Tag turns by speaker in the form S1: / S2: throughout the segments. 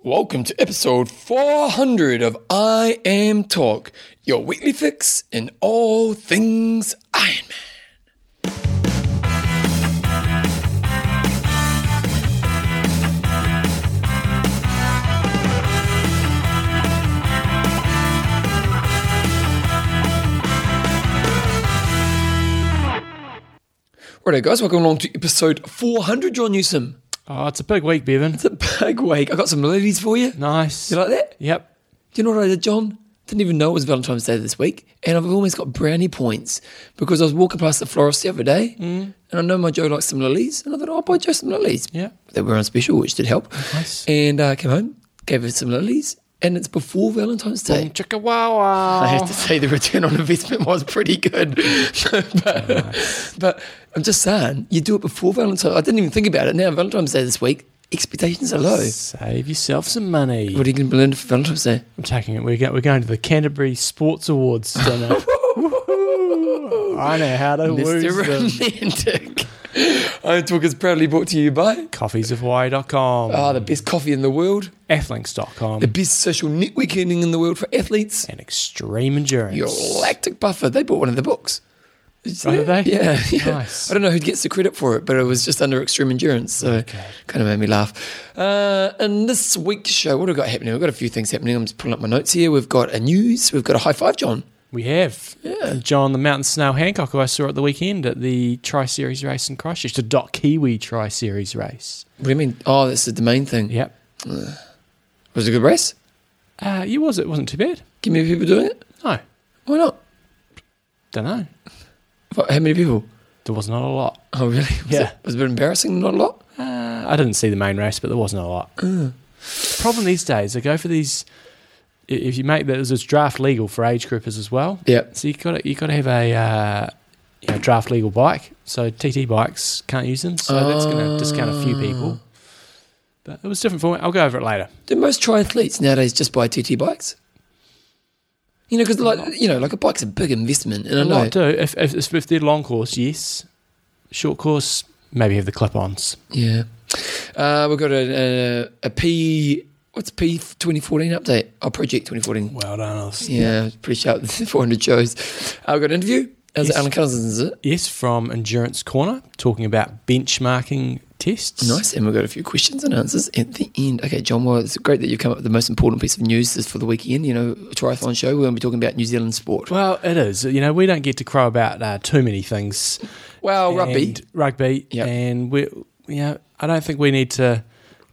S1: Welcome to episode 400 of I Am Talk, your weekly fix in all things Iron Man. Righto, guys, welcome along to episode 400, John Newsom.
S2: Oh, it's a big week, Bevan.
S1: It's a bag wake. I got some ladies for you.
S2: Nice.
S1: You like that?
S2: Yep.
S1: Do you know what I did, John? Didn't even know it was Valentine's Day this week, and I've almost got brownie points because I was walking past the florist the other day, and I know my Joe likes some lilies, and I thought, oh, I'll buy Joe some lilies.
S2: Yeah.
S1: They were on special, which did help.
S2: Nice.
S1: And uh, I came home, gave her some lilies, and it's before Valentine's Day.
S2: Boom, Oh. chickawawa.
S1: I have to say the return on investment was pretty good. but, but I'm just saying, you do it before Valentine's. I didn't even think about it. Now Valentine's Day this week, expectations are low.
S2: Save yourself some money.
S1: What are you going to learn for Valentine's Day?
S2: I'm taking it. We're, go- we're going to the Canterbury Sports Awards dinner. I know how to
S1: Mr.
S2: lose them.
S1: Romantic. Iron Talk is proudly brought to you by
S2: Coffeesofhawaii.com,
S1: ah, the best coffee in the world,
S2: Athlinks.com,
S1: the best social networking in the world for athletes.
S2: and Extreme Endurance.
S1: Your lactic buffer. They bought one of the books. Did you see
S2: Oh, did
S1: that?
S2: they?
S1: Yeah, yeah.
S2: Nice.
S1: I don't know who gets the credit for it, but it was just under extreme endurance, so kind of made me laugh. Uh, and this week's show, what have we got happening? We've got a few things happening. I'm just pulling up my notes here. We've got a news. We've got a high five, John.
S2: We have John the Mountain Snail Hancock, who I saw at the weekend at the Tri Series race in Christchurch, the Dot Kiwi Tri Series race.
S1: What do you mean? Oh, that's the domain thing.
S2: Yep.
S1: Was it a good race?
S2: Uh, it was. It wasn't too bad.
S1: Give me people doing it.
S2: No.
S1: Why not?
S2: Don't know.
S1: How many people?
S2: There was not a lot.
S1: Oh, really? Was
S2: Yeah.
S1: It, was it a bit embarrassing? Not a lot?
S2: Uh, I didn't see the main race, but there wasn't a lot. Problem these days, they go for these. i- If you make there's this draft legal for age groupers as well.
S1: Yep.
S2: So you got you got to have a uh, you know, draft legal bike. So TT bikes can't use them. So that's going to discount a few people. But it was different for me. I'll go over it later.
S1: Do most triathletes nowadays just buy TT bikes? You know, because like you know, like a bike's a big investment, and I
S2: A
S1: know,
S2: lot do if if if they're long course, yes. Short course, maybe have the clip-ons.
S1: yeah. Uh, we've got a, a a P. What's P 2014 update? Oh, Project 2014.
S2: Well done, us.
S1: Yeah, pretty sharp. 400 shows. Uh, we've got an interview. Is it
S2: Yes.
S1: Alan Cousins? Is it
S2: Yes, from Endurance Corner, talking about benchmarking tests.
S1: nice? And we've got a few questions and answers at the end. Okay, John. Well, it's great that you've come up with the most important piece of news is for the weekend. You know, triathlon show. We're going to be talking about New Zealand sport.
S2: Well, it is. You know, we don't get to crow about uh, too many things.
S1: Well, Oh, rugby.
S2: And rugby,
S1: Yep.
S2: and we, you know, I don't think we need to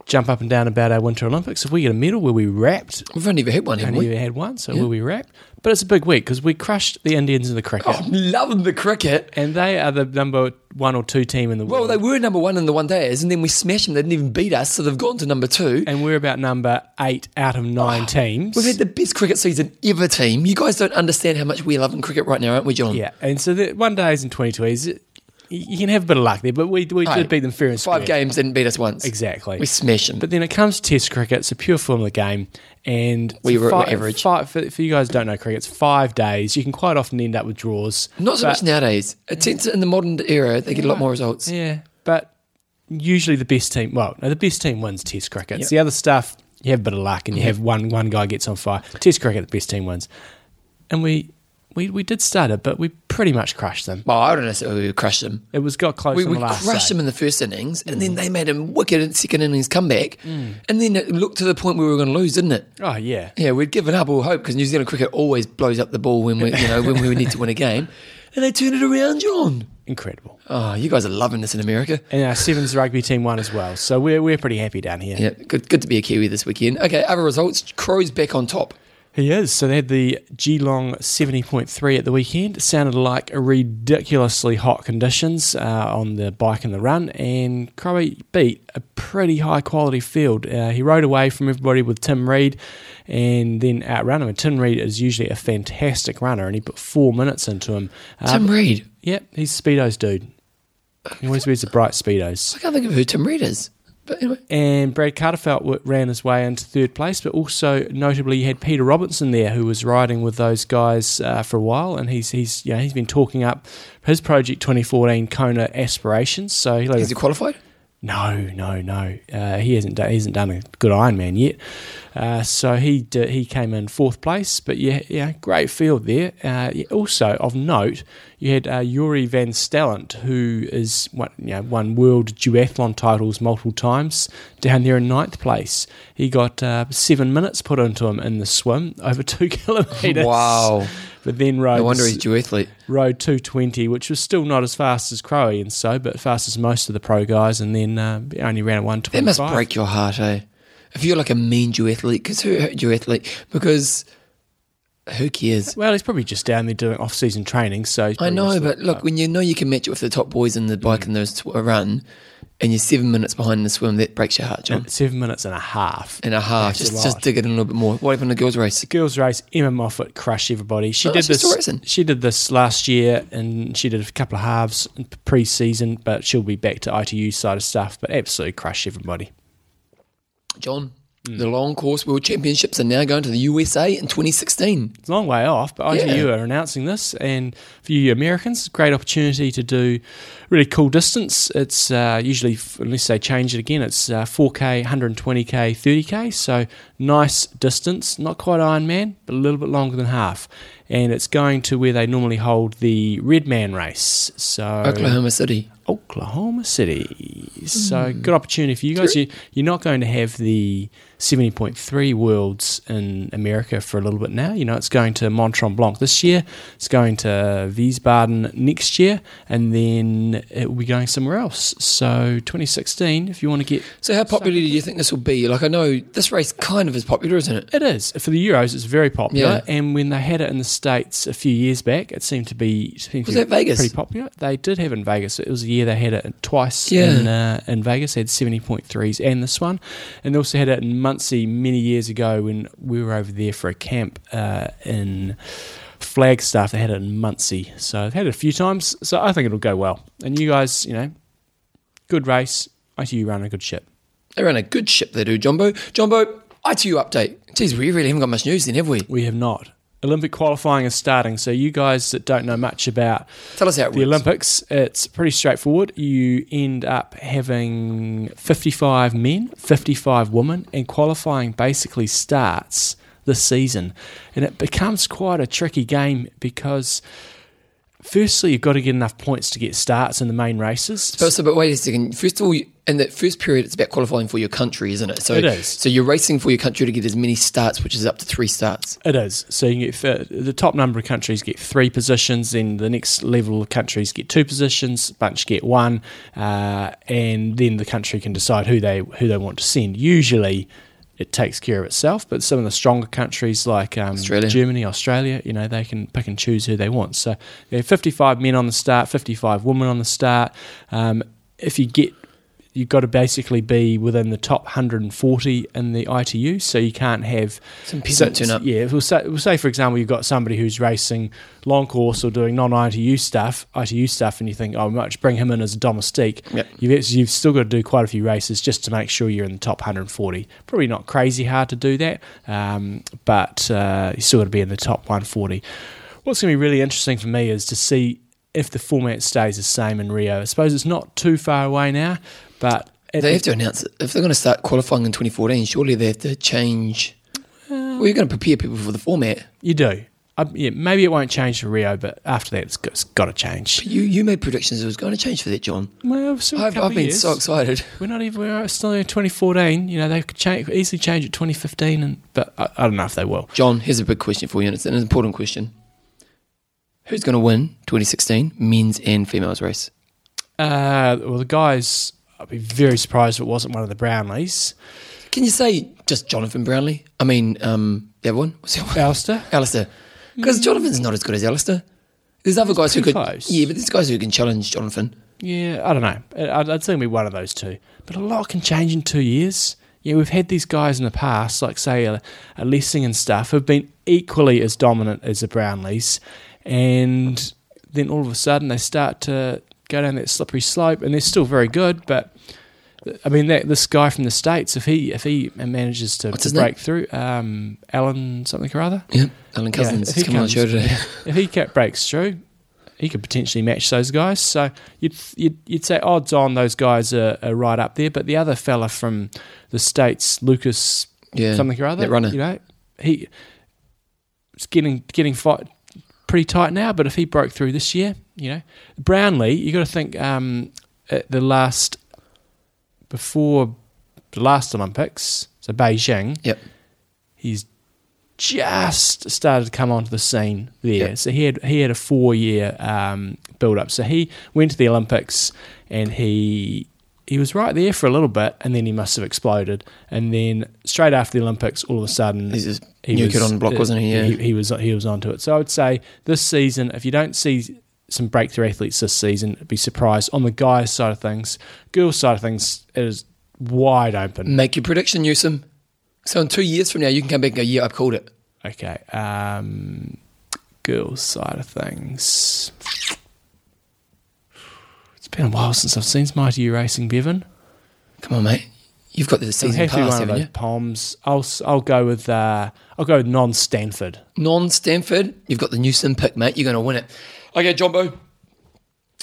S2: jump up and down about our Winter Olympics. If we get a medal, we'll be wrapped.
S1: We've only ever had one, haven't
S2: Only
S1: we?
S2: ever had one, so we'll be wrapped. But it's a big week because we crushed the Indians in the cricket,
S1: I'm Oh, loving the cricket.
S2: and they are the number one or two team in the
S1: Well,
S2: world.
S1: they were number one in the one days, and then we smashed them. They didn't even beat us, so they've gone to number two.
S2: and we're about number eight out of nine teams.
S1: Oh, We've had the best cricket season ever, team. You guys don't understand how much we're loving cricket right now, aren't we, John?
S2: yeah, and so the one days and twenty twenties, you you can have a bit of luck there, but we we
S1: Hey,
S2: did beat them fair and square.
S1: Five games didn't beat us once.
S2: Exactly.
S1: We smashed them.
S2: But then it comes to Test cricket. It's a pure form of the game, and
S1: We were-
S2: fi-
S1: were average.
S2: fi- for, for you guys who don't know cricket, it's five days. You can quite often end up with draws.
S1: Not so
S2: but-
S1: much nowadays. It tends to- in the modern era, they get a lot more results.
S2: Yeah, but usually the best team. Well, no, the best team wins Test cricket. It's the other stuff. You have a bit of luck, and you have one one guy gets on fire. Test cricket, the best team wins, and we. We, we did start it, but we pretty much crushed them.
S1: Well, I don't know if we crushed them.
S2: It was got close
S1: We,
S2: on
S1: we
S2: the last
S1: crushed
S2: day.
S1: them in the first innings, and
S2: Mm.
S1: then they made a wicked in second innings comeback. And then it looked to the point where we were going to lose, didn't it?
S2: Oh yeah,
S1: Yeah, we'd given up all hope because New Zealand cricket always blows up the ball when we, you know, when we need to win a game, and they turned it around, John.
S2: incredible.
S1: Oh, you guys are loving this in America.
S2: And our sevens rugby team won as well, so we're we're pretty happy down here.
S1: Yeah, good, good to be a Kiwi this weekend. Okay, other results. Crows back on top.
S2: He is. So they had the Geelong 70.3 at the weekend. It sounded like ridiculously hot conditions uh, on the bike and the run, and Crowe beat a pretty high quality field. Uh, he rode away from everybody with Tim Reed and then outran him. And Tim Reed is usually a fantastic runner, and he put four minutes into him. Uh,
S1: Tim Reed.
S2: yep, he's Speedos dude. He always wears the bright Speedos.
S1: I can't think of who Tim Reed is. But anyway,
S2: And Brad Carterfelt w- ran his way into third place, but also notably you had Peter Robinson there, who was riding with those guys uh, for a while, and he's he's you know, he's been talking up his project 2014 Kona aspirations. So he
S1: is he qualified?
S2: No, no, no. Uh, he hasn't done, he hasn't done a good Ironman yet. Uh, so he did, he came in fourth place, but yeah, yeah, great field there. Uh, yeah, also of note, you had uh, Yuri van Stalent, who is what you know, won world duathlon titles multiple times, down there in ninth place. He got uh, seven minutes put into him in the swim over two kilometres.
S1: Wow.
S2: But then rode
S1: No wonder he's duathlete.
S2: rode 220, which was still not as fast as Crowe and so, but fast as most of the pro guys, and then uh, only ran 125.
S1: That must break your heart, eh? If you're like a mean duathlete, because who duathlete? Because who cares?
S2: Well, he's probably just down there doing off-season training, so he's
S1: I
S2: probably
S1: know,
S2: just
S1: but look, when you know you can match it with the top boys in the
S2: Mm.
S1: bike in those tw- run, and you're seven minutes behind in the swim, that breaks your heart, John.
S2: like seven minutes and a half.
S1: And a half.
S2: That's a
S1: Just,
S2: lot.
S1: just dig it in a little bit more. What happened to the girls' race?
S2: Girls race, Emma Moffat crushed everybody. She
S1: Oh,
S2: did
S1: she's still
S2: this.
S1: racing.
S2: She did this last year, and she did a couple of halves in pre-season, but she'll be back to ITU side of stuff. But absolutely crushed everybody.
S1: John,
S2: Mm.
S1: the long course world championships are now going to the USA in 2016.
S2: It's a long way off, but ITU
S1: Yeah.
S2: are announcing this, and for you Americans, great opportunity to do really cool distance. It's uh, usually, f- unless they change it again, it's uh, 4K, 120K, 30K, so nice distance. Not quite Ironman, but a little bit longer than half. And it's going to where they normally hold the Red Man race, so
S1: Oklahoma City.
S2: Oklahoma City. So good opportunity for you guys. You, you're not going to have the 70.3 worlds in America for a little bit now. You know, it's going to Mont Tremblant this year. It's going to Wiesbaden next year, and then it will be going somewhere else. So 2016, if you want to get
S1: So, how popular do you think this will be? Like, I know this race kind of is popular, isn't it?
S2: It is. For the Euros, it's very popular.
S1: Yeah.
S2: And when they had it in the States a few years back, it seemed to be, seemed
S1: Was
S2: to
S1: that
S2: be
S1: Vegas?
S2: pretty popular. They did have it in Vegas. It was the year they had it twice
S1: Yeah.
S2: in, uh, in Vegas. They had 70.3s and this one. And they also had it in Muncie many years ago when we were over there for a camp uh, in Flagstaff. They had it in Muncie. So they've had it a few times. So I think it'll go well. And you guys, you know, good race. ITU run a good ship.
S1: They ran a good ship, they do, Jumbo. Jumbo, ITU update. Geez, we really haven't got much news then, have we?
S2: We have not. Olympic qualifying is starting, so you guys that don't know much about
S1: Tell us how it
S2: the
S1: works.
S2: Olympics, it's pretty straightforward. You end up having 55 men, 55 women, and qualifying basically starts this season. And it becomes quite a tricky game because, firstly, you've got to get enough points to get starts in the main races.
S1: But, so, but wait a second. First of all, you- in that first period, it's about qualifying for your country, isn't it? So,
S2: It is.
S1: So you're racing for your country to get as many starts, which is up to three starts.
S2: It is. So you get th- the top number of countries get three positions, then the next level of countries get two positions, a bunch get one, uh, and then the country can decide who they who they want to send. Usually, it takes care of itself, but some of the stronger countries like um,
S1: Australia.
S2: Germany, Australia, you know, they can pick and choose who they want. So there are 55 men on the start, 55 women on the start. Um, if you get You've got to basically be within the top 140 in the ITU, so you can't have
S1: Some peasant turn up.
S2: yeah, we'll say, we'll say for example, you've got somebody who's racing long course or doing non-ITU stuff, ITU stuff, and you think, oh, we might just bring him in as a domestique.
S1: Yep.
S2: You've, actually- you've still got to do quite a few races just to make sure you're in the top 140. Probably not crazy hard to do that, um, but uh, you still got to be in the top 140. What's going to be really interesting for me is to see if the format stays the same in Rio. I suppose it's not too far away now, but it-
S1: They have to announce it. If they're going to start qualifying in 2014, surely they have to change. well, you're going to prepare people for the format.
S2: you do. Uh, yeah, maybe it won't change for Rio, but after that, it's, it's got to change.
S1: But you, you made predictions it was going to change for that, John.
S2: Well, so
S1: I've, I've been so excited.
S2: We're not even. We're still in 2014. You know, they could change, easily change it 2015, and but I, I don't know if they will.
S1: John, here's a big question for you, and it's an important question. Who's going to win 2016 men's and females race?
S2: Uh, well, the guys, I'd be very surprised if it wasn't one of the Brownleys.
S1: Can you say just Jonathan Brownlee? I mean, um, the other one? What's the other one?
S2: Alistair.
S1: Alistair. Because Jonathan's not as good as Alistair. There's other guys who
S2: pretty
S1: could.
S2: close.
S1: Yeah, but there's guys who can challenge Jonathan.
S2: Yeah, I don't know. I'd, I'd say it'd be one of those two. But a lot can change in two years. Yeah, we've had these guys in the past, like say a, a Lessing and stuff, who've been equally as dominant as the Brownlees, and then all of a sudden they start to go down that slippery slope, and they're still very good. But I mean, that this guy from the states, if he if he manages to
S1: What's his
S2: break through, um, Alan something or other,
S1: Yeah. Alan Cousins
S2: if
S1: is
S2: he
S1: coming on the show
S2: comes-
S1: today.
S2: if he ca- breaks through, he could potentially match those guys. So you'd you'd, you'd say odds on those guys are, are right up there. But the other fella from the states, Lucas,
S1: Yeah,
S2: something or other,
S1: that runner.
S2: you know, he it's getting getting fight pretty tight now. But if he broke through this year, you know, Brownlee, you got to think um, at the last before the last Olympics, so Beijing.
S1: Yep.
S2: He's just started to come onto the scene there.
S1: Yep.
S2: So he had he had a four year um, build up. So he went to the Olympics and he he was right there for a little bit, and then he must have exploded. And then straight after the Olympics, all of a sudden
S1: He's just
S2: he
S1: new
S2: was-
S1: kid on the block,
S2: uh,
S1: wasn't he? Yeah.
S2: he, he was he was onto it. So I would say this season, if you don't see some breakthrough athletes this season, be surprised. On the guys' side of things, girls' side of things, it is wide open.
S1: Make your prediction, Newsom. So in two years from now, you can come back and go, yeah, I've called it.
S2: Okay, um, girls' side of things. It's been a while since I've seen Mighty U Racing, Bevan.
S1: Come on, mate. You've got the
S2: It
S1: season
S2: has to be
S1: pass,
S2: one of
S1: haven't
S2: those
S1: you?
S2: palms. I'll s- I'll go with uh, I'll go with non-Stanford.
S1: Non-Stanford, you've got the Newsom pick, mate. You're going to win it. Okay, Jumbo.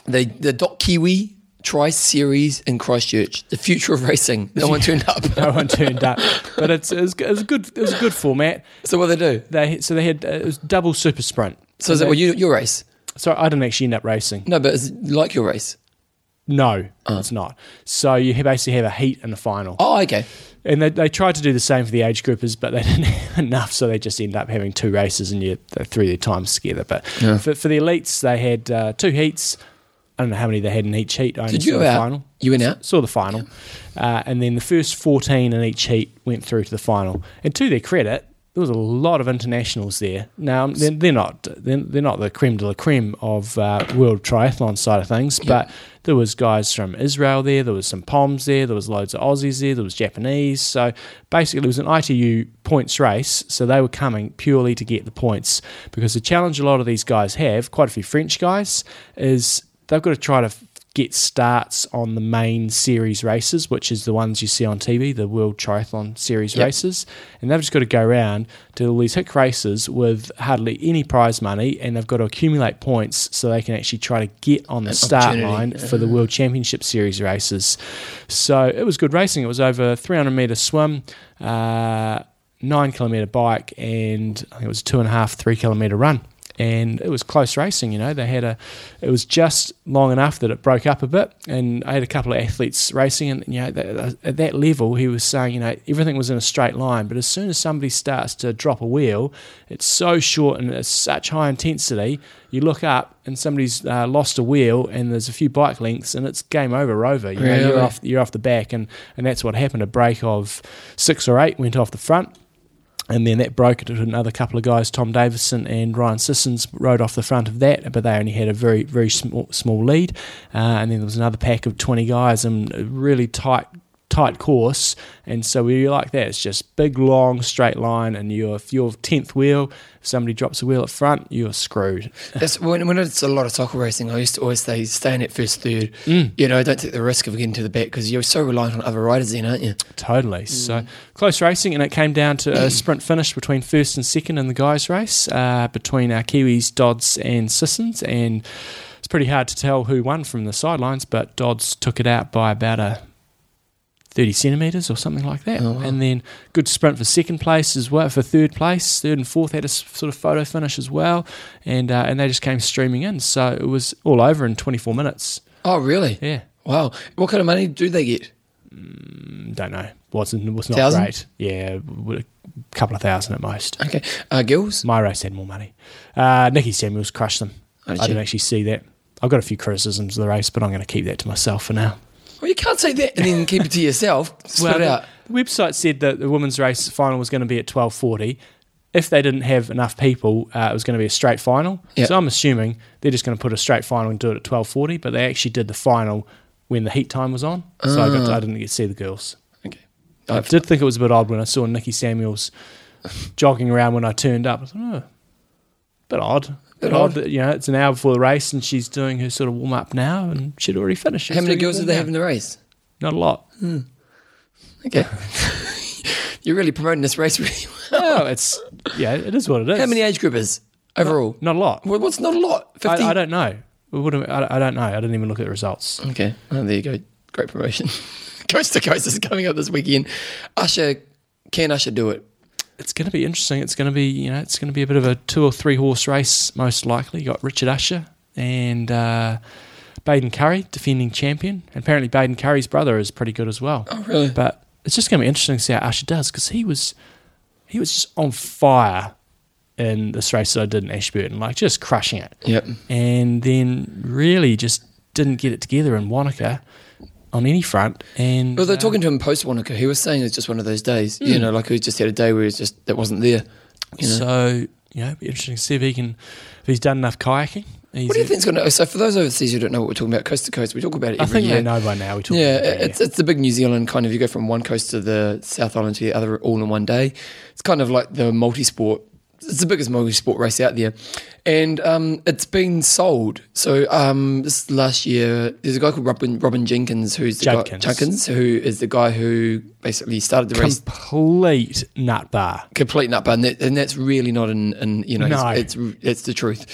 S1: The the Doc Kiwi Tri Series in Christchurch. The future of racing. No one turned up.
S2: No one turned up, but it's it's, it's a good it's a good format.
S1: So what do they do?
S2: They so they had uh, it was double super sprint.
S1: So is
S2: And
S1: that
S2: they-
S1: well, you, your race?
S2: So I didn't actually end up racing.
S1: No, but it's like your race.
S2: No, it's not. So you ha- basically have a heat and a final,
S1: Oh, okay.
S2: and they, they tried to do the same for the age groupers, but they didn't have enough, so they just end up having two races and you they threw their times together. But
S1: Yeah.
S2: for, for the elites, they had uh, two heats. I don't know how many they had in each heat. I only
S1: Did you
S2: saw
S1: go
S2: the
S1: out?
S2: final.
S1: You went out?
S2: saw the final, uh, and then the first 14 in each heat went through to the final. And to their credit, there was a lot of internationals there. Now um, they're, they're not they're, they're not the creme de la creme of uh, world triathlon side of things, but there was guys from Israel there, there was some Poms there, there was loads of Aussies there, there was Japanese. So basically, it was an ITU points race. So they were coming purely to get the points because the challenge a lot of these guys have, quite a few French guys, is they've got to try to get starts on the main series races, which is the ones you see on TV, the World Triathlon Series
S1: Yep.
S2: races. And they've just got to go around to all these hick races with hardly any prize money, and they've got to accumulate points so they can actually try to get on the start
S1: opportunity.
S2: line for the World Championship Series races. So it was good racing. It was over 300 meter swim. Uh, Nine kilometer bike and I think it was a two and a half, three kilometer run and it was close racing. You know, they had a, it was just long enough that it broke up a bit, and I had a couple of athletes racing, and you know, that, at that level, he was saying, you know, everything was in a straight line, but as soon as somebody starts to drop a wheel, it's so short and it's such high intensity. You look up and somebody's uh, lost a wheel, and there's a few bike lengths, and it's game over, rover. You know,
S1: Really?
S2: you're off, you're off the back, and and that's what happened. A break of six or eight went off the front. And then that broke it to another couple of guys, Tom Davison and Ryan Sissons, rode off the front of that, but they only had a very, very small, small lead. Uh, and then there was another pack of 20 guys and a really tight, tight course. And so we like that. It's just big, long, straight line. And you're, if you're 10th wheel, if somebody drops a wheel at front, you're screwed.
S1: That's when, when it's a lot of cycle racing. I used to always say, stay in at first third. You know, don't take the risk of getting to the back because you're so reliant on other riders, then, aren't you?
S2: Totally.
S1: Mm.
S2: So close racing, and it came down to a sprint finish between first and second in the guys' race uh, between our Kiwis, Dodds, and Sissons. And it's pretty hard to tell who won from the sidelines, but Dodds took it out by about a 30 centimetres or something like that.
S1: Oh, wow.
S2: And then good sprint for second place as well, for third place. Third and fourth had a s- sort of photo finish as well. And, uh, and they just came streaming in. So it was all over in 24 minutes.
S1: Oh, really?
S2: Yeah.
S1: Wow. What kind of money do they get?
S2: Mm, don't know. Wasn't was not
S1: Thousand?
S2: great. Yeah, w- a couple of thousand at most.
S1: Okay. Uh, girls?
S2: My race had more money. Uh, Nikki Samuels crushed them.
S1: Oh,
S2: I
S1: did
S2: didn't
S1: she?
S2: actually see that. I've got a few criticisms of the race, but I'm going to keep that to myself for now.
S1: Well, you can't say that and then keep it to yourself. Split it out.
S2: the, the website said that the women's race final was going to be at 12:40. If they didn't have enough people, uh, it was going to be a straight final.
S1: Yeah.
S2: So I'm assuming they're just going to put a straight final and do it at 12:40. But they actually did the final when the heat time was on, so I,
S1: Ah.
S2: got to, I didn't get to see the girls.
S1: Okay.
S2: I did think it was a bit odd when I saw Nikki Samuels jogging around when I turned up. I was like, oh, bit odd. bit
S1: odd.
S2: odd that, you know, it's an hour before the race and she's doing her sort of warm up now and she'd already finished. She's
S1: How many
S2: doing her
S1: girls did they have in
S2: warm-up.
S1: the race?
S2: Not a lot.
S1: Okay. You're really promoting this race really well.
S2: No, it's, yeah, it is what it is.
S1: How many age groupers? overall?
S2: Not a lot.
S1: Well, what's not a lot? 50?
S2: I, I don't know. It would have, I, I don't know. I didn't even look at the results.
S1: Okay. Oh, there you go. Great promotion. Coast to Coast is coming up this weekend. Usher, can Usher do it?
S2: It's going to be interesting. It's going to be, you know, it's going to be a bit of a two or three horse race, most likely. You got Richard Usher and uh, Baden Curry, defending champion. And apparently, Baden Curry's brother is pretty good as well.
S1: Oh, really?
S2: But it's just going to be interesting to see how Usher does because he was, he was just on fire in this race that I did in Ashburton, like just crushing it
S1: Yep.
S2: and then really just didn't get it together in Wanaka on any front. And
S1: Well, they're
S2: uh,
S1: talking to him post Wanaka. He was saying it's just one of those days, you know, like he just had a day where it's just that wasn't there. You know?
S2: Hmm. so you know, it'd be interesting to see if he can, if he's done enough kayaking. He's,
S1: what do you think's going to? So, for those overseas who don't know what we're talking about, coast to coast, we talk about it
S2: I
S1: every
S2: think
S1: year.
S2: they know by now. We talk
S1: Yeah,
S2: about it,
S1: it's it's the big New Zealand kind of. You go from one coast to the South Island to the other all in one day. It's kind of like the multi-sport. It's the biggest multi-sport race out there, and um, it's been sold. So um, this last year, there's a guy called Robin, Robin Jenkins, who's the guy,
S2: Judkins.
S1: Judkins, who is the guy who basically started the
S2: yeah.
S1: race.
S2: complete nut bar.
S1: Complete nut, and, that, and that's really not in, in you know,
S2: No.
S1: it's, it's it's the truth,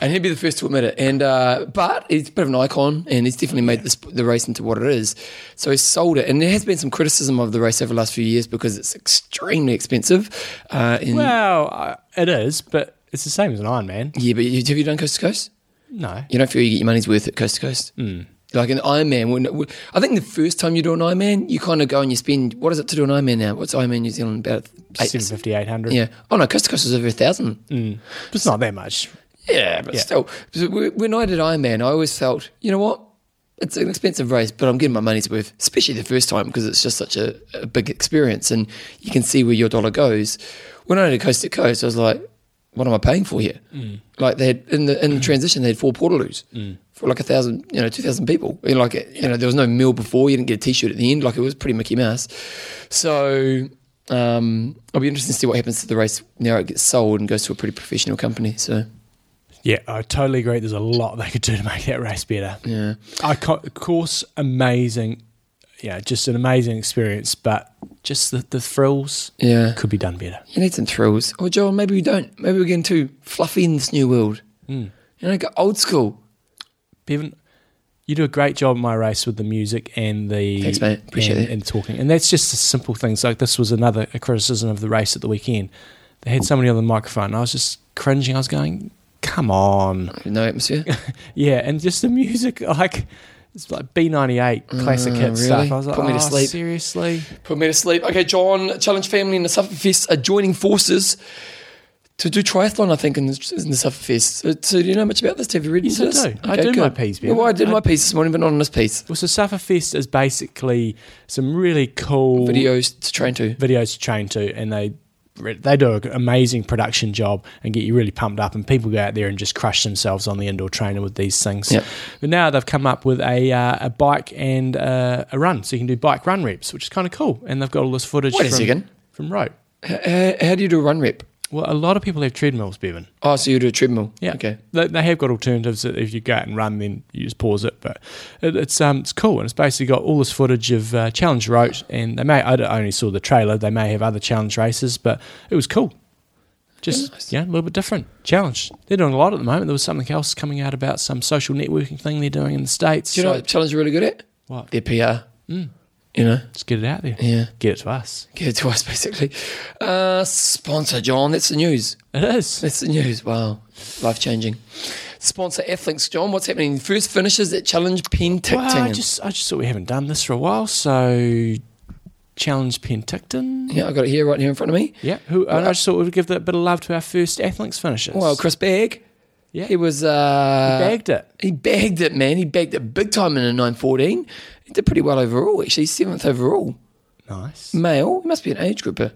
S1: and he'd be the first to admit it. And uh, but he's a bit of an icon, and he's definitely made this, the race into what it is. So he sold it, and there has been some criticism of the race over the last few years because it's extremely expensive. Uh, and
S2: Well, uh, it is, but it's the same as an Ironman.
S1: yeah, but you, have you done coast to coast?
S2: No,
S1: You don't feel you get your money's worth at coast to coast.
S2: Hmm.
S1: Mm. Like an Ironman, when, when- I think the first time you do an Ironman, you kind of go and you spend. What is it to do an Ironman now? What's Ironman New Zealand about?
S2: seven
S1: Eight,
S2: fifty, eight hundred.
S1: yeah. Oh no, coast to coast is over a thousand.
S2: it's not that much.
S1: Yeah, but still, so w- when I did Ironman, I always felt, you know what? It's an expensive race, but I'm getting my money's worth, especially the first time because it's just such a, a big experience and you can see where your dollar goes. When I did Coast to Coast, I was like, what am I paying for here? Like they had in the in the transition, they had four portaloos for like a thousand, you know, two thousand people. You know, like you know, there was no meal before. You didn't get a T-shirt at the end. Like it was pretty Mickey Mouse. So um, I'll be interested to see what happens to the race now. It gets sold and goes to a pretty professional company. So
S2: Yeah, I totally agree. There's a lot they could do to make that race better.
S1: yeah.
S2: I co- of course amazing, yeah, just an amazing experience. But just the, the thrills
S1: Yeah.
S2: could be done better.
S1: You need some thrills. Or, Joel, maybe we don't. Maybe we're getting too fluffy in this new world.
S2: Hmm.
S1: You know, go old school.
S2: Bevan, you do a great job in my race with the music and the
S1: Thanks, mate. Appreciate
S2: and,
S1: it.
S2: and talking. And that's just the simple things. Like this was another a criticism of the race at the weekend. They had somebody on the microphone. And I was just cringing. I was going, "Come on,
S1: No atmosphere.
S2: yeah." And just the music, like. It's like B ninety eight classic hit
S1: Mm, really?
S2: stuff. I was like,
S1: Put me to
S2: "Oh,
S1: sleep."
S2: seriously?
S1: Put me to sleep. Okay, John, Challenge Family and the Sufferfest are joining forces to do triathlon, I think, in the, in the Sufferfest. So, so do you know much about this? Have you read
S2: Yes,
S1: into
S2: I
S1: this?
S2: do. I do my piece, Ben.
S1: Well, I did
S2: I-
S1: my piece this morning, but not on this piece.
S2: Well, so Sufferfest is basically some really cool
S1: Videos to train to.
S2: videos to train to, and they they do an amazing production job and get you really pumped up. And people go out there and just crush themselves on the indoor trainer with these things.
S1: Yep.
S2: But now they've come up with a uh, a bike and uh, a run, so you can do bike run reps, which is kind of cool. And they've got all this footage.
S1: Wait a
S2: from,
S1: second.
S2: From rope.
S1: How, how do you do a run rep?
S2: Well, a lot of people have treadmills, Bevan.
S1: Oh, so you do a treadmill.
S2: Yeah.
S1: Okay.
S2: They, they have got alternatives that if you go out and run, then you just pause it. But it, it's um it's cool, and it's basically got all this footage of uh, Challenge Route, and they may I d- only saw the trailer. They may have other Challenge races, but it was cool. Just
S1: Yeah,
S2: yeah,
S1: nice.
S2: a little bit different challenge. They're doing a lot at the moment. There was something else coming out about some social networking thing they're doing in the states.
S1: Do you know
S2: so-
S1: what Challenge are really good at?
S2: what? Mm.
S1: Their PR. You know?
S2: Just get it out there.
S1: Yeah.
S2: Get it to us.
S1: Give it to us, basically. Uh, sponsor, John. That's the news.
S2: It is.
S1: That's the news. Wow. Life changing. Sponsor Athlinks, John. What's happening? First finishes at Challenge Pen
S2: Well, I
S1: Ticton.
S2: just I just thought we haven't done this for a while, so challenge Penticton.
S1: yeah, I got it here, right here in front of me.
S2: Yeah, who and I just thought we'd give that bit of love to our first Athlinks finishers.
S1: uh, Well, Chris Bagg.
S2: Yeah.
S1: He was. Uh,
S2: bagged it.
S1: He bagged it, man. He bagged it big time in a 914. He did pretty well overall, actually. Seventh overall.
S2: Nice.
S1: Male. He must be an age grouper.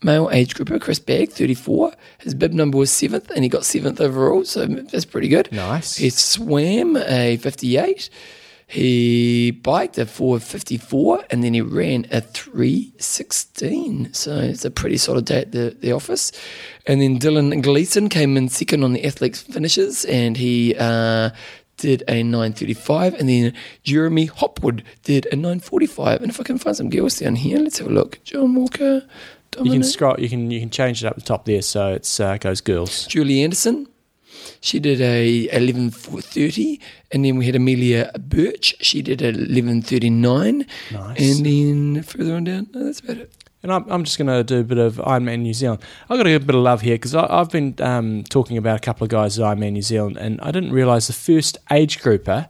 S1: Male age grouper, Chris Bagg, 34. His bib number was seventh, and he got seventh overall, so that's pretty good.
S2: Nice.
S1: He swam a 58. He biked a 454 and then he ran a 316. So it's a pretty solid day at the, the office. And then Dylan Gleason came in second on the athletics finishes and he uh, did a 935. And then Jeremy Hopwood did a 945. And if I can find some girls down here, let's have a look. John Walker.
S2: You can
S1: Dominic?
S2: scroll. You can you can change it up the top there, so it's uh, goes girls.
S1: Julie Anderson. She did a eleven thirty, and then we had Amelia Birch. She did a eleven thirty nine,
S2: Nice.
S1: and then further on down, no, that's about it.
S2: And I'm, I'm just going to do a bit of Iron Man New Zealand. I've got a bit of love here because I've been um, talking about a couple of guys at Iron Man New Zealand, and I didn't realise the first age grouper,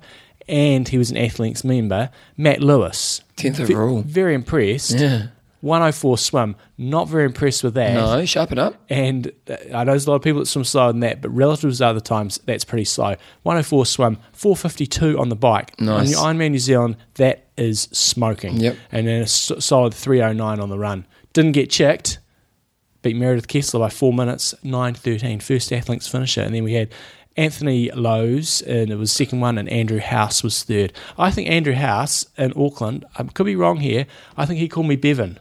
S2: and he was an Athlinks member, Matt Lewis.
S1: Tenth
S2: Ve-
S1: overall.
S2: Very impressed.
S1: Yeah.
S2: 104 swim. Not very impressed with that.
S1: No, sharpen up.
S2: And uh, I know there's a lot of people that swim slower than that, but relatives to other times, that's pretty slow. 104 swim, 452 on the bike.
S1: Nice.
S2: On the Ironman New Zealand, that is smoking.
S1: Yep.
S2: And then a s- solid 309 on the run. Didn't get checked. Beat Meredith Kessler by four minutes, 9.13. First Athlinks finisher. And then we had Anthony Lowe's, and it was second one, and Andrew House was third. I think Andrew House in Auckland, I could be wrong here, I think he called me Bevan.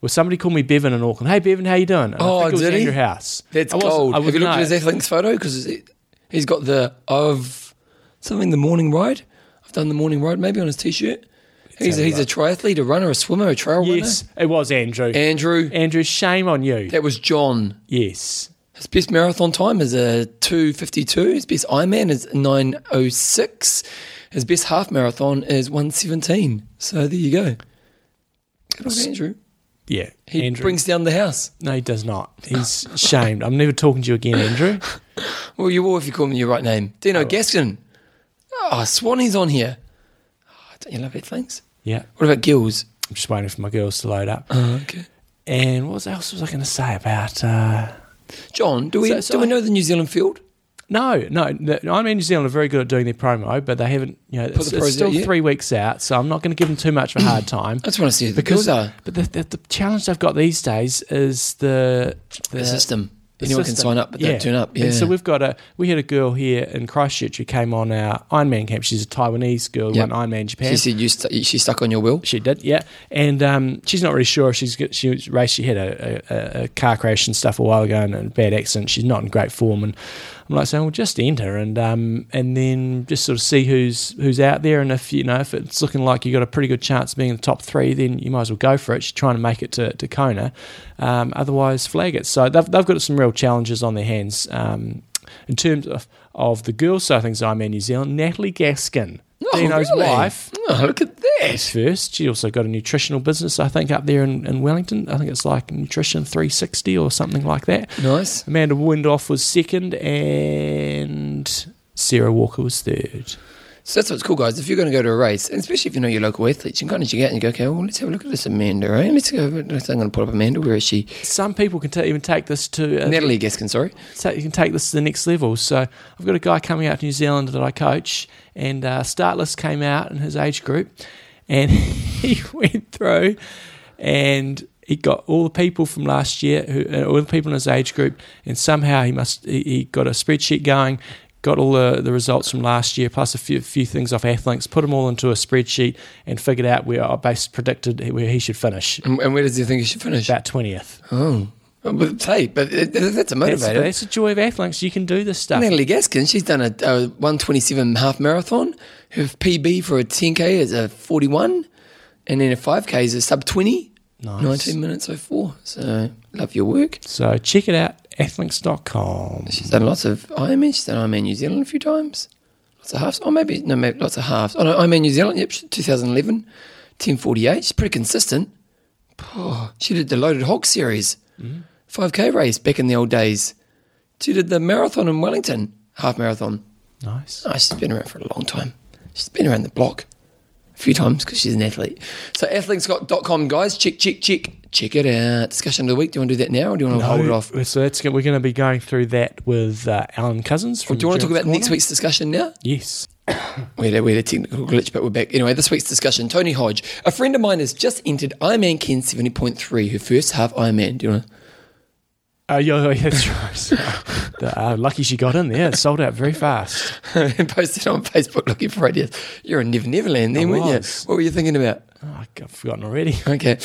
S2: Well, somebody called me Bevan in Auckland. Hey, Bevan, how you doing? And
S1: Oh,
S2: I think it was
S1: did he?
S2: Andrew House.
S1: That's
S2: I wasn't-
S1: gold.
S2: I was
S1: Have you looked at
S2: not-
S1: his athlete's photo? Because he's got the of something the morning ride. I've done the morning ride maybe on his t-shirt. He's a,
S2: have a
S1: he's a triathlete, a runner, a swimmer, a trail
S2: Yes, it was Andrew.
S1: runner. Andrew,
S2: Andrew, shame on you.
S1: that was John.
S2: yes.
S1: His best marathon time is a two fifty two. His best Ironman is nine oh six. His best half marathon is one seventeen. So there you go. Good on Andrew.
S2: Yeah.
S1: He
S2: Andrew.
S1: brings down the house.
S2: no, he does not. He's shamed. I'm never talking to you again, Andrew.
S1: Well, you will if you call me your right name. Dino Gaskin. Oh, Swanee's on here. Oh, don't you love it, things?
S2: Yeah.
S1: What about Gills?
S2: I'm just waiting for my girls to load up.
S1: Oh, okay.
S2: And what else was I going to say about. Uh,
S1: John, do we
S2: So- so
S1: do we
S2: I-
S1: know the New Zealand field?
S2: no, no. The, I mean, New Zealand are very good at doing their promo, but they haven't, you know, it's,
S1: the
S2: it's
S1: pros out
S2: still
S1: yet?
S2: three weeks out, so I'm not going to give them too much of a hard time.
S1: I just want to see who the
S2: Because,
S1: girls are.
S2: but the, the, the challenge they've got these days is the
S1: The,
S2: the,
S1: system.
S2: the
S1: Anyone
S2: system.
S1: can sign up, but they don't turn up. Yeah.
S2: And so we've got a we had a girl here in Christchurch who came on our Ironman camp. She's a Taiwanese girl,
S1: Yep.
S2: won Ironman Japan.
S1: she said you stu- she stuck on your wheel.
S2: She did, yeah. And um, she's not really sure if she's good. She was raced. She had a, a, a car crash and stuff a while ago and a bad accident. She's not in great form. And I'm like saying, well, just enter and um, and then just sort of see who's who's out there. And if you know if it's looking like you got a pretty good chance of being in the top three, then you might as well go for it. She's trying to make it to, to Kona. Um, otherwise, flag it. So they've they've got some real challenges on their hands. Um, in terms of, of the girls side of things, I'm in New Zealand. Natalie Gaskin,
S1: Oh,
S2: Dino's
S1: really?
S2: wife
S1: Oh, look at that.
S2: first. She also got a nutritional business, I think, up there in, in Wellington. I think it's like Nutrition 360 or something like that.
S1: Nice.
S2: Amanda Windoff was second, and Sarah Walker was third.
S1: So that's what's cool, guys. If you're going to go to a race, and especially if you know your local athletes, you can kind of check out and you go, okay, well, let's have a look at this Amanda, right? Let's go. I'm going to pull up Amanda. Where is she?
S2: Some people can ta even take this to uh,
S1: Natalie Gaskin, sorry.
S2: ta- you can take this to the next level. So I've got a guy coming out to New Zealand that I coach, and uh, Startless came out in his age group, and he went through, and he got all the people from last year, who, uh, all the people in his age group, and somehow he must he, he got a spreadsheet going. Got all the, the results from last year, plus a few few things off Athlinks. Put them all into a spreadsheet and figured out where I based predicted where he should finish,
S1: And, and where does he think he should finish?
S2: about twentieth.
S1: Oh, but hey, but it- it- that's a motivator.
S2: That's, that's the joy of Athlinks. You can do this stuff.
S1: Natalie Gaskin, she's done a, a 127 half marathon. Her PB for a 10K is a 41, and then a 5K is a sub 20,
S2: Nice.
S1: 19 minutes 04. So, love your work.
S2: So check it out, athlinks.com.
S1: She's done lots of Ironman. She's done Ironman New Zealand a few times. Lots of halves. Oh, maybe, no, maybe lots of halves. Oh, no, Ironman New Zealand, yep, 2011, 1048. She's pretty consistent. Oh, she did the Loaded Hawk series, 5K race back in the old days. She did the marathon in Wellington, half marathon.
S2: Nice.
S1: Oh, she's been around for a long time. She's been around the block a few times because she's an athlete. So athletescom guys, check, check, check, check it out. Discussion of the week. Do you want to do that now, or do you want to hold it off? Or
S2: So that's, we're going to be going through that with uh, Alan Cousins. From
S1: Oh, do you want to talk
S2: Gerald's
S1: about next
S2: Corner.
S1: week's discussion now?
S2: Yes.
S1: We had, a, we had a technical glitch, but we're back. Anyway, this week's discussion Tony Hodge. A friend of mine has just entered Ironman Ken 70.3, her first half Ironman. Do you want to?
S2: Oh, yeah, yeah, that's right. Sorry. The- uh, lucky she got in there. It sold out very fast.
S1: and posted on Facebook looking for ideas. You're in Never Neverland then,
S2: I
S1: weren't you?
S2: was.
S1: What were you thinking about?
S2: Oh, I've forgotten already.
S1: Okay.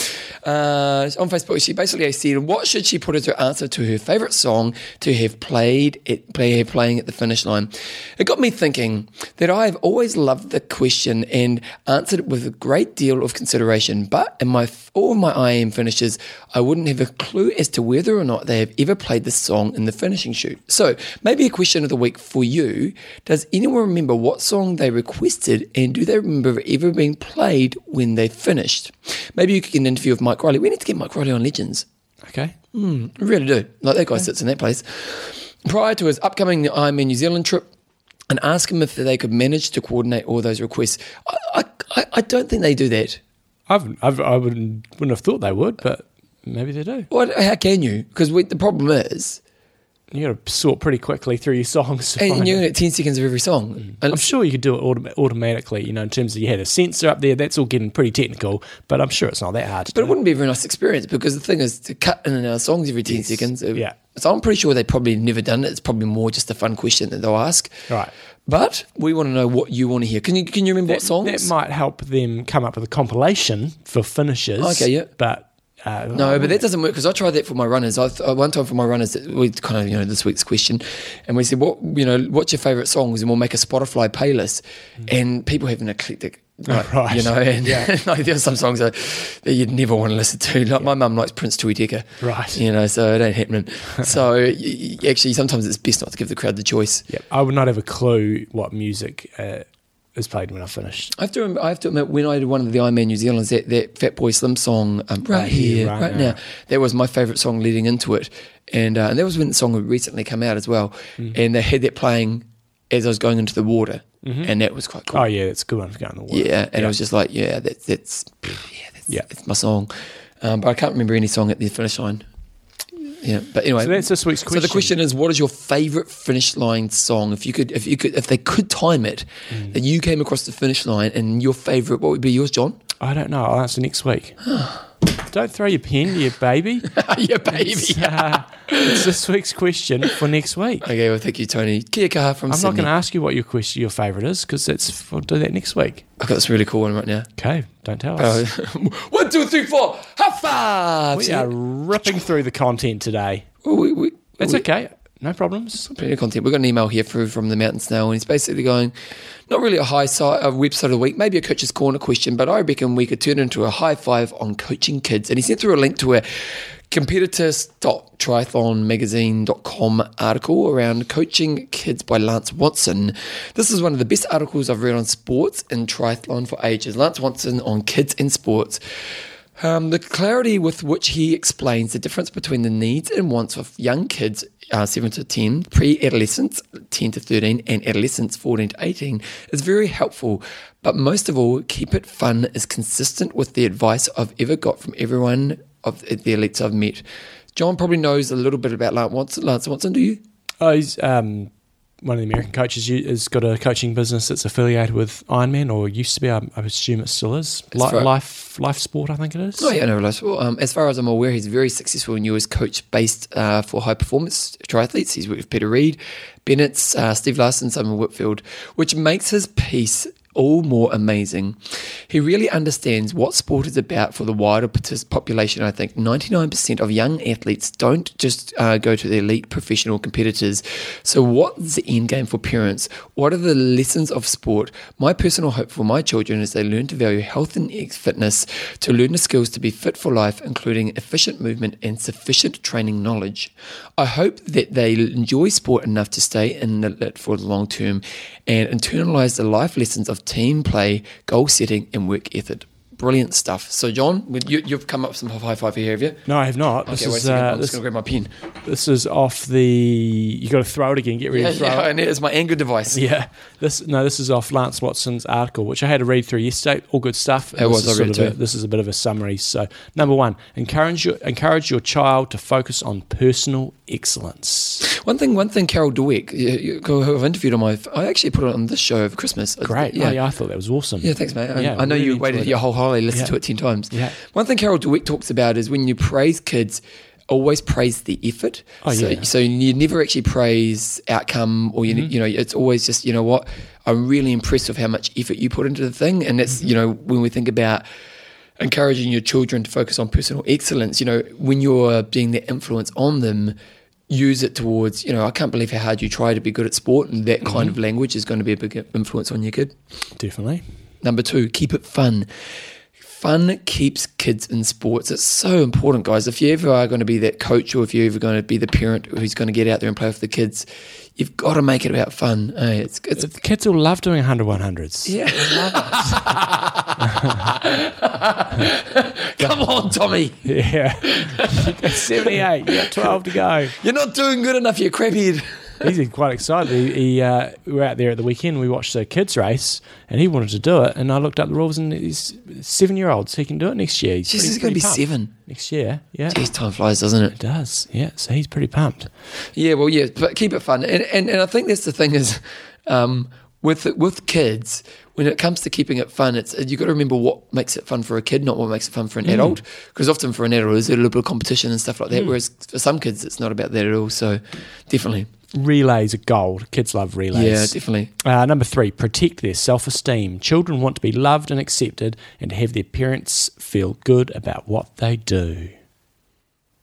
S1: Uh, on Facebook, she basically said, "What should she put as her answer to her favorite song to have played at play playing at the finish line?" It got me thinking that I have always loved the question and answered it with a great deal of consideration. But in my all of my IM finishes, I wouldn't have a clue as to whether or not they have ever played this song in the finishing shoot. So maybe a question of the week for you: Does anyone remember what song they requested, and do they remember it ever being played when they finished? Maybe you could get an interview with Mike Riley. We need to get Mike Riley on Legends.
S2: Okay.
S1: We really do. Like that guy sits in that place. Prior to his upcoming Ironman New Zealand trip, and ask him if they could manage to coordinate all those requests. I, I, I- I don't think they do that.
S2: I've, I've, I wouldn't, wouldn't have thought they would, but maybe they do.
S1: What, how can you? Because the problem is,
S2: You got to sort pretty quickly through your songs. to
S1: and
S2: find
S1: you're
S2: it.
S1: going to get 10 seconds of every song. And
S2: I'm sure you could do it autom- automatically, you know, in terms of you had a sensor up there. That's all getting pretty technical, but I'm sure it's not that hard. To
S1: But
S2: do.
S1: it wouldn't be a very nice experience because the thing is to cut in and out of songs every 10 seconds. it-
S2: Yeah.
S1: So I'm pretty sure they've probably never done it. It's probably more just a fun question that they'll ask.
S2: Right.
S1: But we want to know what you want to hear. Can you can you remember what songs?
S2: That might help them come up with a compilation for finishes.
S1: Okay, yeah.
S2: But uh,
S1: No, but that doesn't work because I tried that for my runners. I th- uh, one time for my runners, we kind of you know this week's question, and we said what you know what's your favourite songs, and we'll make a Spotify playlist, and people have an eclectic. Like,
S2: Mm. Right.
S1: You know, and like there are some songs that, that you'd never want to listen to. Like my mum likes Prince Tui Decker.
S2: Right.
S1: You know, so it ain't happening. so y- y- actually, sometimes it's best not to give the crowd the choice.
S2: yeah, I would not have a clue what music uh, is played when I finished.
S1: I have to. rem- I have to admit, when I did one of the Iron Man New Zealand's, that, that Fat Boy Slim song, um, right, here, right, now. that was my favourite song leading into it, and uh, and that was when the song had recently come out as well, and they had that playing as I was going into the water, and that was quite cool.
S2: Oh yeah, that's a good one for going to work.
S1: Mm-hmm. yeah, and I was just like, yeah, that's that's yeah, that's,
S2: Yeah.
S1: that's my song, um, but I can't remember any song at the finish line. Yeah, but anyway,
S2: So that's this week's question.
S1: so the question is, what is your favorite finish line song? If you could, if you could, if they could time it,
S2: Mm.
S1: that you came across the finish line, and your favorite, what would be yours, John?
S2: I don't know. I'll answer next week. don't throw your pen, you baby.
S1: yeah, baby.
S2: It's, uh, it's this week's question for next week.
S1: Okay, well, thank you, Tony. Kia kaha from
S2: I'm not
S1: Sydney.
S2: going to ask you what your question, your favourite is, because that's we'll do that next week.
S1: I've got this really cool one right now.
S2: Okay, don't tell
S1: Uh,
S2: us.
S1: one, two, three, four. High five.
S2: Oh. we are ripping through the content today.
S1: We, we,
S2: It's
S1: we-
S2: okay, no problems.
S1: plenty of content. We've got an email here through from the Mountain Snail, and he's basically going, not really a high side, a website of the week, maybe a coach's corner question, but I reckon we could turn it into a high five on coaching kids. And he sent through a link to a competitors.triathlonmagazine.com article around coaching kids by Lance Watson. This is one of the best articles I've read on sports and triathlon for ages. Lance Watson on kids and sports. Um, the clarity with which he explains the difference between the needs and wants of young kids, uh, 7 to 10, pre adolescents, 10 to 13, and adolescents, 14 to 18, is very helpful. But most of all, keep it fun is consistent with the advice I've ever got from everyone of the elites I've met. John probably knows a little bit about Lance Watson. Lance Watson, do you?
S2: Oh, he's um, one of the American coaches. you- Has got a coaching business that's affiliated with Ironman, or used to be. um, I, I assume it still is. Li-
S1: for-
S2: life, life sport. I think it is.
S1: Oh yeah, no, like, well, um, as far as I'm aware, he's very successful in US coach based uh, for high performance triathletes. He's worked with Peter Reed, Bennett, uh, Steve Larson, Simon Whitfield, which makes his piece all more amazing. He really understands what sport is about for the wider partic- population. I think 99% of young athletes don't just uh, go to the elite professional competitors. So, what's the end game for parents? What are the lessons of sport? My personal hope for my children is they learn to value health and ex- fitness, to learn the skills to be fit for life, including efficient movement and sufficient training knowledge. I hope that they enjoy sport enough to stay in it for the long term and internalize the life lessons of team play, goal setting, and work ethic. Brilliant stuff. So, John, would you, you've come up with some high five here, have you?
S2: No, I have not. This
S1: okay, wait a
S2: is
S1: second.
S2: uh,
S1: I'm just
S2: this,
S1: going to grab my pen.
S2: this is off the. You got to throw it again. Get ready
S1: Yeah,
S2: to throw
S1: yeah,
S2: it.
S1: and it's my anger device.
S2: Yeah, this no, this is off Lance Watson's article, which I had to read through yesterday. All good stuff.
S1: It was,
S2: This is
S1: I read
S2: sort of
S1: it
S2: a-
S1: too.
S2: This is a bit of a summary. So, number one, encourage your encourage your child to focus on personal excellence.
S1: One thing, one thing, Carol Dweck, you- you- who I've interviewed on my, I actually put it on this show over Christmas.
S2: Great. Oh,
S1: yeah,
S2: Yeah, I thought that was awesome.
S1: Yeah, thanks, mate. I,
S2: Yeah,
S1: I know you
S2: really
S1: waited
S2: enjoyed
S1: your whole holiday, listened
S2: Yeah.
S1: to it 10 times.
S2: Yeah.
S1: One thing Carol Dweck talks about is when you praise kids, always praise the effort.
S2: Oh,
S1: so,
S2: yeah. Mm-hmm.
S1: so you never actually praise outcome or, you, you know, it's always just, you know
S2: Mm-hmm.
S1: what, I'm really impressed with how much effort you put into the thing. And that's, you know, when we think about encouraging your children to focus on personal excellence, you know, when you're being the influence on them, use it towards, you know, I can't believe how hard you try to be good at sport. And that
S2: Mm-hmm.
S1: kind of language is going to be a big influence on your kid.
S2: Definitely.
S1: Number two, keep it fun. Fun keeps kids in sports. It's so important, guys. If you ever are going to be that coach or if you're ever going to be the parent who's going to get out there and play with the kids, you've got to make it about fun. eh? It's, it's
S2: The kids will love doing 100 100s.
S1: yeah. Come on, Tommy.
S2: Yeah. 78. Yeah, 12 to go.
S1: You're not doing good enough, you craphead.
S2: He's quite excited. He, he uh, we were out there at the weekend. We watched the kids race, and he wanted to do it. And I looked up the rules, and he's seven year olds. He can do it next year. He's
S1: Jeez,
S2: pretty-
S1: he's going to
S2: pretty
S1: be
S2: pumped.
S1: seven.
S2: next year. Yeah,
S1: Jeez, time flies, doesn't it?
S2: it does. Yeah, so he's pretty pumped.
S1: Yeah, well, yeah, but keep it fun, and and, and I think that's the thing is, um, with with kids, when it comes to keeping it fun, it's you got to remember what makes it fun for a kid, not what makes it fun for an adult. Because often for an adult, there's a little bit of competition and stuff like that. Whereas for some kids, it's not about that at all. So, definitely,
S2: Relays are gold. Kids love
S1: yeah,
S2: relays.
S1: definitely.
S2: Uh, number three, protect their self esteem. Children want to be loved and accepted and to have their parents feel good about what they do.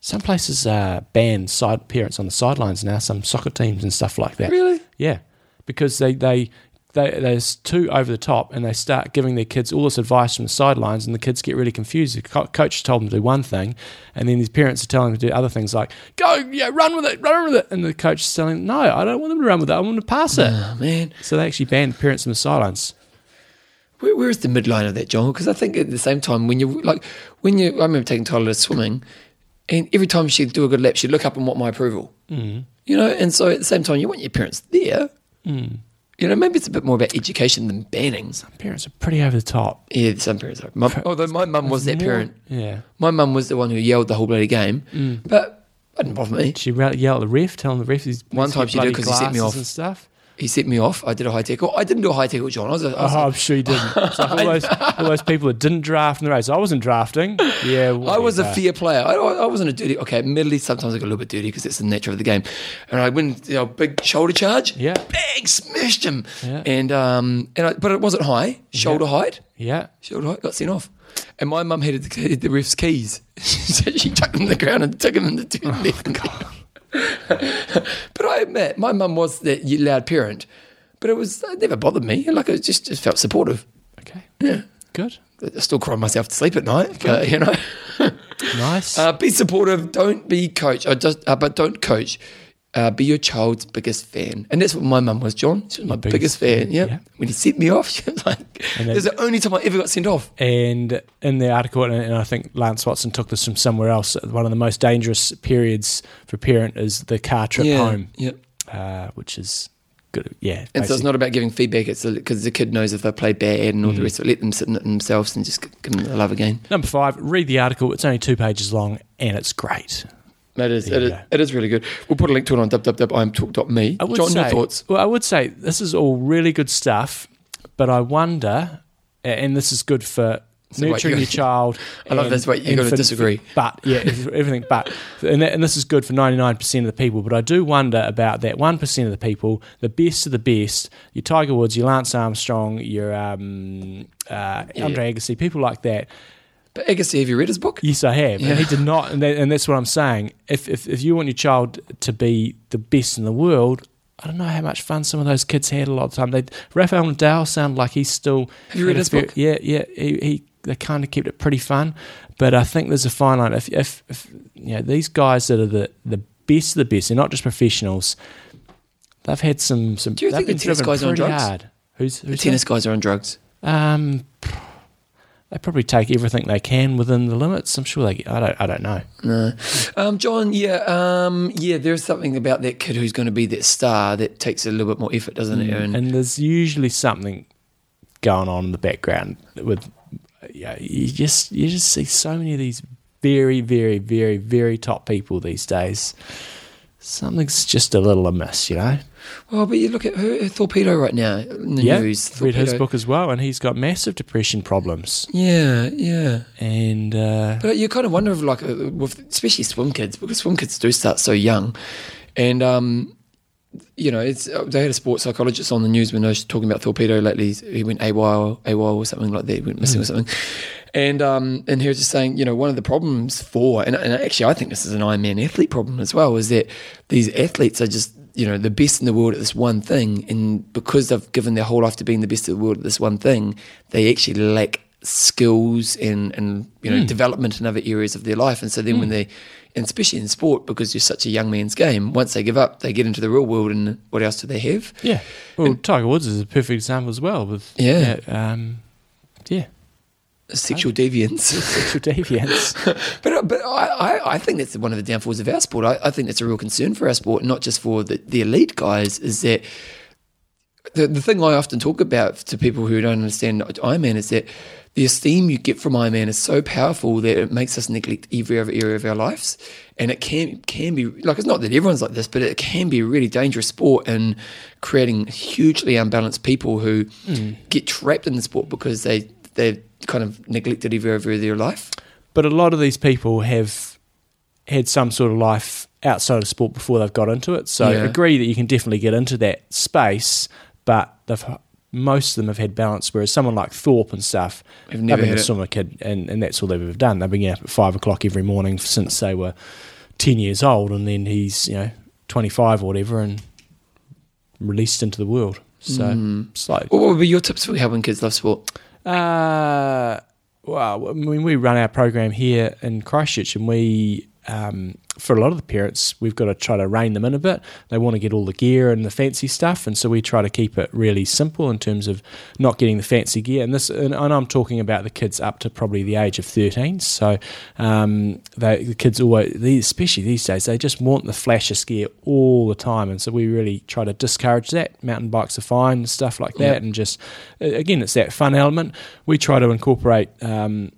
S2: Some places uh, ban side parents on the sidelines now, some soccer teams and stuff like that.
S1: Really?
S2: Yeah, because they, they, they, they're too over the top and they start giving their kids all this advice from the sidelines, and the kids get really confused. The co- coach told them to do one thing, and then these parents are telling them to do other things like, go, yeah, run with it, run with it. And the coach is telling them, no, I don't want them to run with it, I want them to pass it.
S1: Oh man,
S2: So they actually banned parents from the sidelines.
S1: Where, where is the midline of that, John? Because I think at the same time, when you like, when you, I remember taking Tyler to swimming, and every time she'd do a good lap, she'd look up and want my approval. Mm. You know, and so at the same time, you want your parents there. You know, maybe it's a bit more about education than banning.
S2: Parents are pretty over the top.
S1: Yeah, some parents are. My, although my mum was that
S2: More-
S1: parent.
S2: Yeah.
S1: My mum was the one who yelled the whole bloody game, but that didn't bother me.
S2: She ra- yelled at the ref, telling the ref he's
S1: One time she did
S2: bloody
S1: 'cause he set me
S2: glasses
S1: off.
S2: and stuff.
S1: He set me off. I did a high tackle. I didn't do a high tackle, John. I was, a, I was
S2: Oh, I'm sure you didn't. It's like all those, all those people that didn't draft in the race. I wasn't drafting. Yeah, uh,
S1: I was a
S2: whatever.
S1: fair player. I, I wasn't a dirty. Okay, admittedly, sometimes I got a little bit dirty because it's the nature of the game. And I went, you know, big shoulder charge.
S2: Yeah.
S1: Bang, smashed him.
S2: Yeah.
S1: And um, and I, but it wasn't high. Shoulder height.
S2: Yeah.
S1: Shoulder height. Got sent off. And my mum had the, had the ref's keys. so she chucked him in the ground and took him in the turn.
S2: Oh,
S1: left and right. but I admit, my mum was that loud parent. But it was it never bothered me. Like it just, just felt supportive.
S2: Okay.
S1: Yeah.
S2: Good.
S1: I still cry myself to sleep at night. But, you know.
S2: Nice.
S1: Uh, be supportive. Don't be coach. Uh, just, uh, but don't coach. Uh, be your child's biggest fan. And that's what my mum was, John. She was my biggest,
S2: biggest
S1: fan.
S2: fan,
S1: Yeah.
S2: yeah.
S1: When he sent me off, she was like,
S2: And
S1: "This is
S2: then-
S1: the only time I ever got sent off."
S2: and in the article, and, and I think Lance Watson took this from somewhere else. One of the most dangerous periods for a parent is the car trip
S1: yeah.
S2: home,
S1: Yeah.
S2: uh, which is good. Yeah.
S1: And so it's
S2: basically.
S1: not about giving feedback. It's because the kid knows if they play bad and all the
S2: Mm.
S1: rest of it. Let them sit in it themselves and just g- give them the love again.
S2: Number five, read the article. It's only two pages long and it's great.
S1: That is, it, is
S2: Yeah.
S1: it is really good. We'll put a link to it on www.imtalk.me.
S2: I would
S1: John,
S2: say,
S1: your thoughts?
S2: Well, I would say this is all really good stuff, but I wonder, a- and this is good for
S1: what
S2: nurturing
S1: you-
S2: your child.
S1: I love
S2: and-
S1: this, wait, you're
S2: and
S1: gonna
S2: for-
S1: disagree.
S2: But yeah, if- everything. But and, that- and this is good for ninety nine percent of the people. But I do wonder about that one percent of the people, the best of the best, your Tiger Woods, your Lance Armstrong, your um, uh, Andre Agassi, people like that.
S1: But Agassi, have you read his book?
S2: Yes, I have.
S1: Yeah.
S2: And he did not. And, that, and that's what I'm saying. If, if, if you want your child to be the best in the world, I don't know how much fun some of those kids had a lot of time. They, Rafael Nadal sounded like he's still.
S1: Have you read his book?
S2: Yeah, yeah. He, he they kind of kept it pretty fun, but I think there's a fine line. If, if, if you know these guys that are the, the best of the best, they're not just professionals. They've had some some.
S1: Do you
S2: they've
S1: think the
S2: been
S1: tennis
S2: driven
S1: guys are on
S2: pretty
S1: drugs?
S2: Hard. Who's,
S1: The
S2: who's
S1: tennis guys are on drugs.
S2: that? Um, they probably take everything they can within the limits. I'm sure they. I don't. I don't know.
S1: No. Um, John, yeah, um, yeah, there's something about that kid who's going to be that star that takes a little bit more effort, doesn't it? Aaron?
S2: Mm. and there's usually something going on in the background with yeah you just you just see so many of these very very very very top people these days something's just a little amiss you know
S1: well, but you look at her, her torpedo right now in the
S2: yeah
S1: news. Torpedo.
S2: read his book as well and he's got massive depression problems
S1: Yeah, yeah.
S2: and uh
S1: But you kind of wonder if, like, uh, with, especially swim kids, because swim kids do start so young. And, um, you know, it's uh, they had a sports psychologist on the news when they were talking about Torpedo lately. He went AWOL, AWOL or something like that, he went missing or something. And um, and he was just saying, you know, one of the problems for, and, and actually I think this is an Ironman athlete problem as well, is that these athletes are just, you know, the best in the world at this one thing, and because they've given their whole life to being the best in the world at this one thing, they actually lack skills and and you know development in other areas of their life. And so then when they, and especially in sport, because you're such a young man's game, once they give up, they get into the real world, and what else do they have?
S2: Yeah. Well, Tiger Woods is a perfect example as well. With
S1: Yeah.
S2: yeah, um, yeah
S1: Sexual deviance.
S2: sexual deviance.
S1: But but I, I, I think that's one of the downfalls of our sport. I, I think that's a real concern for our sport, not just for the, the elite guys, is that the, the thing I often talk about to people who don't understand Ironman is that the esteem you get from Ironman is so powerful that it makes us neglect every other area of our lives. And it can can be like it's not that everyone's like this, but it can be a really dangerous sport in creating hugely unbalanced people who get trapped in the sport because they they've kind of neglected every area of their life.
S2: but a lot of these people have had some sort of life outside of sport before they've got into it. So
S1: Yeah.
S2: agree that you can definitely get into that space, but they've most of them have had balance. Whereas someone like Thorpe and stuff,
S1: They've never
S2: been
S1: had
S2: a
S1: it.
S2: swimmer kid, and, and that's all they've ever done. They've been up at five o'clock every morning since they were ten years old, and then he's you know twenty five or whatever, and released into the world. So
S1: Mm.
S2: slightly
S1: What would be your tips for helping kids love sport?
S2: Uh, well, I mean, we run our program here in Christchurch, and we, um, for a lot of the parents, we've got to try to rein them in a bit. They want to get all the gear and the fancy stuff, and so we try to keep it really simple in terms of not getting the fancy gear. And this, and, and I'm talking about the kids up to probably the age of 13. So um, they, the kids always, these, especially these days, they just want the flashiest gear all the time, and so we really try to discourage that. Mountain bikes are fine, and stuff like that, and just uh, again, it's that fun element. We try to incorporate. Um,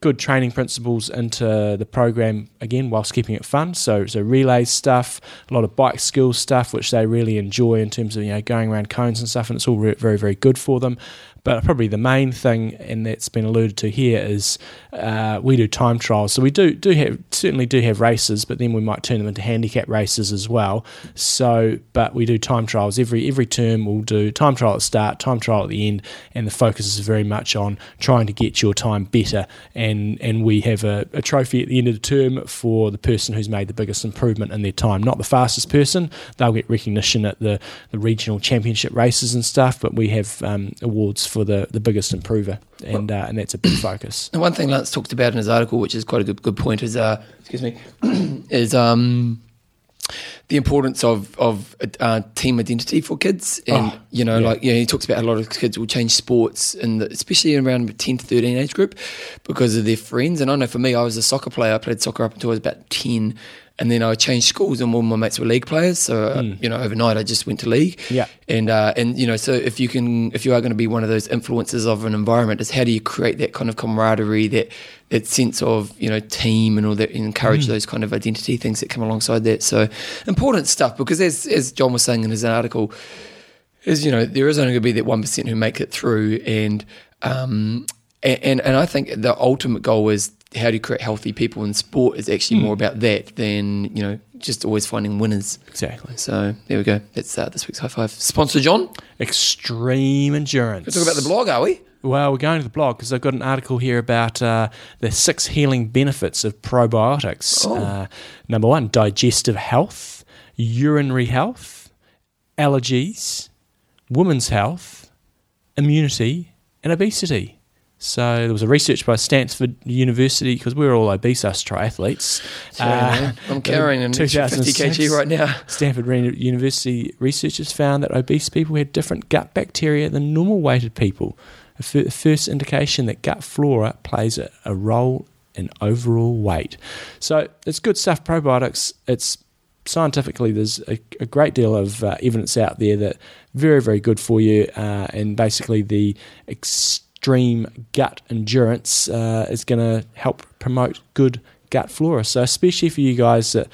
S2: good training principles into the program again whilst keeping it fun so so relay stuff a lot of bike skill stuff which they really enjoy in terms of you know going around cones and stuff and it's all re- very very good for them but probably the main thing and that's been alluded to here is uh, we do time trials so we do do have certainly do have races but then we might turn them into handicap races as well so but we do time trials every every term we'll do time trial at start time trial at the end and the focus is very much on trying to get your time better and and we have a, a trophy at the end of the term for the person who's made the biggest improvement in their time not the fastest person they'll get recognition at the, the regional championship races and stuff but we have um, awards for the, the biggest improver and uh, and that's a big focus
S1: And one thing Lance talked about in his article, which is quite a good, good point, is uh, excuse me, is um, the importance of of uh, team identity for kids. And
S2: Oh,
S1: you know,
S2: yeah.
S1: like you know, he talks about a lot of kids will change sports, and especially around ten to thirteen age group, because of their friends. And I know for me, I was a soccer player. I played soccer up until I was about ten. And then I changed schools, and all my mates were league players. So uh, you know, overnight I just went to league.
S2: Yeah.
S1: and uh, and you know so if you can if you are going to be one of those influences of an environment is how do you create that kind of camaraderie that that sense of you know team and all that and encourage those kind of identity things that come alongside that so important stuff because as as John was saying in his article is you know there is only going to be that one percent who make it through, and um, a- and and I think the ultimate goal is how do you create healthy people in sport is actually more about that than you know just always finding winners.
S2: exactly
S1: So there we go. That's uh, this week's high five sponsor, John.
S2: extreme endurance
S1: Let's talk about the blog, are we?
S2: Well, we're going to the blog because I've got an article here about uh, the six healing benefits of probiotics.
S1: Oh.
S2: Uh, number one, digestive health, urinary health, allergies, women's health, immunity, and obesity. So there was a research by Stanford University because we're all obese, us triathletes. Uh,
S1: Sorry, man. I'm carrying an extra 50 kg
S2: 2006.
S1: right now.
S2: Stanford Re- University researchers found that obese people had different gut bacteria than normal weighted people, a fir- first indication that gut flora plays a, a role in overall weight. So it's good stuff, probiotics. It's scientifically, there's a, a great deal of uh, evidence out there that very, very good for you. Uh, and basically, the extreme gut endurance uh, is going to help promote good gut flora. So, especially for you guys that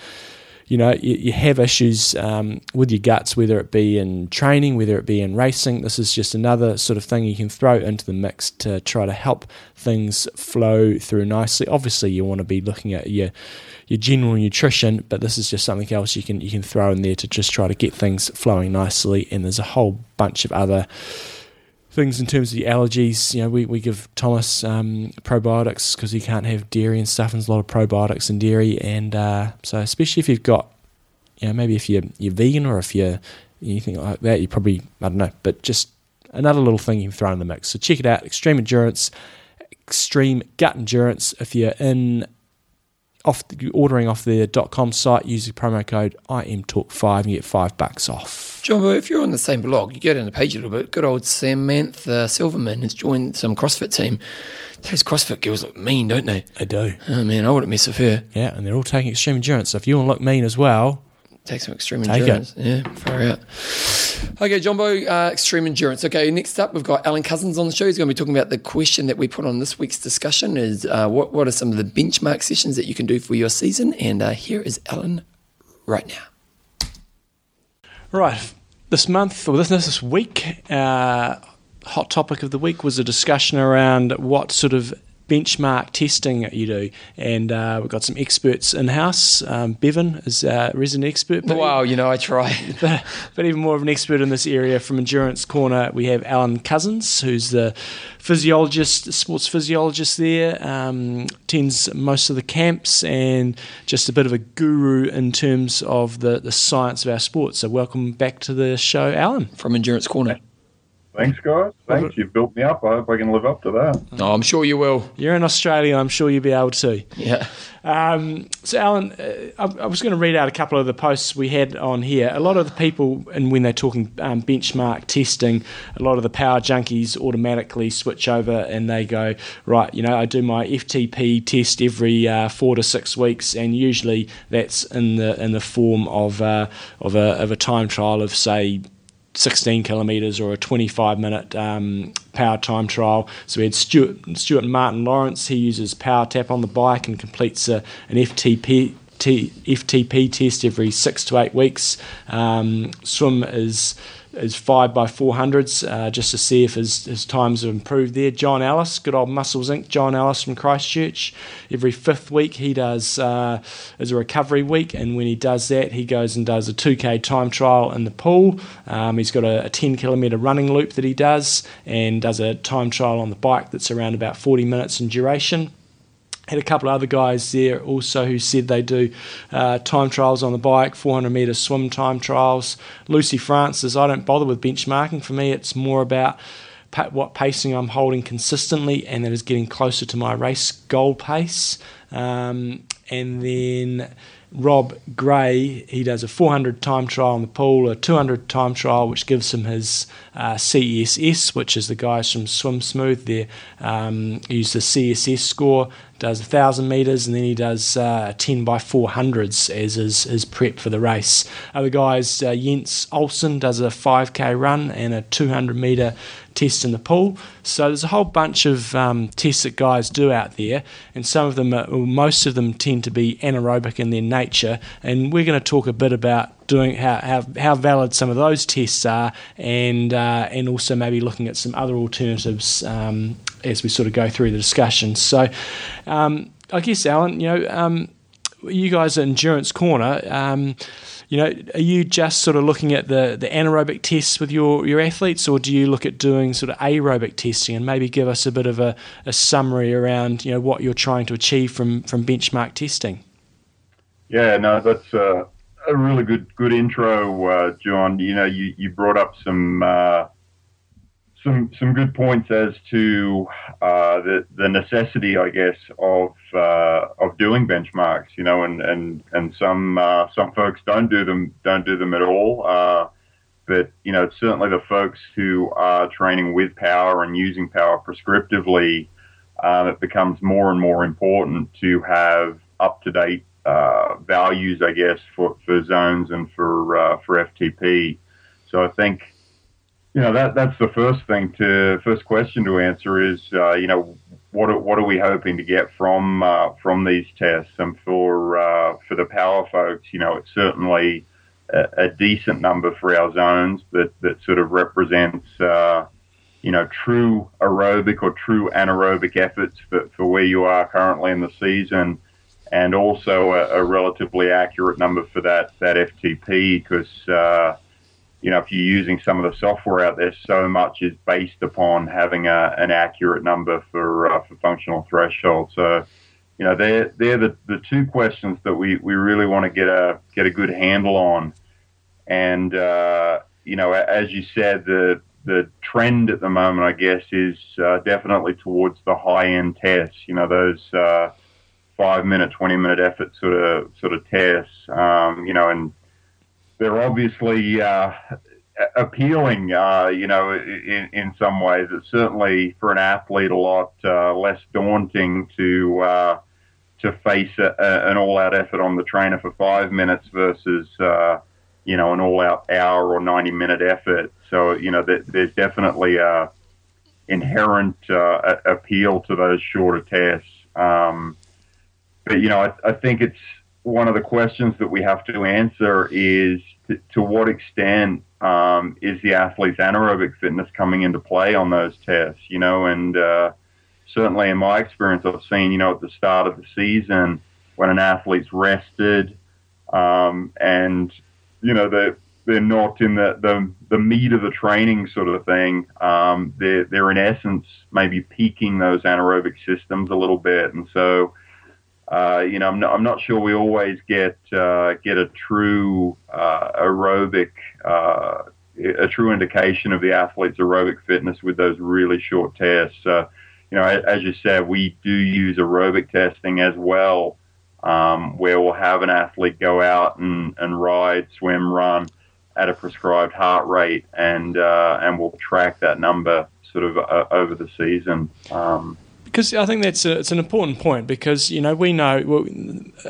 S2: you know, you, you have issues um, with your guts, whether it be in training, whether it be in racing. This is just another sort of thing you can throw into the mix to try to help things flow through nicely. Obviously, you want to be looking at your your general nutrition, but this is just something else you can you can throw in there to just try to get things flowing nicely. And there's a whole bunch of other things in terms of the allergies. You know, we, we give Thomas um, probiotics because he can't have dairy and stuff, and there's a lot of probiotics in dairy. And uh, so, especially if you've got, you know, maybe if you're, you're vegan or if you're anything like that, you probably, I don't know, but just another little thing you can throw in the mix. So, check it out Extreme Endurance, Extreme Gut Endurance. If you're in off the, ordering off the .com site, use the promo code IMTalk5 and you get five bucks off.
S1: Jumbo, if you're on the same blog, you go down the page a little bit. Good old Samantha Silverman has joined some CrossFit team. Those CrossFit girls look mean, don't they?
S2: I do.
S1: Oh man, I wouldn't mess with her.
S2: Yeah, and they're all taking extreme endurance. So if you want to look mean as well,
S1: Take some extreme
S2: Take it.
S1: endurance. Yeah, far out. Okay, Jumbo, uh, extreme endurance. Okay, next up, we've got Alan Cousins on the show. He's going to be talking about the question that we put on this week's discussion is uh, what, what are some of the benchmark sessions that you can do for your season? And uh, here is Alan right now.
S2: Right. This month, or this, this week, uh, hot topic of the week was a discussion around what sort of benchmark testing you do. And uh, we've got some experts in house. Um, Bevan is a resident expert. but-
S1: Wow, you know, I try.
S2: but, but even more of an expert in this area from Endurance Corner, we have Alan Cousins, who's the physiologist, sports physiologist there, um, attends most of the camps, and just a bit of a guru in terms of the, the science of our sport. So, welcome back to the show, Alan.
S1: From Endurance Corner.
S3: Thanks, guys. Thanks. You've built me up. I hope I can live up to that.
S1: Oh, I'm sure you will.
S2: You're in Australia, I'm sure you'll be able to.
S1: Yeah.
S2: Um, so, Alan, uh, I, I was going to read out a couple of the posts we had on here. A lot of the people, and when they're talking um, benchmark testing, a lot of the power junkies automatically switch over and they go, right, you know, I do my FTP test every uh, four to six weeks, and usually that's in the in the form of uh, of a of a time trial of say 16 kilometres or a 25 minute um, power time trial. So we had Stuart, Stuart Martin Lawrence, he uses power tap on the bike and completes a, an FTP. T, FTP test every six to eight weeks. Um, swim is is five by four hundreds uh, just to see if his, his times have improved there. John Ellis, good old Muscles Inc. John Ellis from Christchurch. Every fifth week he does uh, is a recovery week, and when he does that, he goes and does a 2k time trial in the pool. Um, he's got a, a 10 kilometer running loop that he does, and does a time trial on the bike that's around about 40 minutes in duration had a couple of other guys there also who said they do uh, time trials on the bike, 400 meter swim time trials. Lucy Francis, I don't bother with benchmarking. For me, it's more about pa- what pacing I'm holding consistently, and that is getting closer to my race goal pace. Um, and then Rob Gray, he does a 400 time trial in the pool, a 200 time trial, which gives him his uh, CSS, which is the guys from Swim Smooth. They um, use the CSS score, does 1,000 metres, and then he does uh, 10 by 400s as his, his prep for the race. Other guys, uh, Jens Olsen does a 5k run and a 200 metre test in the pool. So there's a whole bunch of um, tests that guys do out there, and some of them, are, or most of them, tend to be anaerobic in their nature. And we're going to talk a bit about doing how, how, how valid some of those tests are, and uh, and also maybe looking at some other alternatives um, as we sort of go through the discussion. So, um, I guess Alan, you know. Um, you guys at Endurance Corner, um, you know, are you just sort of looking at the, the anaerobic tests with your, your athletes, or do you look at doing sort of aerobic testing and maybe give us a bit of a, a summary around, you know, what you're trying to achieve from, from benchmark testing?
S3: Yeah, no, that's uh, a really good good intro, uh, John. You know, you, you brought up some uh, some some good points as to uh, the the necessity, I guess, of uh, of doing benchmarks. You know, and and and some uh, some folks don't do them don't do them at all. Uh, but you know, certainly the folks who are training with power and using power prescriptively, um, it becomes more and more important to have up to date uh, values, I guess, for, for zones and for uh, for FTP. So I think you know that that's the first thing to first question to answer is uh, you know what are, what are we hoping to get from uh, from these tests and for uh, for the power folks you know it's certainly a, a decent number for our zones that that sort of represents uh, you know true aerobic or true anaerobic efforts for, for where you are currently in the season and also a, a relatively accurate number for that that FTP because uh, you know, if you're using some of the software out there, so much is based upon having a, an accurate number for uh, for functional threshold. So, you know, they're they're the, the two questions that we, we really want to get a get a good handle on. And uh, you know, as you said, the the trend at the moment, I guess, is uh, definitely towards the high end tests. You know, those uh, five minute, twenty minute effort sort of sort of tests. Um, you know, and they're obviously uh, appealing. uh, you know, in in some ways, it's certainly for an athlete a lot uh, less daunting to uh, to face a, a, an all out effort on the trainer for five minutes versus uh, you know, an all-out hour or 90-minute effort. So, you know, th- there's definitely a inherent uh, a- appeal to those shorter tests. Um, but you know, I, I, think it's one of the questions that we have to answer is t- to what extent um, is the athlete's anaerobic fitness coming into play on those tests? You know, and uh, certainly in my experience, I've seen you know at the start of the season when an athlete's rested. Um, and you know they're they're not in the, the the meat of the training sort of thing. Um, they're they're in essence maybe peaking those anaerobic systems a little bit, and so uh, you know I'm not I'm not sure we always get uh, get a true uh, aerobic uh, a true indication of the athlete's aerobic fitness with those really short tests. Uh, you know, as you said, we do use aerobic testing as well. Um, where we'll have an athlete go out and, and ride, swim, run at a prescribed heart rate, and uh, and we'll track that number sort of uh, over the season. Um,
S2: because I think that's a, it's an important point because you know we know well,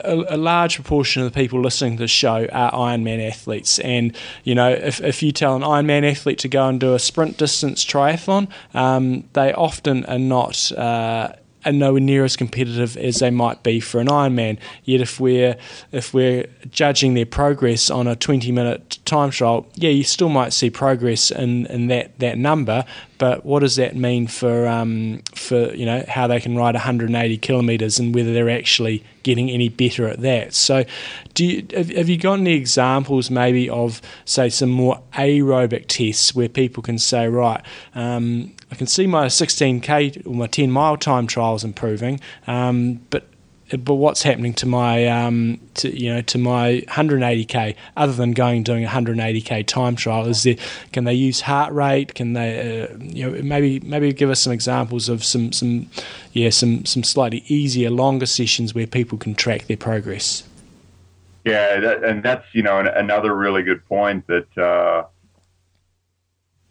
S2: a, a, large proportion of the people listening to the show are Ironman athletes, and you know if, if you tell an Ironman athlete to go and do a sprint distance triathlon, um, they often are not. Uh, are nowhere near as competitive as they might be for an Ironman. Yet if we're if we're judging their progress on a 20 minute time trial, yeah, you still might see progress in, in that that number. But what does that mean for um, for you know how they can ride 180 kilometers and whether they're actually getting any better at that? So, do you, have, have you got any examples maybe of say some more aerobic tests where people can say right? Um, I can see my 16k or my 10 mile time trials improving, um, but but what's happening to my um, to you know to my 180k other than going doing 180k time trial? Is there can they use heart rate? Can they uh, you know maybe maybe give us some examples of some some yeah some some slightly easier longer sessions where people can track their progress.
S3: Yeah, that, and that's you know another really good point that. Uh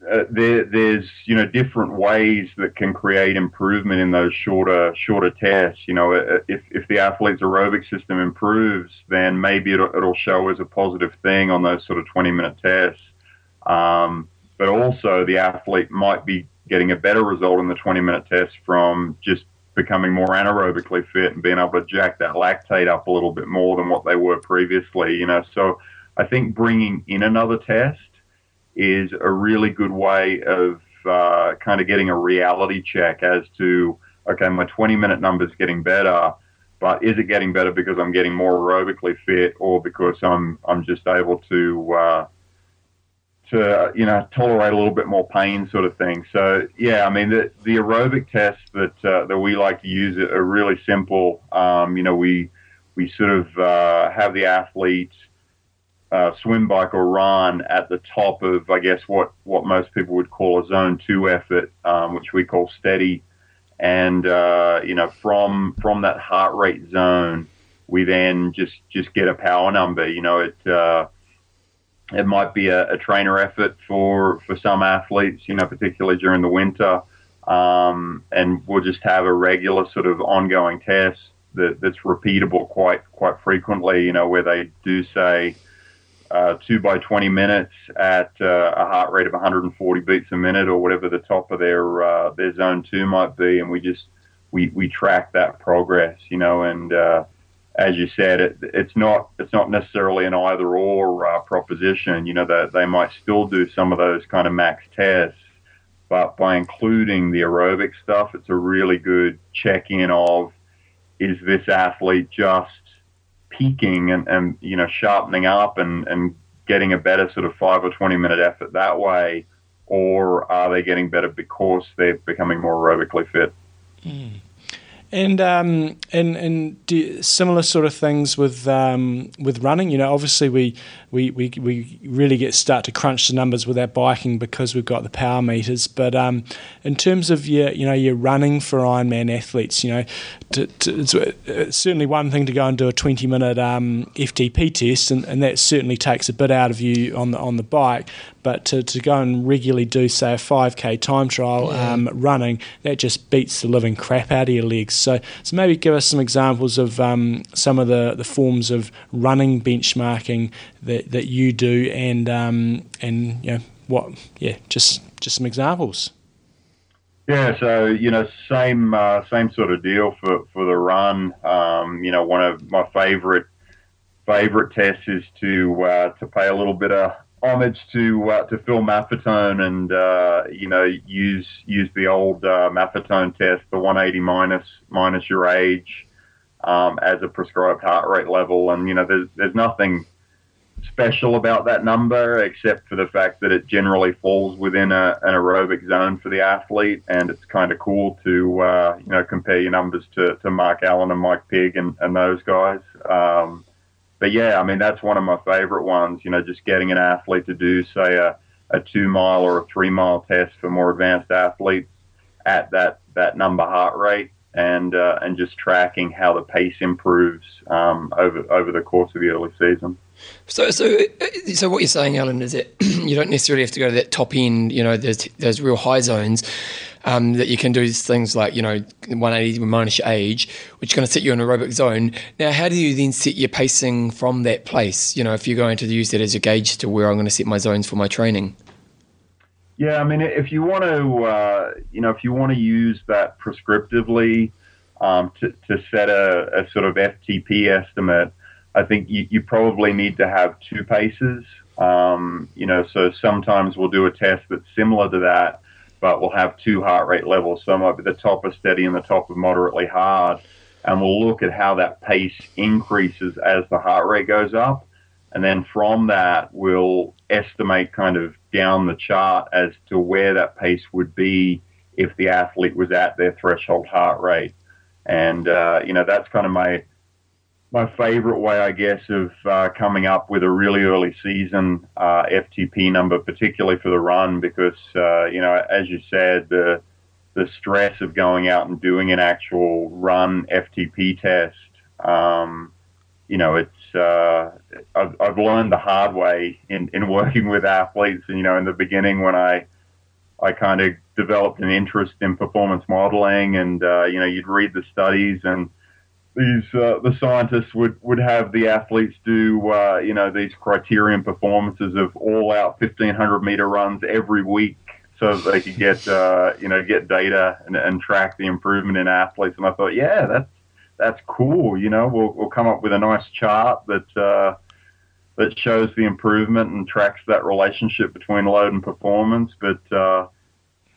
S3: uh, there, there's you know different ways that can create improvement in those shorter shorter tests. You know, uh, if if the athlete's aerobic system improves, then maybe it'll, it'll show as a positive thing on those sort of 20 minute tests. Um, but also, the athlete might be getting a better result in the 20 minute test from just becoming more anaerobically fit and being able to jack that lactate up a little bit more than what they were previously. You know, so I think bringing in another test is a really good way of uh, kind of getting a reality check as to okay, my 20 minute number is getting better, but is it getting better because I'm getting more aerobically fit or because I'm I'm just able to uh, to you know tolerate a little bit more pain, sort of thing. So yeah, I mean the the aerobic tests that uh, that we like to use are really simple. Um, you know we we sort of uh, have the athlete uh, swim, bike, or run at the top of, I guess, what, what most people would call a zone two effort, um, which we call steady. And uh, you know, from from that heart rate zone, we then just just get a power number. You know, it uh, it might be a, a, trainer effort for for some athletes. You know, particularly during the winter, um, and we'll just have a regular sort of ongoing test that, that's repeatable quite quite frequently. You know, where they do say. Uh, two by 20 minutes at uh, a heart rate of 140 beats a minute or whatever the top of their uh, their zone two might be, and we just we, we track that progress, you know. And uh, as you said, it, it's not it's not necessarily an either or uh, proposition. You know that they might still do some of those kind of max tests, but by including the aerobic stuff, it's a really good check in of is this athlete just peaking and, and you know sharpening up and, and getting a better sort of five or 20 minute effort that way? Or are they getting better because they're becoming more aerobically fit?
S2: Mm. And um, and and do similar sort of things with um, with running. You know, obviously we, we we we really get start to crunch the numbers with our biking because we've got the power meters. But um, in terms of your you know your running for Ironman athletes, you know, to, to, it's, it's, certainly one thing to go and do a twenty minute um, FTP test, and, and that certainly takes a bit out of you on the on the bike but to, to go and regularly do say a 5k time trial yeah. um, running that just beats the living crap out of your legs so so maybe give us some examples of um, some of the, the forms of running benchmarking that, that you do and um, and you know what yeah just just some examples
S3: yeah, so you know, same uh, same sort of deal for, for the run. Um, you know, one of my favorite favorite tests is to uh, to pay a little bit of homage to uh, to Phil Maffetone and uh, you know use use the old uh, Maffetone test, the 180 minus minus your age um, as a prescribed heart rate level, and you know there's there's nothing special about that number except for the fact that it generally falls within a, an aerobic zone for the athlete, and it's kind of cool to uh, you know compare your numbers to, to Mark Allen and Mike Pig and, and those guys. Um, but yeah, I mean that's one of my favorite ones. You know, just getting an athlete to do say a, a two mile or a three mile test for more advanced athletes at that that number heart rate, and uh, and just tracking how the pace improves um, over over the course of the early season.
S1: So, so, uh, so what you're saying, Alan, is that you don't necessarily have to go to that top end. You know, those those real high zones. Um, that you can do things like you know 180 minus your age, which is going to set you in aerobic zone. Now, how do you then set your pacing from that place? You know, if you're going to use that as a gauge to where I'm going to set my zones for my training.
S3: Yeah, I mean, if you want to, uh, you know, if you want to use that prescriptively um, to, to set a, a, sort of FTP estimate, I think you, you probably need to have two paces. Um, you know, so sometimes we'll do a test that's similar to that, but we'll have two heart rate levels. So might be the top of steady and the top of moderately hard. And we'll look at how that pace increases as the heart rate goes up. And then from that, we'll estimate kind of down the chart as to where that pace would be if the athlete was at their threshold heart rate. And, uh, you know, that's kind of my. My favorite way, I guess, of uh, coming up with a really early season uh, FTP number, particularly for the run, because uh, you know, as you said, the the stress of going out and doing an actual run FTP test, um, you know, it's uh, I've, I've learned the hard way in in working with athletes, and you know, in the beginning when I I kind of developed an interest in performance modeling, and uh, you know, you'd read the studies and these uh, the scientists would, would have the athletes do uh, you know these criterion performances of all out 1500 meter runs every week so that they could get uh, you know get data and, and track the improvement in athletes and I thought yeah that's that's cool you know we'll, we'll come up with a nice chart that uh, that shows the improvement and tracks that relationship between load and performance but uh,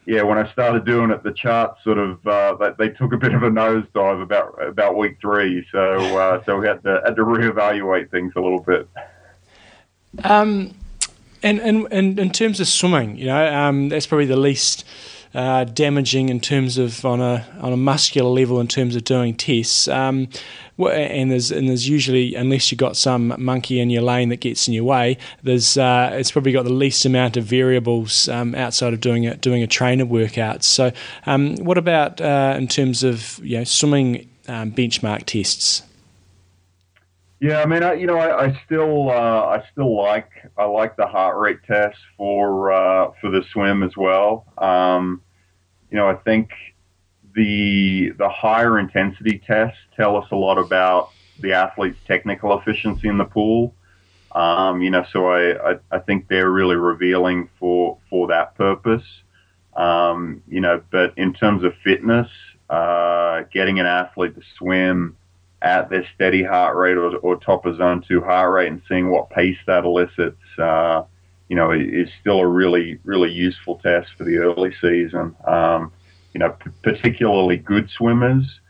S3: yeah, when I started doing it, the charts sort of uh, they, they, took a bit of a nosedive about about week three, so uh, so we had to had to reevaluate things a little bit.
S2: Um, and and and in terms of swimming, you know, um, that's probably the least. Uh, damaging in terms of on a on a muscular level in terms of doing tests. Um, and there's and there's usually unless you've got some monkey in your lane that gets in your way, there's uh, it's probably got the least amount of variables um, outside of doing a, doing a trainer workout. So um, what about uh, in terms of you know swimming um, benchmark tests?
S3: Yeah, I mean, I, you know, I, I still, uh, I still like, I like the heart rate test for uh, for the swim as well. Um, you know, I think the the higher intensity tests tell us a lot about the athlete's technical efficiency in the pool. Um, you know, so I, I, I, think they're really revealing for for that purpose. Um, you know, but in terms of fitness, uh, getting an athlete to swim at their steady heart rate or, or, top of zone two heart rate and seeing what pace that elicits, uh, you know, is still a really, really useful test for the early season. Um, you know, p- particularly good swimmers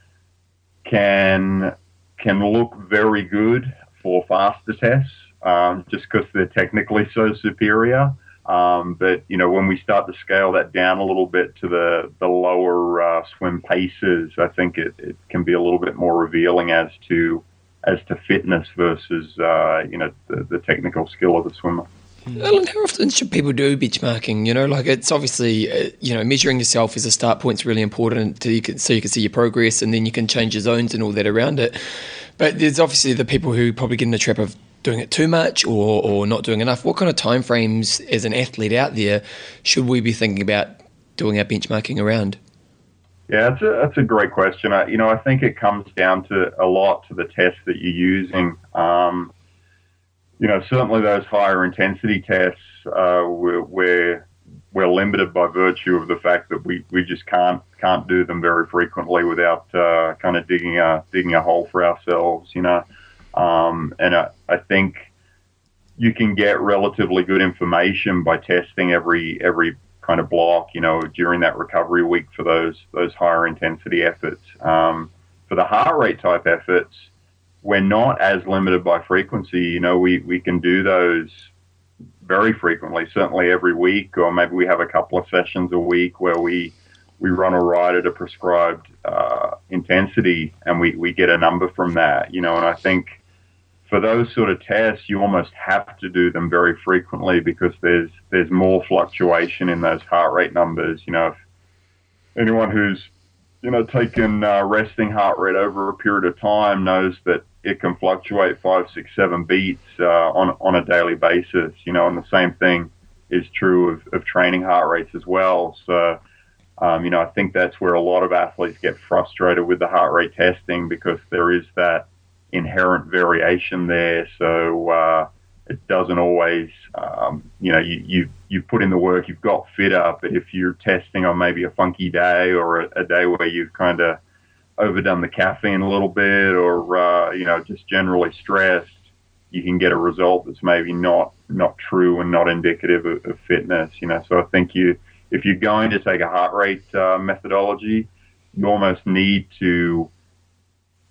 S3: can can look very good for faster tests, um, just because they're technically so superior. Um, but you know, when we start to scale that down a little bit to the the lower uh, swim paces, I think it, it can be a little bit more revealing as to as to fitness versus uh, you know the, the technical skill of the swimmer.
S1: Alan, how often should people do benchmarking? You know, like it's obviously, uh, you know, measuring yourself as a start point's really important to you can, so you can see your progress and then you can change your zones and all that around it. But there's obviously the people who probably get in the trap of doing it too much or, or not doing enough. What kind of time frames as an athlete out there should we be thinking about doing our benchmarking around?
S3: Yeah, that's a, that's a great question. I, you know, I think it comes down to a lot to the test that you're using. Um, you know, certainly those higher intensity tests, uh, we're, we're, we're limited by virtue of the fact that we, we just can't can't do them very frequently without uh, kind of digging a digging a hole for ourselves, you know. Um, and I, I think you can get relatively good information by testing every every kind of block, you know, during that recovery week for those those higher intensity efforts. Um, for the heart rate type efforts, we're not as limited by frequency. You know, we, we can do those very frequently, certainly every week, or maybe we have a couple of sessions a week where we, we run a ride at a prescribed uh, intensity and we, we get a number from that, you know, and I think for those sort of tests, you almost have to do them very frequently because there's, there's more fluctuation in those heart rate numbers. You know, anyone who's, you know, taken uh, resting heart rate over a period of time knows that it can fluctuate five, six, seven beats uh, on on a daily basis. You know, and the same thing is true of, of training heart rates as well. So, um, you know, I think that's where a lot of athletes get frustrated with the heart rate testing because there is that inherent variation there. So uh, it doesn't always, um, you know, you, you you've put in the work, you've got fit up. If you're testing on maybe a funky day or a, a day where you've kind of overdone the caffeine a little bit or uh, you know just generally stressed you can get a result that's maybe not not true and not indicative of, of fitness you know so i think you if you're going to take a heart rate uh, methodology you almost need to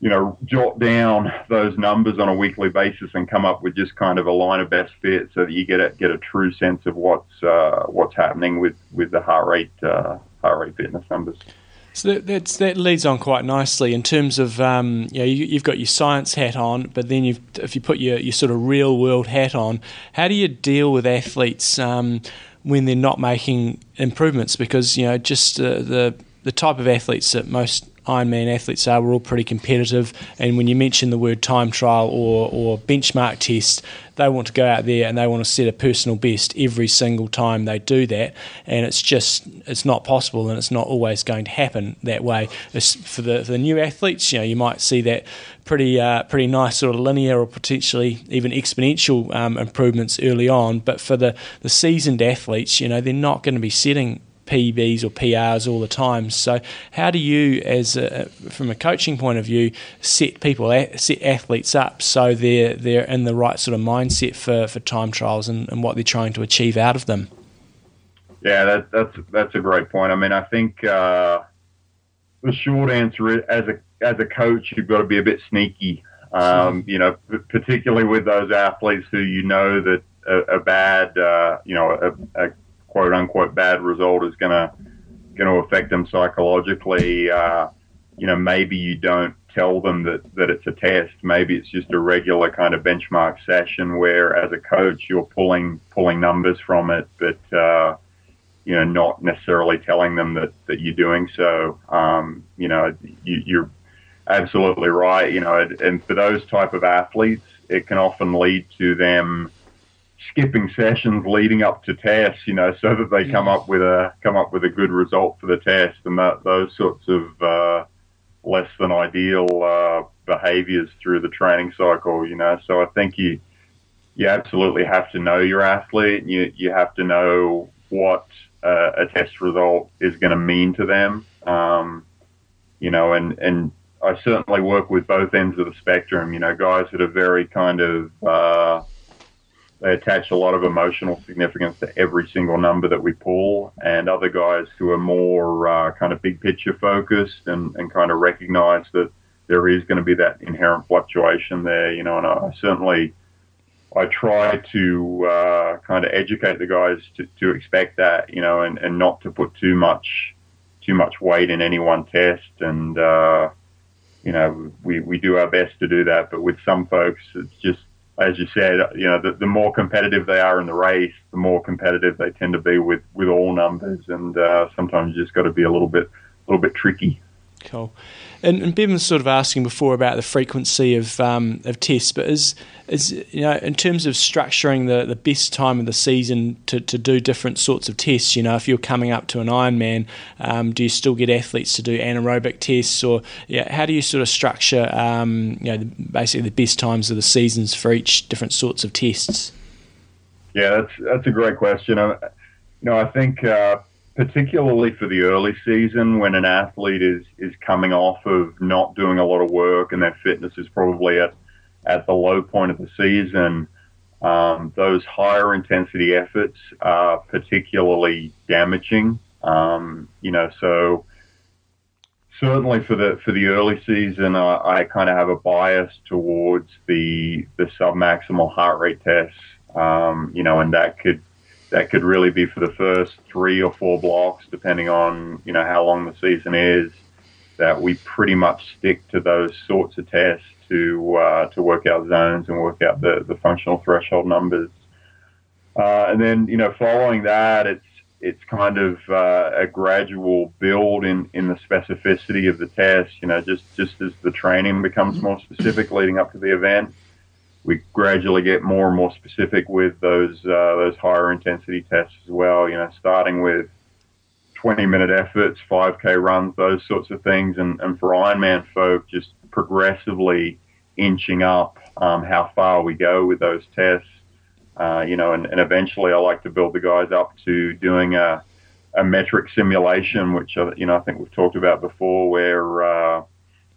S3: you know jot down those numbers on a weekly basis and come up with just kind of a line of best fit so that you get a get a true sense of what's uh, what's happening with with the heart rate uh, heart rate fitness numbers
S2: so that, that leads on quite nicely in terms of um, you know, you, have got your science hat on, but then if you put your, your sort of real world hat on, how do you deal with athletes um, when they're not making improvements? Because you know just uh, the the type of athletes that most Ironman athletes are, we're all pretty competitive, and when you mention the word time trial or, or benchmark test, they want to go out there and they want to set a personal best every single time they do that and it's just it's not possible and it's not always going to happen that way it's for the for the new athletes you know you might see that pretty uh, pretty nice sort of linear or potentially even exponential um, improvements early on but for the the seasoned athletes you know they're not going to be setting PBs or PRs all the time. So, how do you, as a, from a coaching point of view, set people set athletes up so they're they're in the right sort of mindset for, for time trials and, and what they're trying to achieve out of them?
S3: Yeah, that, that's that's a great point. I mean, I think uh, the short answer is, as a as a coach, you've got to be a bit sneaky. Um, you know, particularly with those athletes who you know that a, a bad, uh, you know, a, a quote unquote bad result is going to going to affect them psychologically. Uh, you know, maybe you don't tell them that that it's a test. Maybe it's just a regular kind of benchmark session where, as a coach, you're pulling pulling numbers from it, but uh, you know, not necessarily telling them that that you're doing so. Um, you know, you, you're absolutely right. You know, and for those type of athletes, it can often lead to them skipping sessions leading up to tests, you know, so that they come up with a come up with a good result for the test, and that, those sorts of uh, less than ideal uh, behaviors through the training cycle, you know. So I think you you absolutely have to know your athlete. You you have to know what uh, a test result is going to mean to them, um, you know, and and. I certainly work with both ends of the spectrum, you know, guys that are very kind of uh, they attach a lot of emotional significance to every single number that we pull, and other guys who are more uh, kind of big picture focused and, and kind of recognize that there is going to be that inherent fluctuation there, you know. And I certainly I try to uh, kind of educate the guys to, to expect that, you know, and, and not to put too much too much weight in any one test. And uh, you know, we we do our best to do that, but with some folks, it's just as you said, you know, the, the more competitive they are in the race, the more competitive they tend to be with, with all numbers, and uh, sometimes you just got to be a little bit a little bit tricky.
S2: Cool. And, and Bevan was sort of asking before about the frequency of um, of tests, but is is you know in terms of structuring the, the best time of the season to, to do different sorts of tests. You know, if you're coming up to an Ironman, um, do you still get athletes to do anaerobic tests, or yeah, how do you sort of structure um, you know the, basically the best times of the seasons for each different sorts of tests?
S3: Yeah, that's that's a great question. I, you know, I think. Uh, particularly for the early season when an athlete is is coming off of not doing a lot of work and their fitness is probably at at the low point of the season. Um, those higher intensity efforts are particularly damaging. Um, you know, so certainly for the for the early season, I, I kind of have a bias towards the the submaximal heart rate tests. Um, you know, and that could that could really be for the first three or four blocks, depending on you know how long the season is. That we pretty much stick to those sorts of tests to uh, to work out zones and work out the, the functional threshold numbers. Uh, and then you know following that, it's it's kind of uh, a gradual build in, in the specificity of the test. You know, just just as the training becomes more specific leading up to the event we gradually get more and more specific with those uh, those higher intensity tests as well. You know, starting with 20 minute efforts, 5k runs, those sorts of things, and, and for Ironman folk, just progressively inching up um, how far we go with those tests. Uh, you know, and, and eventually I like to build the guys up to doing a, a metric simulation, which uh, you know I think we've talked about before, where uh,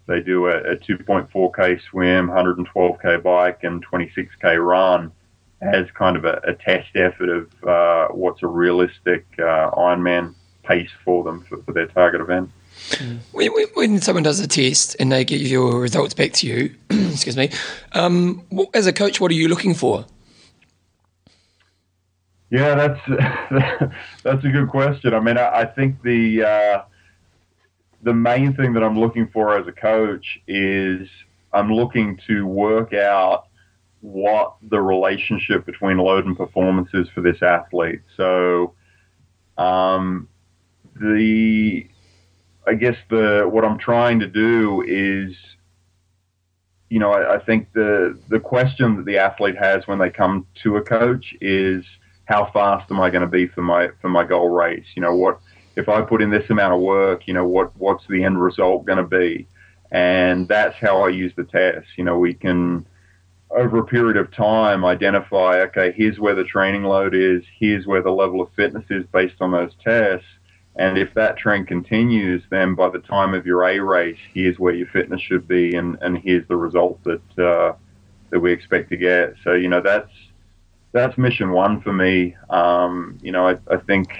S3: they do a, a, 2.4k swim, 112k bike, and 26k run as kind of a, a test effort of uh, what's a realistic uh, Ironman pace for them for, for their target event.
S1: When, when, someone does a test and they get your results back to you, excuse me, um, as a coach, what are you looking for?
S3: Yeah, that's that's a good question. I mean, I, I think the uh, the main thing that I'm looking for as a coach is I'm looking to work out what the relationship between load and performance is for this athlete. So, um, the I guess the what I'm trying to do is, you know, I, I think the the question that the athlete has when they come to a coach is how fast am I going to be for my for my goal race? You know what if I put in this amount of work, you know, what what's the end result going to be? And that's how I use the test. You know, we can over a period of time identify, okay, here's where the training load is, here's where the level of fitness is based on those tests. And if that trend continues, then by the time of your A race, here's where your fitness should be, and, and here's the result that uh, that we expect to get. So you know that's that's mission one for me. Um, you know, I, I think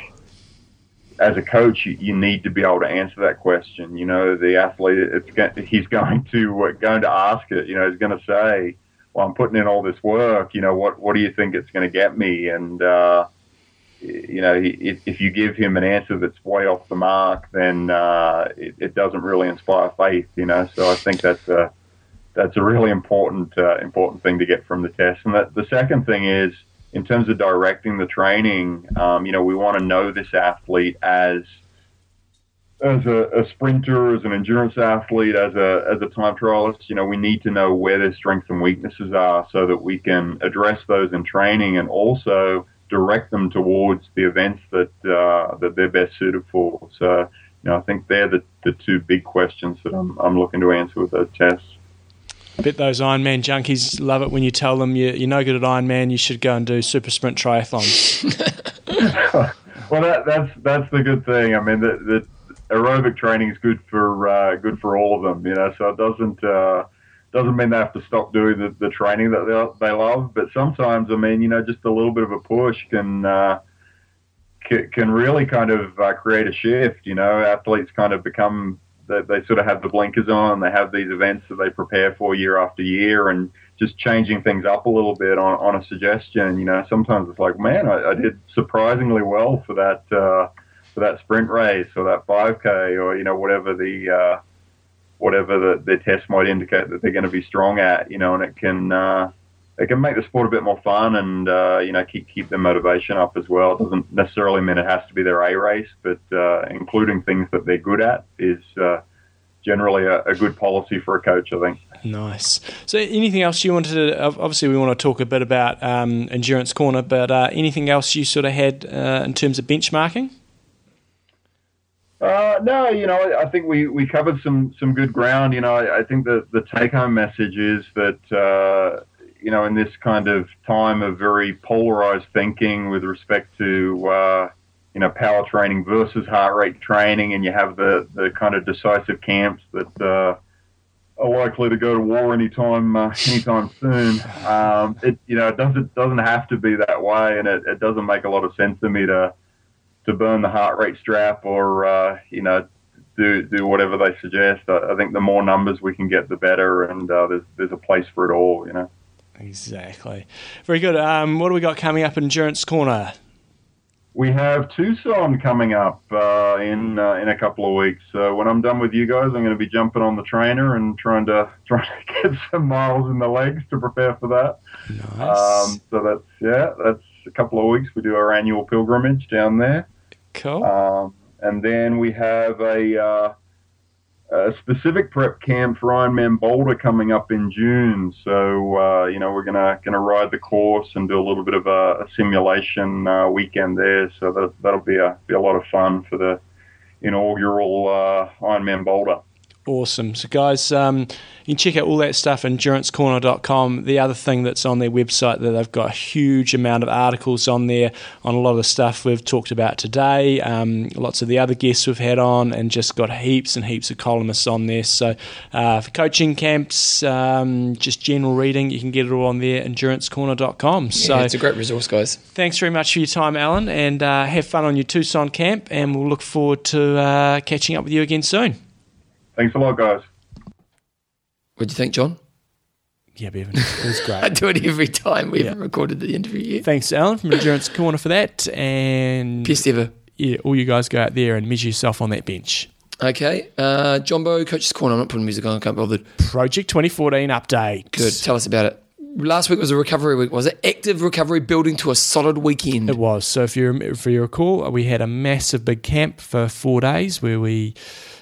S3: as a coach, you, you, need to be able to answer that question. You know, the athlete, it's going, he's going to uh, going to ask it. You know, he's going to say, "Well, I'm putting in all this work. You know, what what do you think it's going to get me?" And uh, you know, he, if, if, you give him an answer that's way off the mark, then uh, it, it, doesn't really inspire faith. You know, so I think that's a that's a really important uh, important thing to get from the test. And the, the second thing is in terms of directing the training, um, you know, we want to know this athlete as as a, a, sprinter, as an endurance athlete, as a as a time trialist. You know, we need to know where their strengths and weaknesses are so that we can address those in training and also direct them towards the events that uh, that they're best suited for. So, you know, I think they're the, the two big questions that I'm, I'm looking to answer with those tests.
S2: I bet those Ironman junkies love it when you tell them you're, you're no good at Ironman, you should go and do super sprint triathlons.
S3: well, that, that's that's the good thing. I mean, the, the aerobic training is good for uh, good for all of them, you know. So it doesn't uh, doesn't mean they have to stop doing the, the training that they, they love. But sometimes, I mean, you know, just a little bit of a push can. Uh, can, can really kind of create a shift, you know. Athletes kind of become they, they sort of have the blinkers on. They have these events that they prepare for year after year, and just changing things up a little bit on, on a suggestion. You know, sometimes it's like, man, I, I did surprisingly well for that uh, for that sprint race or that 5K or you know whatever the uh, whatever the, the test might indicate that they're going to be strong at. You know, and it can uh, it can make the sport a bit more fun and uh, you know keep keep their motivation up as well. It doesn't necessarily mean it has to be their A race, but uh, including things that they're good at is uh, generally a, a good policy for a coach. I think.
S2: Nice. So, anything else you wanted to? ob- Obviously, we want to talk a bit about um, endurance corner, but uh, anything else you sort of had uh, in terms of benchmarking?
S3: Uh, no, you know, I- I think we, we covered some, some good ground. You know, I, I think the, the take home message is that, uh, you know, in this kind of time of very polarized thinking with respect to, uh, you know, power training versus heart rate training, and you have the, the kind of decisive camps that uh, are likely to go to war anytime uh, anytime soon. Um, it you know it doesn't doesn't have to be that way, and it, it doesn't make a lot of sense to me to to burn the heart rate strap or uh, you know do do whatever they suggest. I, I think the more numbers we can get, the better, and uh, there's there's a place for it all. You know.
S2: Exactly. Very good. Um, what do we got coming up in endurance corner?
S3: We have Tucson coming up uh, in uh, in a couple of weeks. So when I'm done with you guys, I'm going to be jumping on the trainer and trying to trying to get some miles in the legs to prepare for that.
S2: Nice.
S3: Um, so that's yeah, that's a couple of weeks. We do our annual pilgrimage down there.
S2: cool.
S3: Um, and then we have a, uh, a specific prep camp for Ironman Boulder coming up in June. So uh, you know we're gonna gonna ride the course and do a little bit of a, a simulation uh, weekend there. So that that'll be a be a lot of fun for the inaugural uh, Ironman Boulder.
S2: Awesome. So, guys, um, you can check out all that stuff at endurancecorner.com. The other thing that's on their website that they've got a huge amount of articles on there on a lot of the stuff we've talked about today, um, lots of the other guests we've had on, and just got heaps and heaps of columnists on there. So, uh, for coaching camps, um, just general reading, you can get it all on there, endurancecorner.com. So,
S1: yeah, it's a great resource, guys.
S2: thanks very much for your time, Alan, and uh, have fun on your Tucson camp, and we'll look forward to uh, catching up with you again soon.
S3: Thanks a lot, guys.
S1: What do you think, John?
S2: Yeah, Bevan, it was
S1: I
S2: great.
S1: do it every time we
S2: Yeah.
S1: haven't recorded the interview yet.
S2: Thanks, Alan, from Endurance Corner for that. And
S1: Best ever.
S2: yeah, all you guys go out there and measure yourself on that bench.
S1: Okay. Uh, Jumbo, Coach's Corner. I'm not putting music on. I can't bother.
S2: Project 2014 update.
S1: Good. Tell us about it. Last week was a recovery week, was it? Active recovery building to a solid weekend.
S2: It was. So if you rem- if you recall, we had a massive big camp for four days where we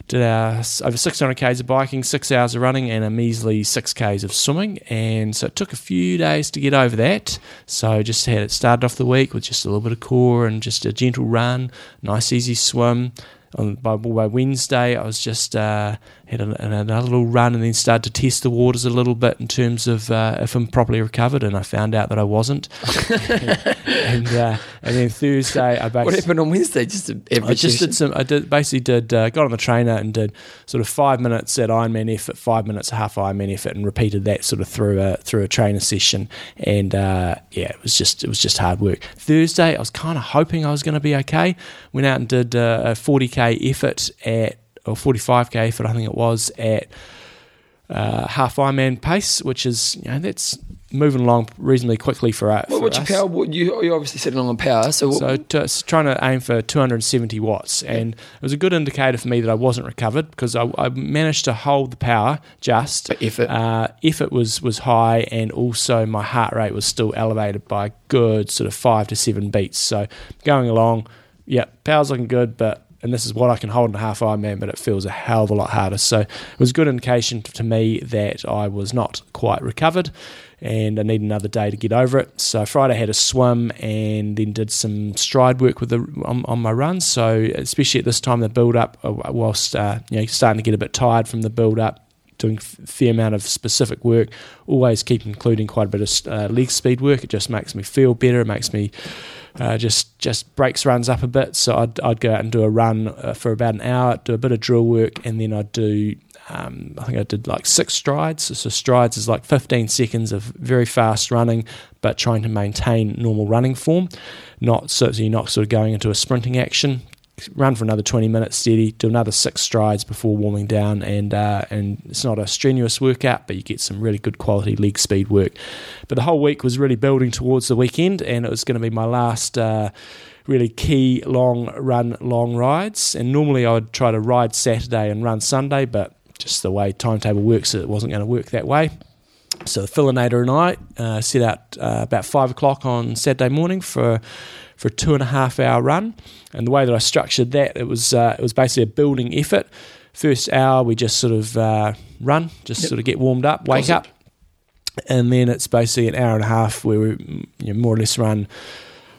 S2: did our s- over 600 k's of biking, six hours of running, and a measly six k's of swimming. And so it took a few days to get over that. So just had it started off the week with just a little bit of core and just a gentle run, nice easy swim. On, by, by Wednesday, I was just uh, had an, an- another little run and then started to test the waters a little bit in terms of uh, if I'm properly recovered, and I found out that I wasn't. and uh, and then Thursday I
S1: What
S2: basically
S1: happened on Wedday? Just an average.
S2: I just did some I did basically did uh, got on the trainer and did sort of five minutes at Ironman effort, five minutes at half Ironman effort, and repeated that sort of through a through a trainer session. And uh, yeah, it was just it was just hard work. Thursday I was kind of hoping I was going to be okay. Went out and did uh, a 40k effort at or 45k effort I think it was at uh, half Ironman pace, which is you know that's moving along reasonably quickly for, uh,
S1: Well,
S2: for
S1: what's
S2: us.
S1: your power? What, you, you're obviously sitting on power. So,
S2: So t- it's trying to aim for 270 watts, and it was a good indicator for me that I wasn't recovered because I, I managed to hold the power just.
S1: But effort.
S2: uh, effort was was high, and also my heart rate was still elevated by a good sort of five to seven beats. So going along, yeah, power's looking good, but and this is what I can hold in a half Ironman, but it feels a hell of a lot harder. So it was a good indication t- to me that I was not quite recovered and I need another day to get over it. So Friday had a swim and then did some stride work with the on, on my run. So especially at this time, the build up, uh, whilst uh, you know starting to get a bit tired from the build up, doing a fair amount of specific work. Always keep including quite a bit of uh, leg speed work. It just makes me feel better. It makes me uh, just just breaks runs up a bit. So I'd, I'd go out and do a run uh, for about an hour, do a bit of drill work, and then I'd do. Um, I think I did like six strides. So strides is like 15 seconds of very fast running, but trying to maintain normal running form, not so so you're not sort of going into a sprinting action run for another 20 minutes steady, do another six strides before warming down, and uh, and it's not a strenuous workout, but you get some really good quality leg speed work. But the whole week was really building towards the weekend, and it was going to be my last. Uh, really key long run long rides and normally i would try to ride saturday and run sunday but just the way timetable works it wasn't going to work that way so the Philinator and I uh, set out uh, about five o'clock on Saturday morning for for a two and a half hour run. And the way that I structured that, it was uh, it was basically a building effort. First hour, we just sort of uh, run, just yep. sort of get warmed up, wake Gossip. up, and then it's basically an hour and a half where we you know, more or less run.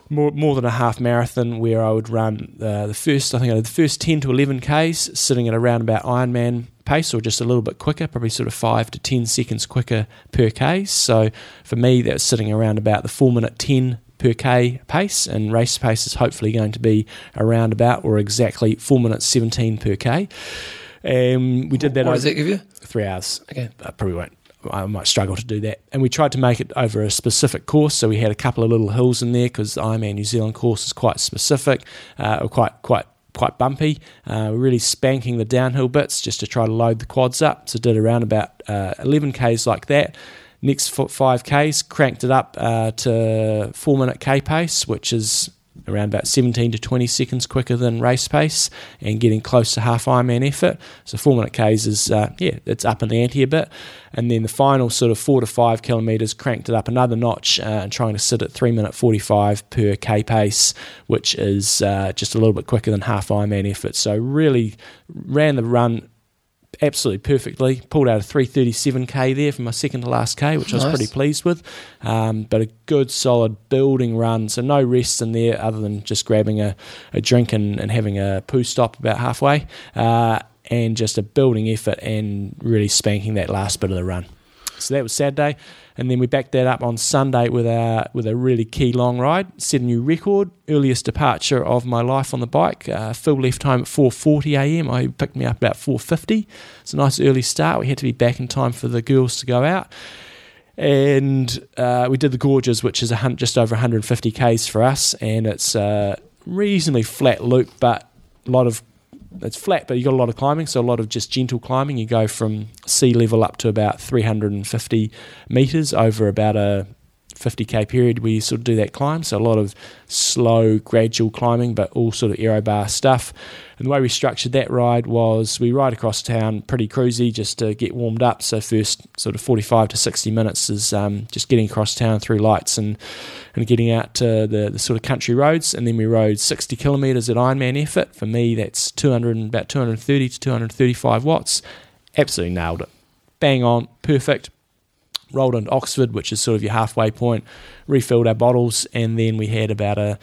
S2: More, more than a half marathon where I would run uh, the first I think I did the first ten to eleven k's sitting at around about Ironman pace or just a little bit quicker, probably sort of five to 10 seconds quicker per K. So for me, that's sitting around about the four minute 10 per K pace, and race pace is hopefully going to be around about or exactly four minutes 17 per K. And um, we did that.
S1: What does that give you?
S2: Three hours.
S1: Okay.
S2: I probably won't. I might struggle to do that. And we tried to make it over a specific course, so we had a couple of little hills in there because the Ironman New Zealand course is quite specific, uh, or quite quite quite bumpy. Uh, really spanking the downhill bits just to try to load the quads up. So did around about uh, 11 k's like that. Next five k's cranked it up uh, to four minute k pace, which is around about 17 to 20 seconds quicker than race pace and getting close to half Ironman effort. So four minute k's is uh, yeah, it's up in the ante a bit. And then the final sort of four to five kilometers cranked it up another notch uh, and trying to sit at three minute 45 per k pace, which is uh, just a little bit quicker than half Ironman effort. So really ran the run absolutely perfectly. Pulled out a 337k there for my second to last k, which nice. I was pretty pleased with. Um, but a good solid building run, so no rest in there other than just grabbing a, a drink and, and having a poo stop about halfway, uh, and just a building effort and really spanking that last bit of the run. So that was Saturday, and then we backed that up on Sunday with a with a really key long ride. Set a new record, earliest departure of my life on the bike. Uh, Phil left home at 4:40 a.m. I picked me up about 4:50. It's a nice early start. We had to be back in time for the girls to go out. And uh, we did the gorges, which is a, just over 150 k's for us, and it's a reasonably flat loop, but a lot of it's flat, but you got a lot of climbing, so a lot of just gentle climbing. You go from sea level up to about 350 meters over about a 50k period where you sort of do that climb. So a lot of slow, gradual climbing, but all sort of aero bar stuff. And the way we structured that ride was we ride across town pretty cruisy just to get warmed up. So first sort of 45 to 60 minutes is um, just getting across town through lights and and getting out to the, the sort of country roads. And then we rode 60 kilometres at Ironman effort. For me, that's 200 about 230 to 235 watts. Absolutely nailed it. Bang on, perfect, rolled into Oxford, which is sort of your halfway point, refilled our bottles, and then we had about a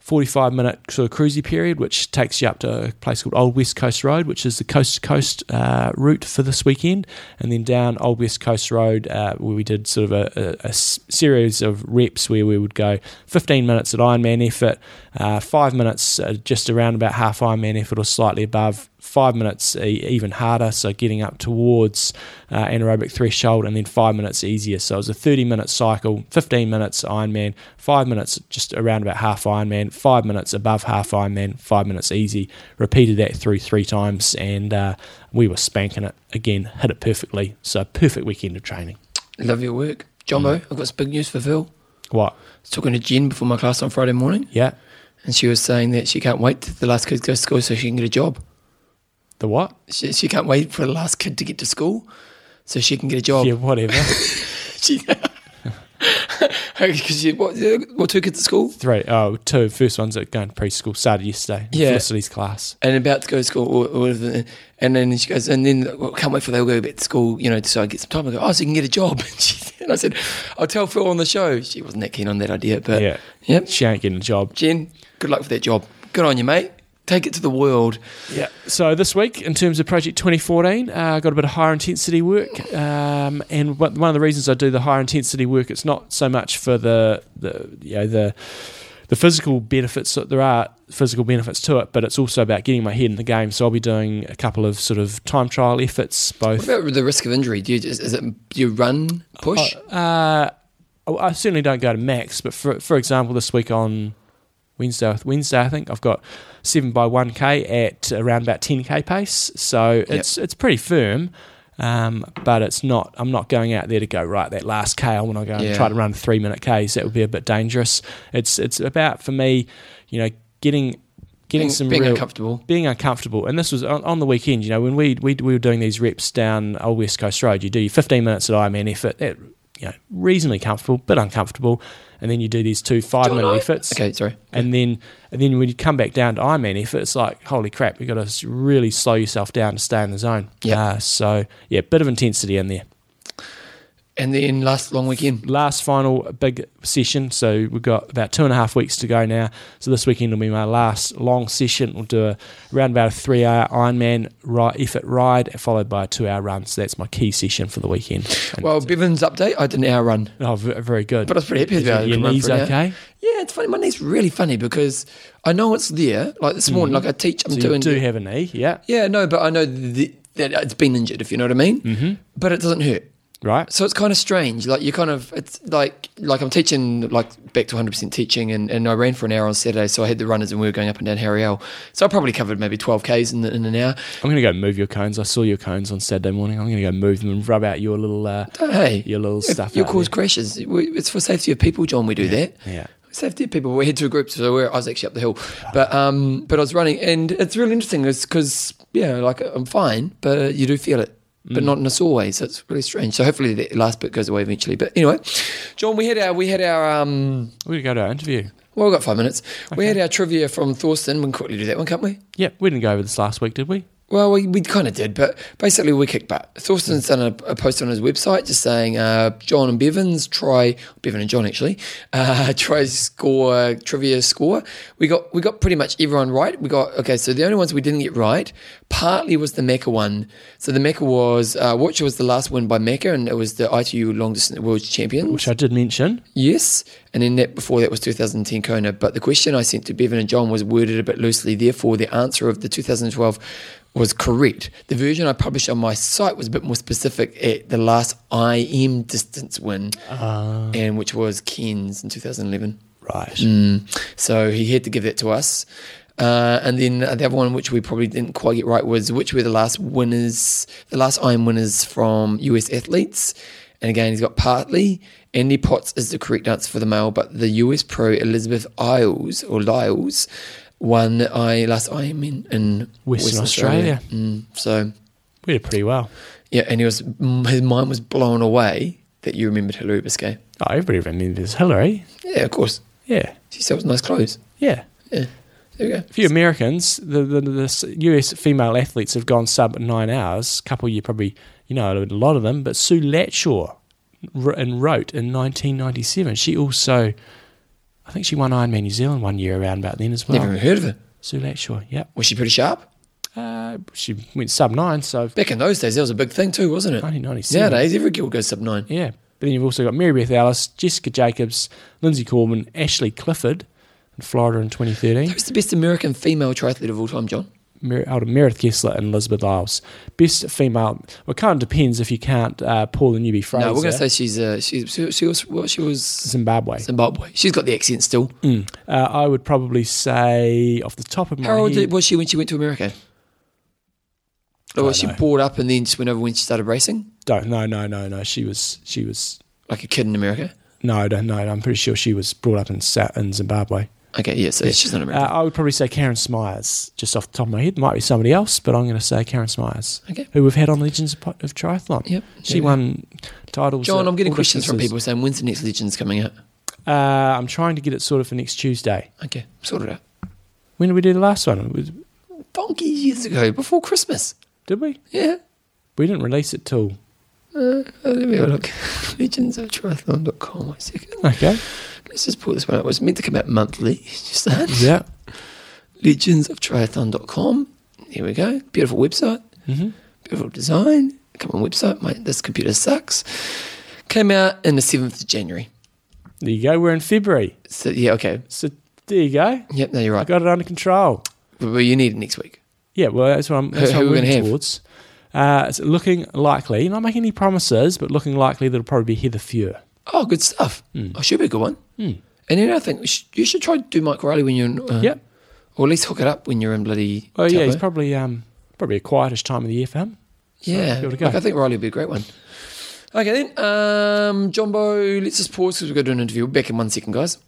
S2: 45 minute sort of cruisy period, which takes you up to a place called Old West Coast Road, which is the coast to coast uh, route for this weekend, and then down Old West Coast Road, uh, where we did sort of a, a, a, series of reps where we would go 15 minutes at Ironman effort, uh, five minutes just around about half Ironman effort or slightly above, five minutes e, even harder, so getting up towards uh, anaerobic threshold, and then five minutes easier. So it was a 30 minute cycle, 15 minutes Ironman, five minutes just around about half Ironman, five minutes above half Ironman, five minutes easy. Repeated that through three times, and uh, we were spanking it again, hit it perfectly. So perfect weekend of training.
S1: Love your work. Jumbo, mm. I've got some big news for Phil.
S2: What? I
S1: was talking to Jen before my class on Friday morning.
S2: Yeah.
S1: And she was saying that she can't wait till the last kid goes to school so she can get a job.
S2: The what?
S1: She, she, can't wait for the last kid to get to school so she can get a job.
S2: Yeah, whatever.
S1: she, Because you what, uh, what two kids at school?
S2: Three. Oh, two. First one's at going to preschool. Started yesterday. Yeah. Felicity's class.
S1: And about to go to school. Or, or, and then she goes, and then well, can't wait for they'll go back to school, you know, so I get some time. I go, oh, so you can get a job. And, she, and I said, I'll tell Phil on the show. She wasn't that keen on that idea, but yeah. Yep.
S2: She ain't getting a job.
S1: Jen, good luck for that job. Good on you, mate take it to the world.
S2: Yeah. So this week, in terms of Project 2014, I uh, got a bit of higher intensity work, um, and one of the reasons I do the higher intensity work, it's not so much for the the you know the the physical benefits that there are physical benefits to it, but it's also about getting my head in the game. So I'll be doing a couple of sort of time trial efforts. Both.
S1: What about the risk of injury? Do you is, is it do you run push?
S2: Uh, uh, I certainly don't go to max, but for for example, this week on Wednesday with Wednesday. I think I've got seven by one k at around about ten k pace, so it's it's pretty firm. Um, but it's not. I'm not going out there to go right that last k. I want to go and
S1: Yeah.
S2: try to run three minute k's. That would be a bit dangerous. It's it's about for me, you know, getting getting
S1: Being-
S2: some
S1: being
S2: real,
S1: uncomfortable.
S2: being uncomfortable. And this was on, on the weekend. You know, when we, we we were doing these reps down Old West Coast Road, you do your 15 minutes at Ironman effort. That, you know, reasonably comfortable, but uncomfortable, and then you do these two five minute efforts.
S1: Okay, sorry.
S2: And then, and then when you come back down to Ironman effort, it's like, holy crap, you've got to really slow yourself down to stay in the zone.
S1: Yep.
S2: Uh, so, yeah, bit of intensity in there.
S1: And then last long weekend.
S2: Last final big session. So, we've got about two and a half weeks to go now. So, this weekend will be my last long session. We'll do a, around about a three hour Ironman ri- effort ride, followed by a two hour run. So, that's my key session for the weekend. And-
S1: Well, Bevan's update. I did an hour run,
S2: oh, ve- very good.
S1: but I was pretty happy about it.
S2: Your
S1: I could run
S2: knees
S1: for an hour.
S2: okay?
S1: Yeah, it's funny. My knee's really funny because I know it's there. Like this morning, like I teach, I'm
S2: Mm-hmm. So, you
S1: doing.
S2: do have a knee, yeah.
S1: yeah, no, but I know the, that it's been injured. If you know what I mean. Mm-hmm. But it doesn't hurt.
S2: Right?
S1: So it's kind of strange. Like you kind of it's like like I'm teaching like back to 100 percent teaching, and, and I ran for an hour on Saturday, so I had the runners, and we were going up and down Harriel. So I probably covered maybe 12 k's in, the, in an hour.
S2: I'm gonna go move your cones. I saw your cones on Saturday morning. I'm gonna go move them and rub out your little uh,
S1: Hey,
S2: your little stuff.
S1: Your
S2: out
S1: cause crashes. We- It's for safety of people, John. We do that.
S2: yeah.
S1: Safety of people. We had two groups. So we're, I was actually up the hill, but um, but I was running, and it's really interesting. It's because yeah, like I'm fine, but you do feel it, but not in a sore way. So it's really strange. So hopefully that last bit goes away eventually. But anyway, John, we had our we had our um.
S2: there. We're gonna go to our interview.
S1: Well, we've got five minutes. We had our trivia from Thorsten. We can quickly do that one, can't we?
S2: Yeah, we didn't go over this last week, did we?
S1: Well, we, we kind of did, but basically we kicked butt. Thorsten's done a, a post on his website just saying uh, John and Bevan's try Bevan and John actually uh, try score trivia score. We got we got pretty much everyone right. We got okay. So the only ones we didn't get right partly was the Mecca one. So the Mecca was uh, which was the last win by Mecca, and it was the ITU long distance world champions.
S2: Which I did mention.
S1: Yes, and then that before that was 2010 Kona. But the question I sent to Bevan and John was worded a bit loosely. Therefore, the answer of the 2012 was correct. The version I published on my site was a bit more specific at the last IM distance win, and which was Ken's in 2011.
S2: Right.
S1: Mm. So he had to give that to us. Uh, and then the other one, which we probably didn't quite get right, was which were the last winners, the last Iron winners from US athletes. And again, he's got partly Andy Potts is the correct answer for the male, but the US pro Elizabeth Isles or Lyles won I last Ironman in
S2: Western Australia.
S1: Mm, so
S2: We did pretty well.
S1: yeah, and he was mm, his mind was blown away that you remembered Hilary Biscay.
S2: Oh, everybody remembers Hillary.
S1: Yeah, of course.
S2: Yeah.
S1: She sells nice clothes.
S2: Yeah.
S1: Yeah, there you go.
S2: A few Americans, the, the the s- US female athletes have gone sub nine hours. couple you probably you know a lot of them, but Sue Latshaw wr- and wrote in 1997. She also, I think she won Ironman New Zealand one year around about then as well.
S1: Never even heard of her.
S2: Sue Latshaw, yeah.
S1: Was she pretty sharp?
S2: Uh, she went sub nine, so
S1: Back in those days, that was a big thing too, wasn't it?
S2: 1997.
S1: Nowadays, every girl goes sub nine.
S2: Yeah. But then you've also got Mary Beth Alice, Jessica Jacobs, Lindsay Corbin, Ashley Clifford in Florida in 2013,
S1: Who's the best American female triathlete of all time, John?
S2: Mer- out of Meredith Kessler and Elizabeth Isles. Best female, well, kind of depends if you can't uh, pull the newbie Fraser.
S1: No, we're going to say she's uh, she's she, she was well, she was
S2: Zimbabwe.
S1: Zimbabwe. She's got the accent still.
S2: Mm. Uh, I would probably say off the top of my
S1: How old
S2: head,
S1: was she when she went to America? Or was she
S2: know.
S1: brought up and then just went over when she started racing,
S2: don't no no no no. She was she was
S1: like a kid in America?
S2: no I don't know. I'm pretty sure she was brought up in Sa- in Zimbabwe.
S1: Okay, yeah, so she's not
S2: Uh,
S1: American.
S2: I would probably say Karen Smyers, just off the top of my head. Might be somebody else, but I'm going to say Karen Smyers,
S1: Okay.
S2: who we've had on Legends of, Po- of Triathlon.
S1: Yep.
S2: She
S1: Yeah.
S2: won titles.
S1: John,
S2: at
S1: I'm getting
S2: all
S1: questions from people
S2: distances.
S1: saying when's the next Legends coming out?
S2: Uh, I'm trying to get it sorted for next Tuesday.
S1: Okay, sort it out.
S2: When did we do the last one? It was-
S1: Donkey years ago, before Christmas.
S2: Did we?
S1: Yeah.
S2: We didn't release it till.
S1: Uh, let me have a look. Legendsoftriathlon.com. Wait a second.
S2: Okay.
S1: Let's just pull this one out. It was meant to come out monthly. Just that.
S2: Yeah.
S1: Legendsoftriathlon.com. Here we go. Beautiful website.
S2: Mhm.
S1: Beautiful design. Come on, website. My, this computer sucks. Came out in the 7th of January.
S2: There you go. We're in February.
S1: So, yeah, okay.
S2: So there you go.
S1: Yep, no, you're
S2: I
S1: right.
S2: got it under control.
S1: But, but you need it next week.
S2: Yeah, well, that's what I'm, that's
S1: Who-
S2: what
S1: who
S2: I'm
S1: we gonna
S2: working
S1: have?
S2: towards. Uh, it's looking likely, not making any promises, but looking likely that it'll probably be Heather Fuhr. Hmm.
S1: Oh, good stuff. Oh, should be a good one. And then I think we sh- you should try to do Mike Riley when you're in. Uh,
S2: Yep.
S1: Or at least hook it up when you're in bloody.
S2: Oh yeah, he's
S1: Tupper.
S2: probably um, probably a quietish time of the year for him.
S1: Yeah,
S2: give it a go.
S1: like, I think Riley would be a great one. Okay then, um, Jumbo, let's just pause because we're going to do an interview. We're back in one second, guys.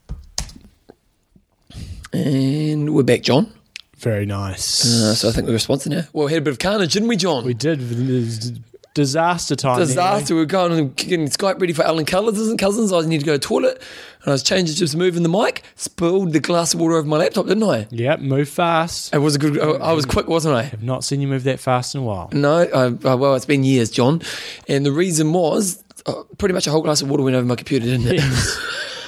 S1: And we're back, John.
S2: Very nice.
S1: Uh, so I think we're responsive now. Well, we had a bit of carnage, didn't we, John?
S2: we did with the d- disaster time. anyway.
S1: Disaster. We were going and getting Skype ready for Alan Cousins. Cousins. I need to go to the toilet, and I was changing, just moving the mic. Spilled the glass of water over my laptop, didn't I?
S2: Yep, move fast.
S1: It was a good. I I was quick, wasn't I?
S2: I've not seen you move that fast in a while.
S1: No, I, I, well, it's been years, John. And the reason was uh, pretty much a whole glass of water went over my computer, didn't it?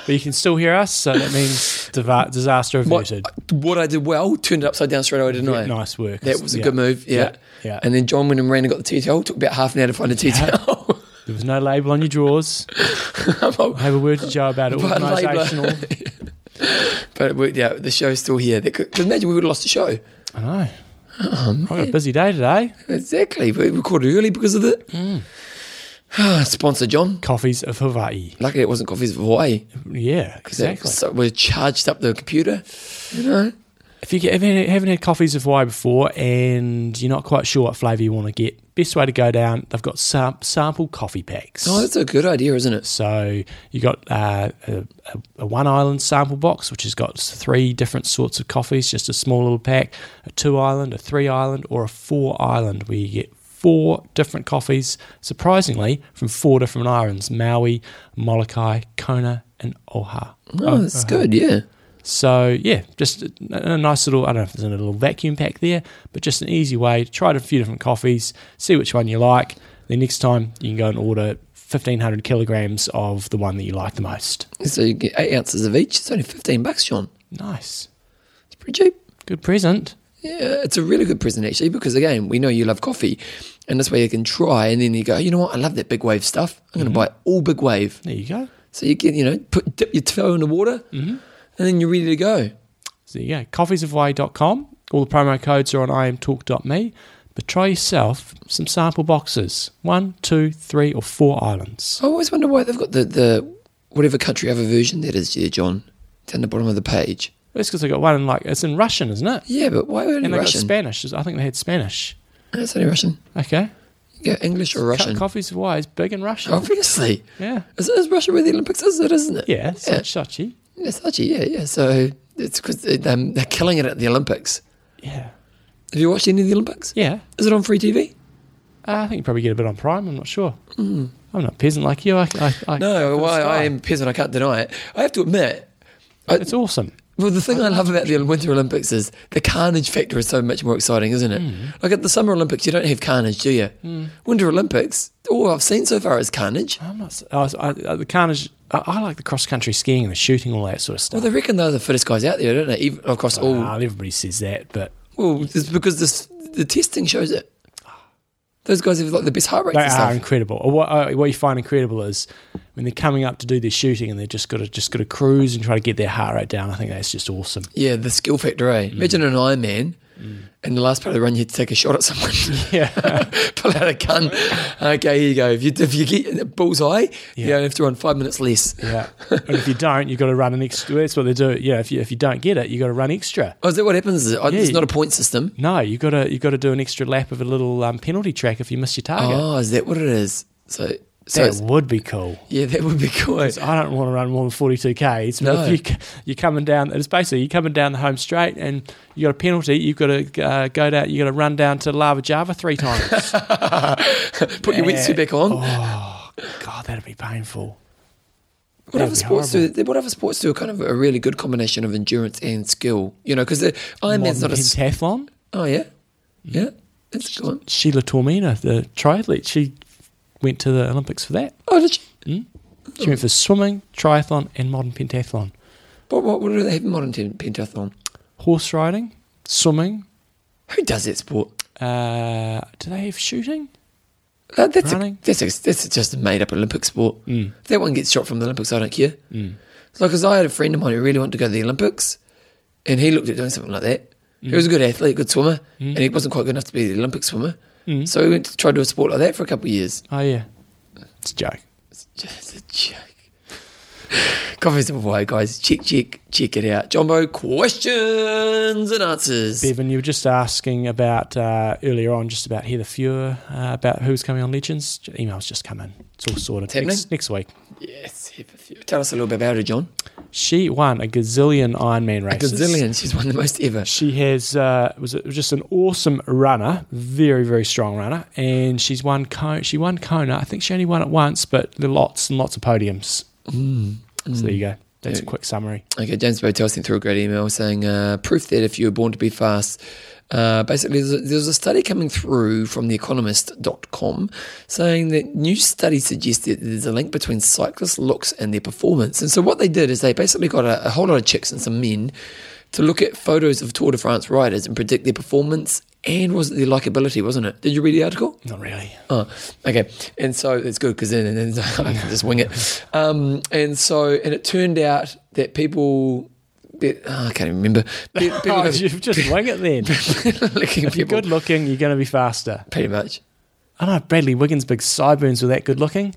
S2: but you can still hear us, so that means diva- disaster
S1: What,
S2: averted.
S1: what I did well, turned it upside down straight away, didn't I?
S2: Nice work.
S1: That was a
S2: Yeah.
S1: good move, yeah.
S2: Yeah, yeah.
S1: And then John went and ran and got the tea towel. Took about half an hour to find a tea towel.
S2: There was no label on your drawers. Have a word to Joe about it.
S1: But label-
S2: Organisational.
S1: but it worked out. The show's still here. That could, 'cause imagine we would have lost the show.
S2: I know.
S1: Oh,
S2: I've got a busy day today.
S1: Exactly. We recorded early because of that.
S2: Mm.
S1: Sponsor, John.
S2: Coffees of Hawaii.
S1: Luckily, it wasn't Coffees of Hawaii.
S2: Yeah, exactly.
S1: So we charged up the computer. You know?
S2: If you get, if you haven't had coffees of Hawaii before and you're not quite sure what flavour you want to get, best way to go down, they've got sam- sample coffee packs.
S1: Oh, that's a good idea, isn't it?
S2: So you got uh, a, a- a one island sample box, which has got three different sorts of coffees, just a small little pack, a two island, a three island, or a four island, where you get four different coffees, surprisingly, from four different islands Maui, Molokai, Kona, and Oahu.
S1: Oh,
S2: uh-huh.
S1: that's good. Yeah.
S2: So yeah, just a, a nice little. I don't know if there's a little vacuum pack there, but just an easy way. Try a few different coffees, see which one you like. Then next time you can go and order fifteen hundred kilograms of the one that you like the most.
S1: So you get eight ounces of each. It's only fifteen bucks, John.
S2: Nice,
S1: It's pretty cheap.
S2: good present.
S1: Yeah, it's a really good present actually because again, we know you love coffee, and this way you can try, and then you go, you know what, I love that big wave stuff. I'm
S2: Mm-hmm.
S1: going to buy all big wave.
S2: There you go.
S1: So you get, you know, put dip your toe in the water,
S2: Mm-hmm.
S1: and then you're ready to go.
S2: So there you go. Coffeesofhawaii.com. All the promo codes are on imtalk.me. But try yourself some sample boxes. One, two, three, or four islands.
S1: I always wonder why they've got the the whatever country other version that is there, John, down the bottom of the page.
S2: That's because they got one in like it's in Russian, isn't it?
S1: Yeah, but why only
S2: And they got
S1: Russian?
S2: Spanish. I think they had Spanish.
S1: That's only Russian.
S2: Okay.
S1: Yeah, English or Russian? Oh.
S2: Co- coffee's Hawaii is big in Russia.
S1: Obviously,
S2: Yeah.
S1: is, is Russia where the Olympics is? It isn't it?
S2: Yeah, it's
S1: yeah.
S2: like Sochi.
S1: Yeah, Sochi, yeah, yeah. So it's because um, they're killing it at the Olympics.
S2: Yeah.
S1: Have you watched any of the Olympics?
S2: Yeah.
S1: Is it on free TV?
S2: Uh, I think you probably get a bit on Prime. I'm not sure. I'm not peasant like you. I, I, I,
S1: Mm. No,
S2: I'm a
S1: why
S2: star.
S1: I am peasant. I can't deny it. I have to admit. I,
S2: It's awesome.
S1: well, the thing I love about the Winter Olympics is the carnage factor is so much more exciting, isn't it? Like at the Summer Olympics, you don't have carnage, do you? Winter Olympics, all I've seen so far is carnage.
S2: I'm not. s- I, was- I, I, the carnage. I, I like the cross country skiing and the shooting, all that sort of
S1: Well,
S2: stuff.
S1: they reckon they're the fittest guys out there, don't they? Even across all.
S2: Ah, everybody says that, but
S1: Well, it's because this, the testing shows it. Those guys have like the best heart rates
S2: they
S1: and
S2: are
S1: stuff.
S2: incredible. Or What, uh, what you find incredible is when they're coming up to do their shooting and they've just got to just got to cruise and try to get their heart rate down. I think that's just awesome.
S1: Yeah, the skill factor, eh? Imagine an Iron Man, and the last part of the run, you had to take a shot at someone.
S2: Yeah.
S1: Pull out a gun. Okay, here you go. If you, if you get a bullseye, you don't have to run five minutes less.
S2: Yeah. and if you don't, you've got to run an extra. That's what they do. Yeah. If you, if you don't get it, you've got to run extra.
S1: Oh, is that what happens? Is it- oh,
S2: Yeah,
S1: it's
S2: you-
S1: not a point system.
S2: No, you got to you got to do an extra lap of a little um, penalty track if you miss your target.
S1: Oh, is that what it is? So, so
S2: that
S1: it's-
S2: would be cool.
S1: yeah, that would be cool. eh?
S2: I don't want to run more than forty two k's. But
S1: No.
S2: if you, c- you're coming down, it's basically you're coming down the home straight, and you got a penalty. You've got to uh, go down. You got to run down to Lava Java three times.
S1: Put your wetsuit back on.
S2: Oh, God, that'd be painful.
S1: what
S2: that'd
S1: other
S2: be
S1: sports
S2: horrible.
S1: do? What other sports do? are Kind of a really good combination of endurance and skill. You know, because Iron Man's
S2: Modern
S1: not a. s-
S2: pentathlon.
S1: Oh yeah, yeah. It's gone.
S2: Sheila Tormina, the triathlete, she went to the Olympics for that.
S1: Oh, did you,
S2: She went for swimming, triathlon, and modern pentathlon.
S1: what, what, what do they have in modern ten- pentathlon?
S2: Horse riding, swimming.
S1: Who does that sport?
S2: Uh, do they have shooting?
S1: Uh, that's, a,
S2: Running.
S1: that's, a, that's just a made up Olympic sport. Mm. If that one gets shot from the Olympics, I don't care. Mm. Like, because I had a friend of mine who really wanted to go to the Olympics, and he looked at doing something like that. He was a good athlete, good swimmer, and he wasn't quite good enough to be the Olympic swimmer. So he went to try to do a sport like that for a couple of years.
S2: Oh yeah, it's a joke.
S1: It's just a joke. Coffee's the way, guys. Check, check, check it out. Jumbo, questions and answers.
S2: Bevan, you were just asking about uh, earlier on, just about Heather Fuhrer, uh, about who's coming on Legends. Emails just come in. It's all sorted.
S1: happening?
S2: Next, next week.
S1: Yes. have a few. Tell us a little bit about her, John.
S2: She won a gazillion Ironman
S1: A
S2: races.
S1: gazillion. She's won the most ever.
S2: She has uh, was it was just an awesome runner, very very strong runner, and she's won Kona. She won Kona. I think she only won it once, but there are lots and lots of podiums.
S1: Mm.
S2: So there you go. That's a quick summary.
S1: Okay, James Botel sent through a great email saying uh, proof that if you were born to be fast. Uh, basically, there's a, there's a study coming through from theeconomist.com saying that new study suggests that there's a link between cyclist looks and their performance. And so, what they did is they basically got a, a whole lot of chicks and some men to look at photos of Tour de France riders and predict their performance and was it their likability, wasn't it? Did you read the article?
S2: Not really.
S1: Oh, okay. And so it's good because then, and then I can just wing it. Um, and so, and it turned out that people, that, oh, I can't even remember. Pe- People,
S2: Oh, you just wing it then. if
S1: looking
S2: you're
S1: people,
S2: good looking, you're going to be faster.
S1: pretty much.
S2: I know Bradley Wiggins' big sideburns were that good looking.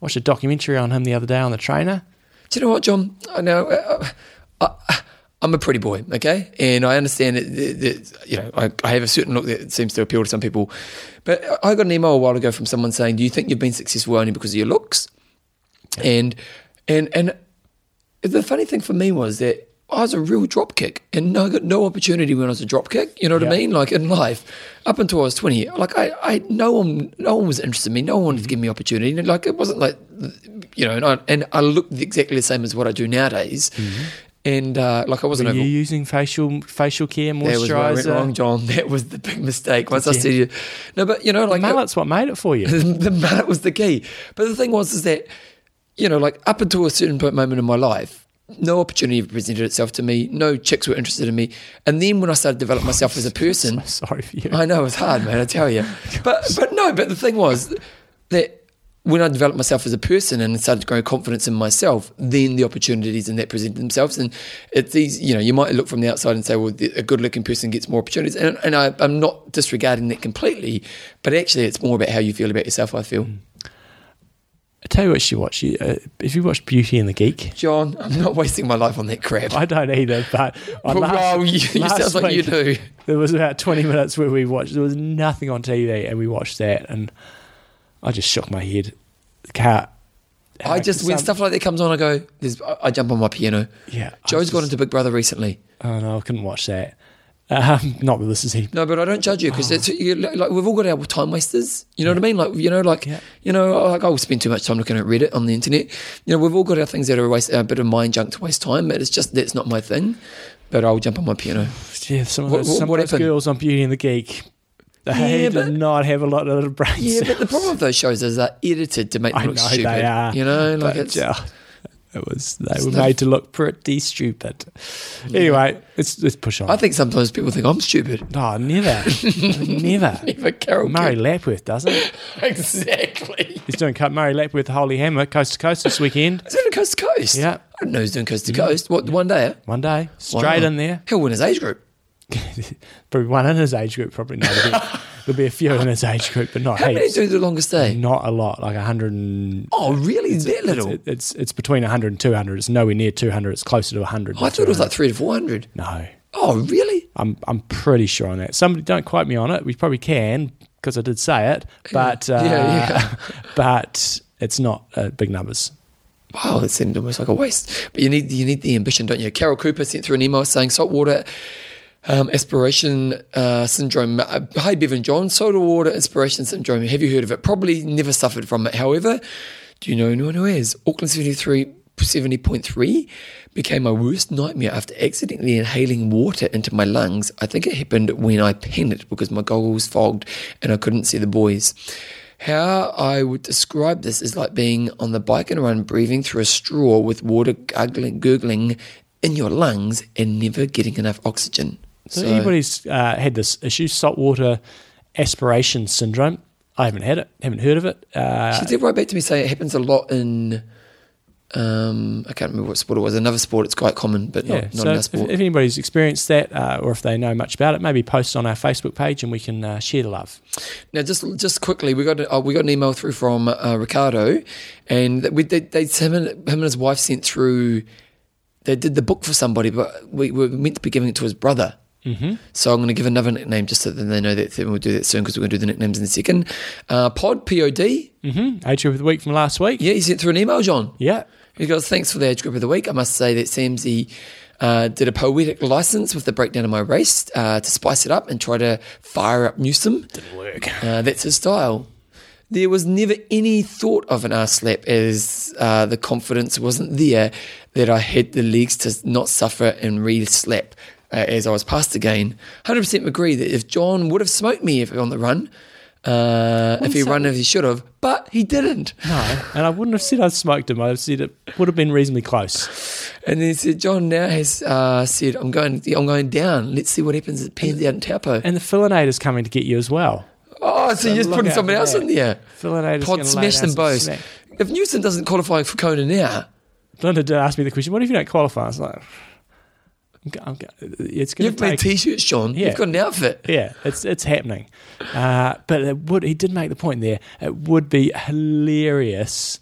S2: Watched a documentary on him the other day on the trainer.
S1: Do you know what, John? I know. uh, I, I'm a pretty boy, okay, and I understand that, that, that you know I, I have a certain look that seems to appeal to some people. But I got an email a while ago from someone saying, "Do you think you've been successful only because of your looks?" And and and the funny thing for me was that I was a real dropkick, and I got no opportunity when I was a dropkick. You know what
S2: Yeah.
S1: I mean? Like in life, up until I was twenty, like I, I no one, no one was interested in me. No one wanted to give me opportunity. And, Like it wasn't like, you know, and I, and I looked exactly the same as what I do nowadays. And uh, like I wasn't
S2: Are Mm-hmm. you
S1: over.
S2: using facial facial care,
S1: That was where I went wrong,
S2: moisturizer?
S1: John. That was the big mistake. Once I said you, no, but you know, like uh,
S2: Mullet's what made it for you.
S1: the mallet was the key. But the thing was, is that, you know, like up until a certain point moment in my life, no opportunity presented itself to me. No chicks were interested in me. And then when I started to develop myself as a person,
S2: Sorry for you.
S1: I know it's hard, man. I tell you, but but no. But the thing was that when I developed myself as a person and started to grow confidence in myself, then the opportunities and that presented themselves. And it's these, you know, you might look from the outside and say, well, the- a good-looking person gets more opportunities, and, and I, I'm not disregarding that completely, but actually, it's more about how you feel about yourself. I
S2: Hmm.
S1: feel,
S2: I tell you what, she watched. You, uh, if you watched Beauty and the Geek,
S1: John, I'm not wasting my life on that crap.
S2: I don't either. But I
S1: Well, wow, you, you
S2: last
S1: sound like you
S2: week-
S1: do.
S2: There was about twenty minutes where we watched. There was nothing on TV, and we watched that, and I just shook my head. Cat. uh,
S1: I just when stuff like that comes on, I go. There's, I, I jump on my piano.
S2: Yeah, I
S1: Joe's got
S2: just-
S1: into Big Brother recently.
S2: Oh no, I couldn't watch that. Um, not that this is even.
S1: No, but I don't judge you because you, like we've all got our time wasters. You know what I mean? Like you know, like you know, like I'll spend too much time looking at Reddit on the internet. You know, we've all got our things that are a waste, a bit of mind junk to waste time. But it's just that's not my thing. But I'll jump on my piano.
S2: Yeah, some of
S1: What-
S2: those,
S1: what-
S2: some
S1: what
S2: of those
S1: happened?
S2: girls on Beauty and the Geek. They
S1: Yeah,
S2: did
S1: but-
S2: not have a lot of little brains.
S1: Yeah, but the problem with those shows is they're edited to make them
S2: I know
S1: look stupid.
S2: they are.
S1: You know, like
S2: but,
S1: it's
S2: uh, it was they were
S1: no-
S2: made to look pretty stupid. Anyway, let's let's push on.
S1: I think sometimes people think I'm stupid.
S2: oh, never, never.
S1: But Carol
S2: Murray
S1: King-
S2: Lapworth doesn't.
S1: exactly.
S2: He's doing cut Murray Lapworth Holy Hammer coast to coast this weekend.
S1: He's doing coast to coast.
S2: Yeah.
S1: I didn't know he's doing coast to coast. What one day? eh?
S2: One day, straight
S1: Wow.
S2: in there.
S1: He'll win his age group.
S2: probably one in his age group. Probably not. There'll be, there'll be a few in his age group, but not
S1: How many
S2: heaps.
S1: do the longest day?
S2: Not a lot, like a hundred and.
S1: Oh, really? that
S2: It's,
S1: Mm. little?
S2: it's it's between 100 and 200. It's nowhere near 200. It's closer to 100.
S1: I thought it was like three to four hundred.
S2: no.
S1: Oh, really?
S2: I'm I'm pretty sure on that. Somebody don't quote me on it. We probably can because I did say it, but uh,
S1: yeah.
S2: but it's not uh, big numbers.
S1: Wow, that seemed almost like a waste. But you need you need the ambition, don't you? Carol Cooper sent through an email saying saltwater um, aspiration uh, syndrome. Uh, hi, Bevan John. Soda water aspiration syndrome. Have you heard of it? Probably never suffered from it. However, do you know anyone who has? Auckland 73. 70.3 became my worst nightmare after accidentally inhaling water into my lungs. I think it happened when I panicked because my goggles fogged and I couldn't see the boys. How I would describe this is like being on the bike and run, breathing through a straw with water gurgling, gurgling in your lungs and never getting enough oxygen.
S2: So,
S1: So,
S2: anybody's uh, had this issue, saltwater aspiration syndrome. I haven't had it. Haven't heard of it. Uh,
S1: she did write back to me saying it happens a lot in Um, I can't remember what sport it was. Another sport, it's quite common, but
S2: Yeah,
S1: not, not
S2: so
S1: in our
S2: if,
S1: sport.
S2: if anybody's experienced that uh, or if they know much about it, maybe post on our Facebook page and we can uh, share the love.
S1: Now, just just quickly, we got a, uh, we got an email through from uh, Ricardo, and we they, they him and him and his wife sent through. They did the book for somebody, but we were meant to be giving it to his brother. Mm-hmm. So I'm going to give another nickname just so then they know that. Then we'll do that soon because we're going to do the nicknames in a second. Uh, Pod Pod.
S2: Mm-hmm. Age of the week from last week.
S1: Yeah, he sent through an email, John.
S2: Yeah.
S1: He goes, thanks for the age group of the week. I must say that Samsy uh, did a poetic license with the breakdown of my race uh, to spice it up and try to fire up Newsom. Didn't work. Uh, that's his style. There was never any thought of an ass slap as uh, the confidence wasn't there that I had the legs to not suffer and re slap uh, as I was passed again. 100% agree that if John would have smoked me if on the run, uh, if he run as he should have, but he didn't.
S2: No. And I wouldn't have said I smoked him. I'd have said it would have been reasonably close.
S1: And then he said, John now has uh, said, I'm going I'm going down. Let's see what happens at pans out in Taupo.
S2: And the Fillinator's coming to get you as well.
S1: oh, so, you're just
S2: look
S1: putting
S2: out
S1: someone
S2: for
S1: else
S2: that.
S1: in there.
S2: Fillinator's
S1: Pod
S2: gonna lay
S1: smash
S2: down
S1: them
S2: some
S1: both.
S2: smack.
S1: If Newson doesn't qualify for Kona now,
S2: Linda did ask me the question, what if you don't qualify? I was like, I'm, go- I'm, go- it's going
S1: you've
S2: to
S1: made
S2: take...
S1: t shirts, John.
S2: Yeah.
S1: You've got an outfit.
S2: yeah, it's it's happening, uh, but it would. He did make the point there. It would be hilarious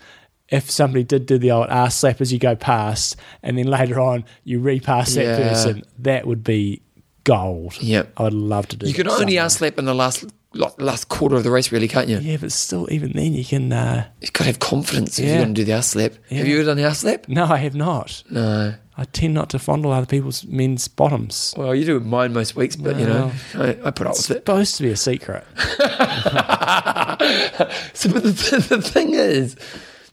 S2: if somebody did do the old ass slap as you go past, and then later on you repass that
S1: Yeah.
S2: person. That would be gold.
S1: Yep.
S2: I would love to do.
S1: You
S2: that
S1: can only
S2: someday.
S1: ass slap in the last lo- last quarter of the race, really, can't you?
S2: Yeah, but still, even then, you can. Uh,
S1: You've got to have confidence if
S2: Yeah.
S1: you're going to do the ass slap. Have you ever done the ass slap?
S2: no, I have not.
S1: No.
S2: I tend not to fondle other people's men's bottoms.
S1: Well, you do mine most weeks, but you know, I, I put up
S2: It's
S1: with it.
S2: supposed to be a secret.
S1: So, but the, the thing is,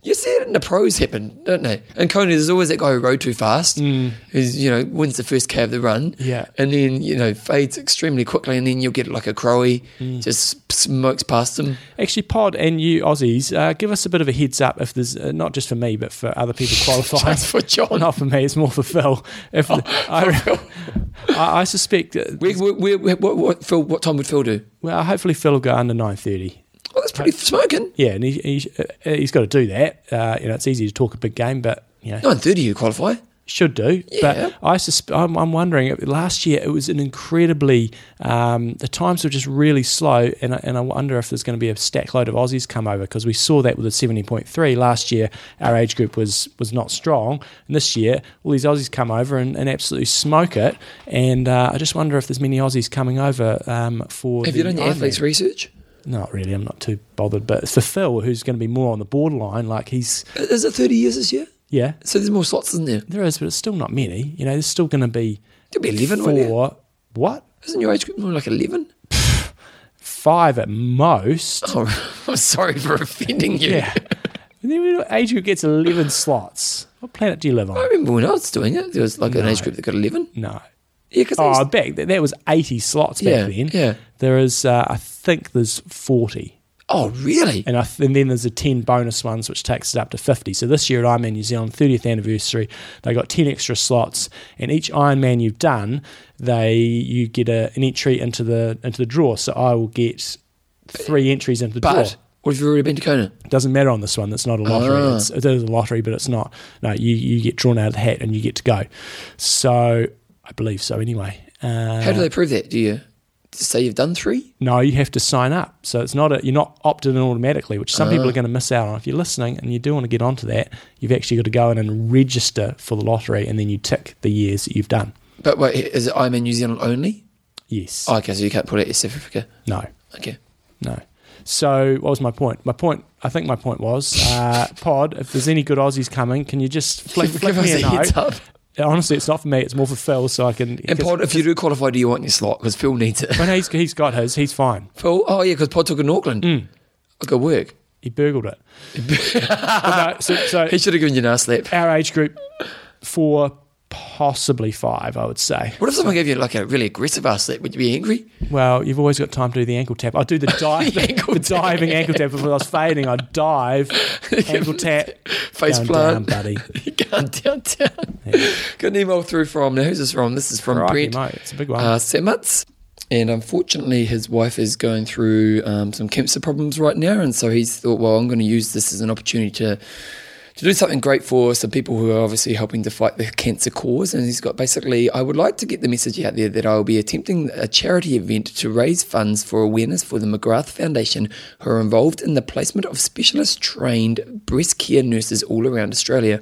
S1: you see it in the pros happen, don't they? And Kona, there's always that guy who rode too fast, who's you know wins the first K of the run,
S2: Yeah.
S1: and then you know fades extremely quickly, and then you'll get like a crowy, just smokes past him.
S2: Actually, Pod and you Aussies, uh, give us a bit of a heads up if there's uh, not just for me, but for other people qualifying.
S1: Just for John. Oh,
S2: not for me. It's more for Phil. If I, I, I suspect, uh,
S1: We, we, we, we- what, what, Phil, what time would Phil do?
S2: well, hopefully Phil will go under nine thirty.
S1: Oh, that's pretty smoking.
S2: Yeah, and he, he, uh, he's got to do that. Uh, you know, it's easy to talk a big game, but you know,
S1: Nine thirty, you qualify.
S2: should do.
S1: Yeah.
S2: But I susp- I'm, I'm wondering. Last year, it was an incredibly um, the times were just really slow, and I, and I wonder if there's going to be a stack load of Aussies come over because we saw that with the 70.3 last year. Our age group was was not strong, and this year all these Aussies come over and, and absolutely smoke it. And uh, I just wonder if there's many Aussies coming over um, for.
S1: Have
S2: the
S1: you done your
S2: Ironman.
S1: athletes research?
S2: Not really. I'm not too bothered, but it's for Phil, who's going to be more on the borderline. Like he's
S1: Is it thirty years this year?
S2: yeah.
S1: So there's more slots in there.
S2: There is, but it's still not many. You know, there's still going to be
S1: There'll be eleven. won't there?
S2: four, what?
S1: Isn't your age group more like eleven?
S2: Five at most.
S1: Oh, I'm sorry for offending you.
S2: Yeah. and then we know age group gets 11 slots. What planet do you live
S1: I
S2: on?
S1: remember when I was doing it, there was like an age group that got 11.
S2: No.
S1: Yeah, because
S2: Oh, back that, that was 80 slots back
S1: Yeah,
S2: then.
S1: yeah.
S2: There is, uh, I think there's 40.
S1: oh, really?
S2: And, I th- and then there's the 10 bonus ones, which takes it up to 50. So this year at Ironman New Zealand, 30th anniversary, they got 10 extra slots. And each Ironman you've done, they you get a, an entry into the into the draw. So I will get three entries into the draw.
S1: But Ah. what if you've already been to Kona?
S2: doesn't matter on this one. That's not a lottery. It's, it is a lottery, but it's not. No, you, you get drawn out of the hat and you get to go. So I believe so anyway.
S1: How do
S2: Uh,
S1: they prove that? Do you just say you've done three?
S2: no, you have to sign up. So it's not a, you're not opted in automatically, which some
S1: Ah.
S2: people are going to miss out on. If you're listening and you do want to get onto that, you've actually got to go in and register for the lottery and then you tick the years that you've done.
S1: But wait, is it I'm in New Zealand only?
S2: Yes.
S1: Oh, okay, so you can't put it as South Africa.
S2: no.
S1: Okay.
S2: No. So what was my point? My point, I think my point was, uh, Pod, if there's any good Aussies coming, can you just flick,
S1: Give-
S2: flick
S1: give
S2: me
S1: us
S2: a
S1: a heads
S2: note?
S1: up.
S2: Honestly, it's not for me. It's more for Phil, so I can.
S1: And Pod, if you do qualify, do you want your slot? Because Phil needs it.
S2: But he's, he's got his. He's fine.
S1: Phil, oh, yeah, because Pod took an Auckland. Mm. Good work.
S2: He burgled it. But no, so, so
S1: He should have given you an ass slap.
S2: our age group, four, possibly five, I would say.
S1: What if someone gave you like a really aggressive ass slap? Would you be angry?
S2: Well, you've always got time to do the ankle tap. I do the dive, the,
S1: ankle tap.
S2: diving ankle tap. If I was fading, I'd dive, ankle tap,
S1: Face
S2: down, down,
S1: plant.
S2: buddy.
S1: Going downtown. Got an email through from, now who's this from? This is from
S2: Crikey,
S1: Brent.
S2: mate, it's a big one.
S1: uh, Semats. And unfortunately, his wife is going through um, some cancer problems right now. And so he's thought, well, I'm going to use this as an opportunity to to do something great for some people who are obviously helping to fight the cancer cause. And he's got basically, I would like to get the message out there that I will be attempting a charity event to raise funds for awareness for the McGrath Foundation, who are involved in the placement of specialist trained breast care nurses all around Australia.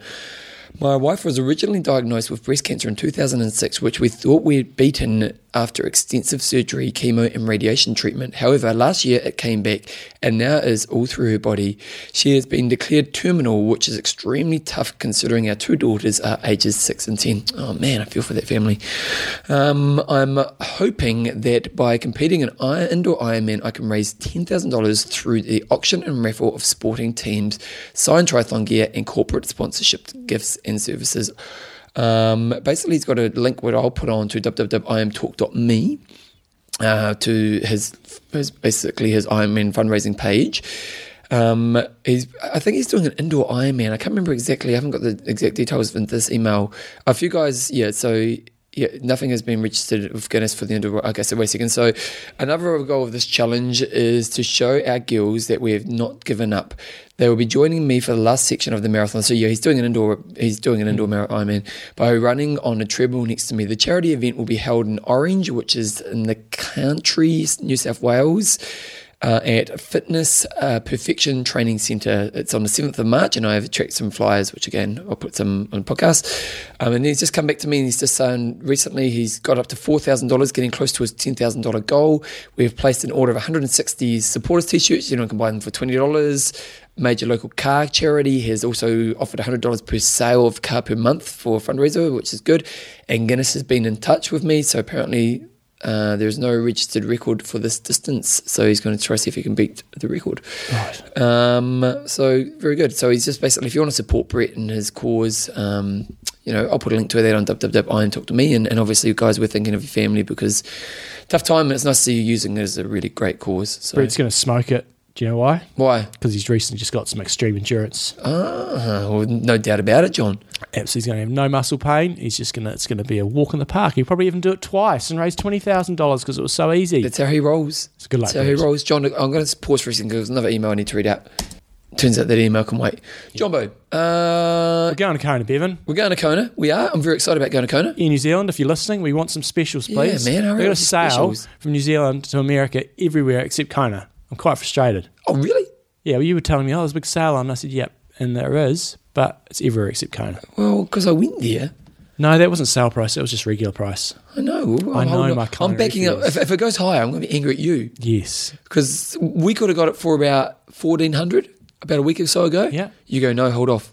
S1: My wife was originally diagnosed with breast cancer in 2006, which we thought we'd beaten after extensive surgery, chemo, and radiation treatment. However, last year it came back and now is all through her body. She has been declared terminal, which is extremely tough considering our two daughters are ages 6 and 10. Oh man, I feel for that family. Um, I'm hoping that by competing in indoor Ironman, I can raise $10,000 through the auction and raffle of sporting teams, signed triathlon gear, and corporate sponsorship gifts and services. Um, basically, he's got a link what I'll put on to www.imtalk.me uh, to his, his basically his Ironman fundraising page. Um, he's, I think he's doing an indoor Ironman. I can't remember exactly. I haven't got the exact details in this email. A few guys, yeah. So yeah, nothing has been registered with Guinness for the end of. Okay, so wait a second. So, another goal of this challenge is to show our girls that we have not given up. They will be joining me for the last section of the marathon. So yeah, he's doing an indoor. He's doing an indoor marathon Ironman by running on a treadmill next to me. The charity event will be held in Orange, which is in the country, New South Wales. Uh, at Fitness uh, Perfection Training Centre. It's on the 7th of March, and I have tracked some flyers, which again, I'll put some on the podcast. Um, and he's just come back to me and he's just saying recently he's got up to $4,000, getting close to his $10,000 goal. We've placed an order of 160 supporters t shirts. You know, I can buy them for $20 major local car charity has also offered $100 per sale of car per month for a fundraiser, which is good. And Guinness has been in touch with me, so apparently uh, there's no registered record for this distance, so he's going to try to see if he can beat the record. Right. Um, so very good. So he's just basically, if you want to support Brett and his cause, um, you know, I'll put a link to that on www.iron talk to me. And, and obviously, guys, we're thinking of your family because tough time. And it's nice to see you using it as a really great cause. So
S2: Brett's going to smoke it. Do you know why?
S1: why?
S2: Because he's recently just got some extreme endurance.
S1: Ah, well, no doubt about it, John.
S2: Absolutely, he's going to have no muscle pain. He's just going to. It's going to be a walk in the park. He'll probably even do it twice and raise twenty thousand dollars because it was so easy.
S1: That's how he rolls.
S2: It's good luck.
S1: So who
S2: Brett.
S1: rolls? John, I'm going to pause for a second because there's another email I need to read out. Turns out that email can wait. Jumbo, uh,
S2: We're going to Kona, Bevan.
S1: we're going to Kona. We are. I'm very excited about going to Kona.
S2: in New Zealand, if you're listening, we want some specials, please.
S1: man, I really
S2: we got a
S1: want some
S2: sale
S1: specials.
S2: from New Zealand to America everywhere except Kona. I'm quite frustrated.
S1: Oh, really?
S2: Yeah, well, you were telling me, oh, there's a big sale on. I said, yep, and there is, but it's everywhere except Kona.
S1: Well, because I went there.
S2: No, that wasn't sale price. It was just regular price.
S1: I know. Well,
S2: I
S1: I'm
S2: know
S1: holding
S2: my
S1: on.
S2: Kona
S1: I'm backing up.
S2: refuse.
S1: If, if it goes higher, I'm going to be angry at you
S2: Yes.
S1: because we could have got it for about 1400 about a week or so ago.
S2: Yeah.
S1: You go, no, hold off.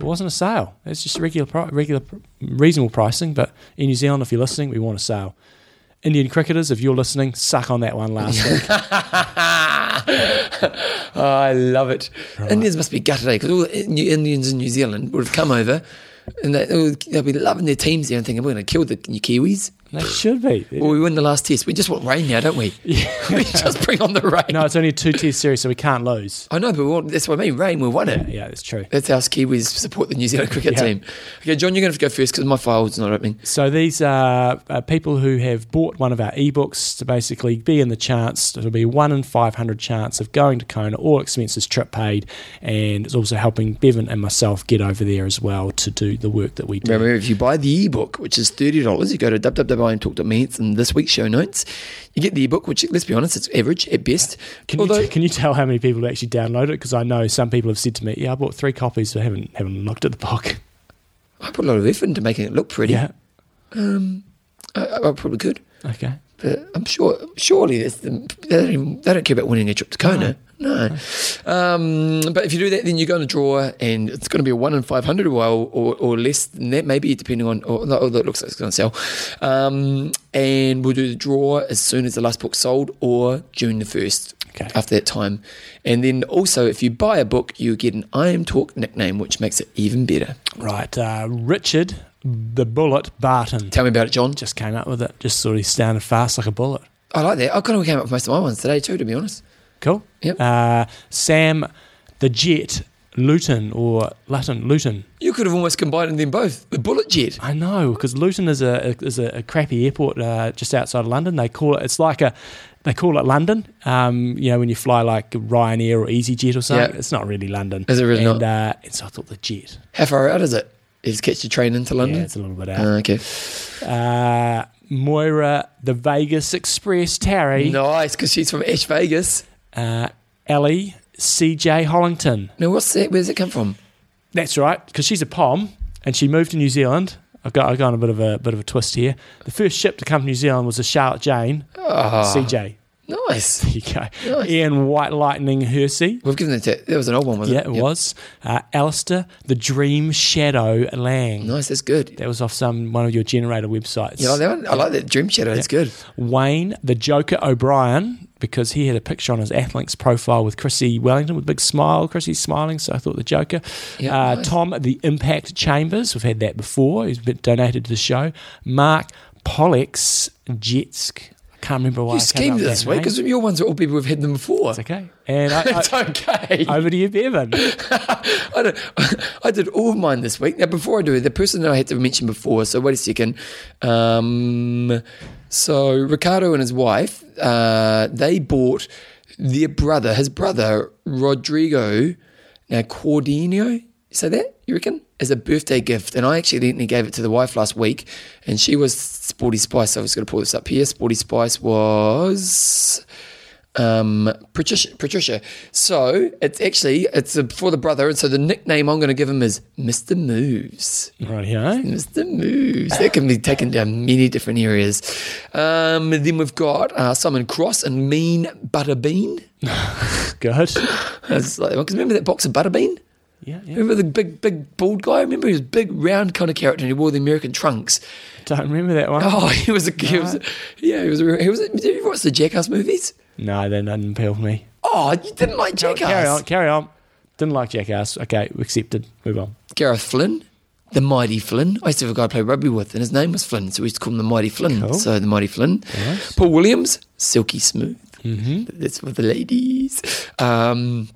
S2: It wasn't a sale. It's just regular, pri- regular, pr- reasonable pricing. But in New Zealand, if you're listening, we want a sale. Indian cricketers, if you're listening, suck on that one last week.
S1: Oh, I love it. Indians must be gutted because all the New Indians in New Zealand would have come over and they, they'll be loving their teams there and thinking, we're going to kill the Kiwis.
S2: They should be.
S1: Well, we win the last test. We just want rain now, don't we? we just bring on the rain.
S2: No, it's only a two-tier series, so we can't lose.
S1: I know, but we want, that's what I mean. Rain, we won it.
S2: Yeah, that's true.
S1: That's how us Kiwis support the New Zealand cricket
S2: Yeah.
S1: team. Okay, John, you're going to have to go first because my file's not opening.
S2: So these are uh, people who have bought one of our ebooks to basically be in the chance. It'll be one in 500 chance of going to Kona, all expenses trip paid, and it's also helping Bevan and myself get over there as well to do the work that we do.
S1: Remember, if you buy the ebook, which is thirty dollars, you go to www.talk.me. It's in this week's show notes. You get the ebook, which let's be honest, it's average at best.
S2: Can,
S1: Although
S2: you, can you tell how many people actually download it? Because I know some people have said to me, "Yeah, I bought three copies, but I haven't haven't looked at the book."
S1: I put a lot of effort into making it look pretty.
S2: Yeah.
S1: I, I I Um, uh, probably could,
S2: Okay.
S1: but I'm sure. Surely it's the, they, don't even, they don't care about winning a trip to Kona. No. Um, but if you do that, then you go in the drawer, and it's going to be a one in five hundred, or, or or less than that, maybe depending on. Or, no, oh, that looks like it's going to sell. Um, and we'll do the draw as soon as the last book sold, or June the first.
S2: Okay.
S1: After that time, and then also if you buy a book, you get an I Am Talk nickname, which makes it even better.
S2: Right. Uh, Richard, the bullet Barton,
S1: Tell me about it, John.
S2: just came up with it. Just sort of sounded fast like a bullet.
S1: I like that. I kind of came up with most of my ones today too, to be honest.
S2: Cool.
S1: Yep.
S2: Uh, Sam, Uh, the Jet Luton or Latin Luton.
S1: You could have almost combined them both. The bullet jet.
S2: I know because Luton is a is a, a crappy airport uh, just outside of London. They call it it's like a they call it London. Um, you know when you fly like Ryanair or EasyJet or something,
S1: Yeah.
S2: it's not really London.
S1: Is it really
S2: and,
S1: not?
S2: Uh, and so I thought the jet.
S1: How far out is it? You just catch your train into
S2: Yeah,
S1: London.
S2: it's a little bit out.
S1: Ah, okay.
S2: Uh, Moira, the Vegas Express, Terry,
S1: Nice, because she's from Ash Vegas.
S2: uh, Ellie, CJ Hollington.
S1: Now, what's that? Where does it come from?
S2: That's right, because she's a pom and she moved to New Zealand. I've got, I've got a bit of a bit of a twist here. The first ship to come to New Zealand was the Charlotte Jane, CJ.
S1: Ah, Nice.
S2: There you go. Ian White Lightning Hersey.
S1: We've given it to. That was an old one, wasn't
S2: Yeah,
S1: it?
S2: it
S1: Yep.
S2: was. Uh, Alistair, the Dream Shadow Lang.
S1: Nice, that's good.
S2: That was off some one of your generator websites.
S1: You like that one? I like that Dream Shadow. It's good.
S2: Wayne, the Joker O'Brien, because he had a picture on his Athlinks profile with Chrissy Wellington with a big smile. Chrissy's smiling, so I thought the Joker.
S1: Yeah,
S2: uh,
S1: nice.
S2: Tom, the Impact Chambers. We've had that before. He's been donated to the show. Mark Pollux Jetsk. I can't remember why
S1: You
S2: I came up
S1: schemed
S2: with
S1: it this
S2: that
S1: way
S2: name.
S1: because your ones are all people we've had them before.
S2: It's okay. And I,
S1: It's
S2: I,
S1: okay.
S2: over to you, Bevan.
S1: I, don't, I did all of mine this week. Now, before I do, the person that I had to mention before, so wait a second. Um, so, Ricardo and his wife, uh, they bought their brother, his brother, Rodrigo, now Cordino, you say that, you reckon? As a birthday gift. And I accidentally gave it to the wife last week, and she was Sporty Spice. So I was going to pull this up here. Sporty Spice was um, Patricia. Patricia. So it's actually it's uh, for the brother, and so the nickname I'm going to give him is Mister Moves.
S2: Right here. eh?
S1: Mr. Moves. That can be taken down many different areas. Um, then we've got uh, Simon Cross and Mean Butterbean.
S2: Good.
S1: That's like, because remember that box of Butterbean?
S2: Yeah, yeah.
S1: Remember the big, big bald guy? Remember he was a big, round kind of character and he wore the American trunks.
S2: Don't remember that one.
S1: Oh, he was a, he was, yeah, he was, a, he was. A, did you ever watch the Jackass movies?
S2: No, that doesn't appeal to me.
S1: Oh, you didn't like
S2: Carry-
S1: Jackass?
S2: Carry on, carry on. Didn't like Jackass. Okay, accepted. Move on.
S1: Gareth Flynn, the Mighty Flynn. I used to have a guy I played rugby with, and his name was Flynn, so we used to call him the Mighty Flynn. So the Mighty Flynn. Paul Williams, Silky Smooth. Mm-hmm. That's for the ladies. Um,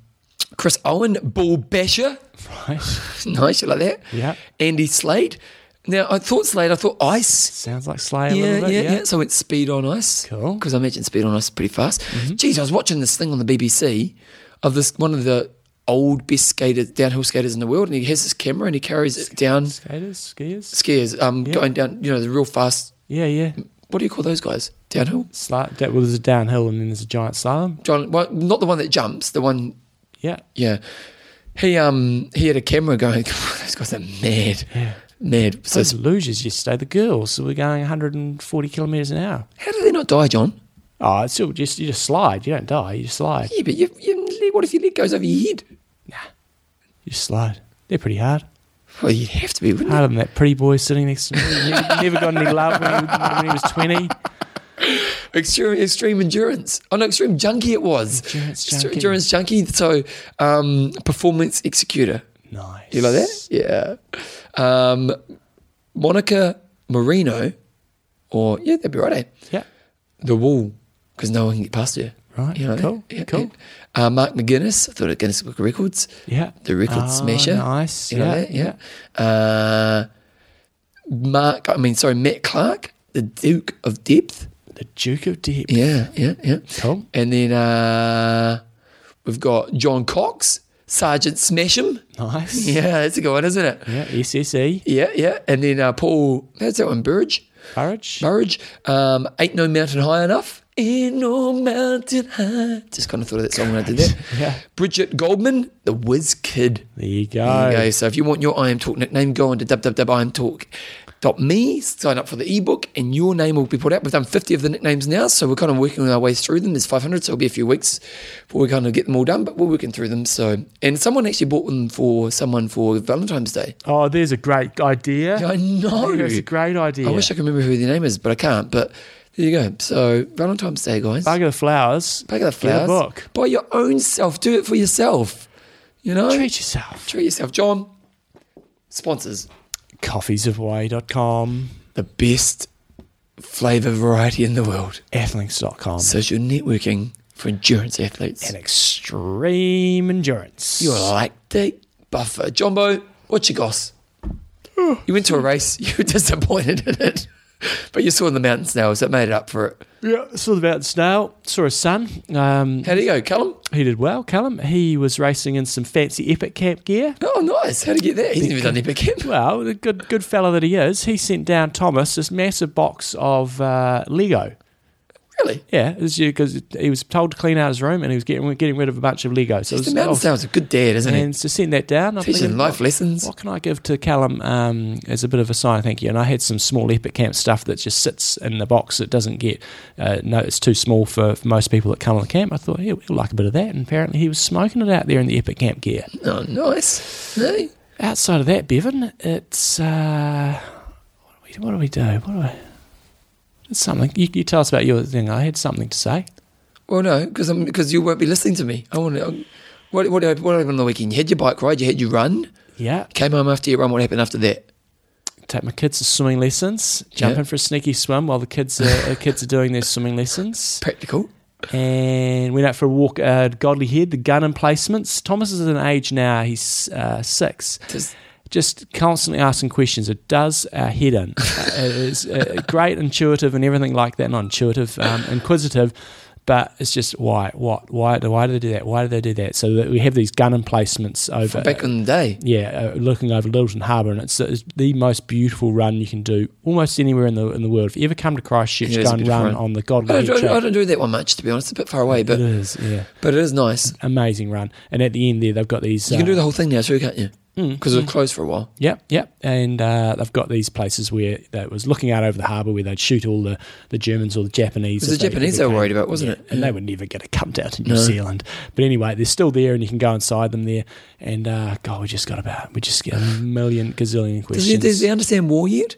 S1: Chris Owen, Ball Basher.
S2: Right.
S1: nice, you like that?
S2: Yeah.
S1: Andy Slade. Now, I thought Slade, I thought Ice.
S2: Sounds like Slayer a
S1: Yeah,
S2: little bit.
S1: yeah, yeah, So I went speed on ice.
S2: Cool. Mm-hmm.
S1: Because I mentioned speed on ice is pretty fast. Geez, I was watching this thing on the BBC of this one of the old best skaters, downhill skaters in the world, and he has his camera and he carries it down
S2: Skaters, skiers.
S1: skiers, um, going down, you know, the real fast.
S2: Yeah, yeah.
S1: What do you call those guys? Downhill?
S2: Sli- that, well, there's a downhill and then there's a giant slalom.
S1: John, well, not the one that jumps, the one,
S2: Yeah.
S1: yeah. He um he had a camera going. Those guys are mad, mad. So
S2: Those losers yesterday, the girls, so we're going 140 kilometres an hour.
S1: how do they not die, John?
S2: Oh, it's still just, you just slide. You don't die, you just slide.
S1: Yeah, but you, you, what if your leg goes over your head?
S2: You just slide. They're pretty hard.
S1: Well, you have to be, wouldn't you?
S2: Harder than that pretty boy sitting next to me. He Never, never got any love when he, when he was 20.
S1: Extreme, extreme endurance. Oh no, extreme junkie it was.
S2: Endurance
S1: Extreme
S2: junkie.
S1: Endurance junkie. So, um, performance executor.
S2: Nice.
S1: You like that? Yeah. Um, Monica Marino, or yeah, that'd be right. Eh?
S2: Yeah.
S1: The wall, because no one can get past her.
S2: Right,
S1: You know
S2: cool,
S1: that? Yeah,
S2: cool.
S1: yeah. Uh, Mark McGuinness. I thought at Guinness Book of Records.
S2: Yeah.
S1: The record
S2: Oh,
S1: smasher.
S2: Nice.
S1: You know
S2: yeah,
S1: that? Yeah. Uh, Mark. I mean, sorry, Matt Clark, the Duke of Depth.
S2: The Duke of Deep.
S1: Yeah, yeah, yeah.
S2: Cool.
S1: And then uh, we've got John Cox, Sergeant Smasham.
S2: Nice.
S1: Yeah, that's a good one, isn't it?
S2: Yeah. E. SSE.
S1: Yeah, yeah. And then uh, Paul, how's that one? Burge?
S2: Courage.
S1: Burge. Um, Ain't No Mountain High Enough. Ain't no mountain high. Just kind of thought of that song when I did that.
S2: Yeah.
S1: Bridget Goldman, The Whiz Kid.
S2: There you go.
S1: There you go. So if you want your I Am Talk nickname, go on to www.imtalk.me, sign up for the ebook, and your name will be put out. We've done 50 of the nicknames now, so we're kind of working our way through them. There's 500, so it'll be a few weeks before we kind of get them all done, but we're working through them. So, and someone actually bought them for someone for Valentine's Day.
S2: Oh, there's a great idea.
S1: I know.
S2: That's a great idea.
S1: I wish I could remember who their name is, but I can't. But there you go. So Valentine's Day, guys.
S2: Bag of flowers.
S1: Pack up the flowers.
S2: Get a book.
S1: Buy your own self. Do it for yourself. You know,
S2: Treat yourself.
S1: Treat yourself, John. Sponsors
S2: Coffeesofway.com.
S1: the best flavor variety in the world.
S2: Athlinks.com.
S1: Social networking for endurance athletes.
S2: and extreme endurance.
S1: You're like the buffer. Jumbo, what you goss? You went to a race, you were disappointed in it, but you saw in the mountain snails, it made it up for it.
S2: Yeah, saw the mountain snail, saw his son. Um,
S1: How'd he go, Callum?
S2: he did well, Callum. He was racing in some fancy Epic Camp gear.
S1: Oh, nice. How'd he get there? He's never done epic camp.
S2: Well, the good good fellow that he is, he sent down Thomas this massive box of uh, Lego.
S1: Really?
S2: Yeah, because he was told to clean out his room and he was getting getting rid of a bunch of Lego. So it was, oh,
S1: The mountain snail's a good dad, isn't he?
S2: and to send that down, I'm
S1: Teaching
S2: thinking,
S1: life lessons.
S2: What can I give to Callum um, as a bit of a sign? Thank you. And I had some small Epic Camp stuff that just sits in the box that doesn't get uh, no, it's too small for, for most people that come on the camp. I thought, yeah, we'd like a bit of that. And apparently, he was smoking it out there in the Epic Camp gear.
S1: Oh, nice. Hey.
S2: Outside of that, Bevan, it's uh, what do we what do we do? What do I? It's something. You, you tell us about your thing. I had something to say.
S1: Well, no, because because you won't be listening to me. I want to. What what what happened on the weekend? You had your bike ride. You had your run.
S2: Yeah,
S1: Came home after your run. What happened after that?
S2: take my kids to swimming lessons. Jump
S1: Yeah.
S2: in for a sneaky swim while the kids are, the kids are doing their swimming lessons.
S1: Practical.
S2: and went out for a walk at Godley Head, the gun emplacements. Thomas is an age now, he's uh, six.
S1: Just-
S2: Just constantly asking questions. It does our head in. Uh, it is uh, great, intuitive, and everything like that. Not intuitive, um, inquisitive, but it's just why, what, why, why did they do that? Why did they do that? So that we have these gun emplacements over. uh,
S1: Back in the day,
S2: yeah, uh, looking over Littleton Harbour, and it's, it's the most beautiful run you can do almost anywhere in the in the world. If you ever come to Christchurch,
S1: Yeah, it's
S2: go
S1: a
S2: and
S1: beautiful
S2: run
S1: run.
S2: on the
S1: I
S2: Godley
S1: don't,
S2: Head.
S1: I, don't, I
S2: track.
S1: don't do that one much, to be honest. It's a bit far away,
S2: It
S1: but
S2: is, yeah
S1: but it is nice.
S2: amazing run. And at the end there, they've got these.
S1: You
S2: uh,
S1: can do the whole thing now, too, can't you? Because it was closed for a while.
S2: Yep, yep. And uh, they've got these places where that was looking out over the harbour where they'd shoot all the, the Germans or the Japanese.
S1: It was
S2: if
S1: the Japanese they
S2: ever
S1: were
S2: came.
S1: worried about, wasn't it?
S2: And they were never going to come down to New Zealand. But anyway, they're still there and you can go inside them there. And uh, God, we just got about, we just get a million gazillion
S1: Does he,
S2: questions.
S1: does he understand war yet?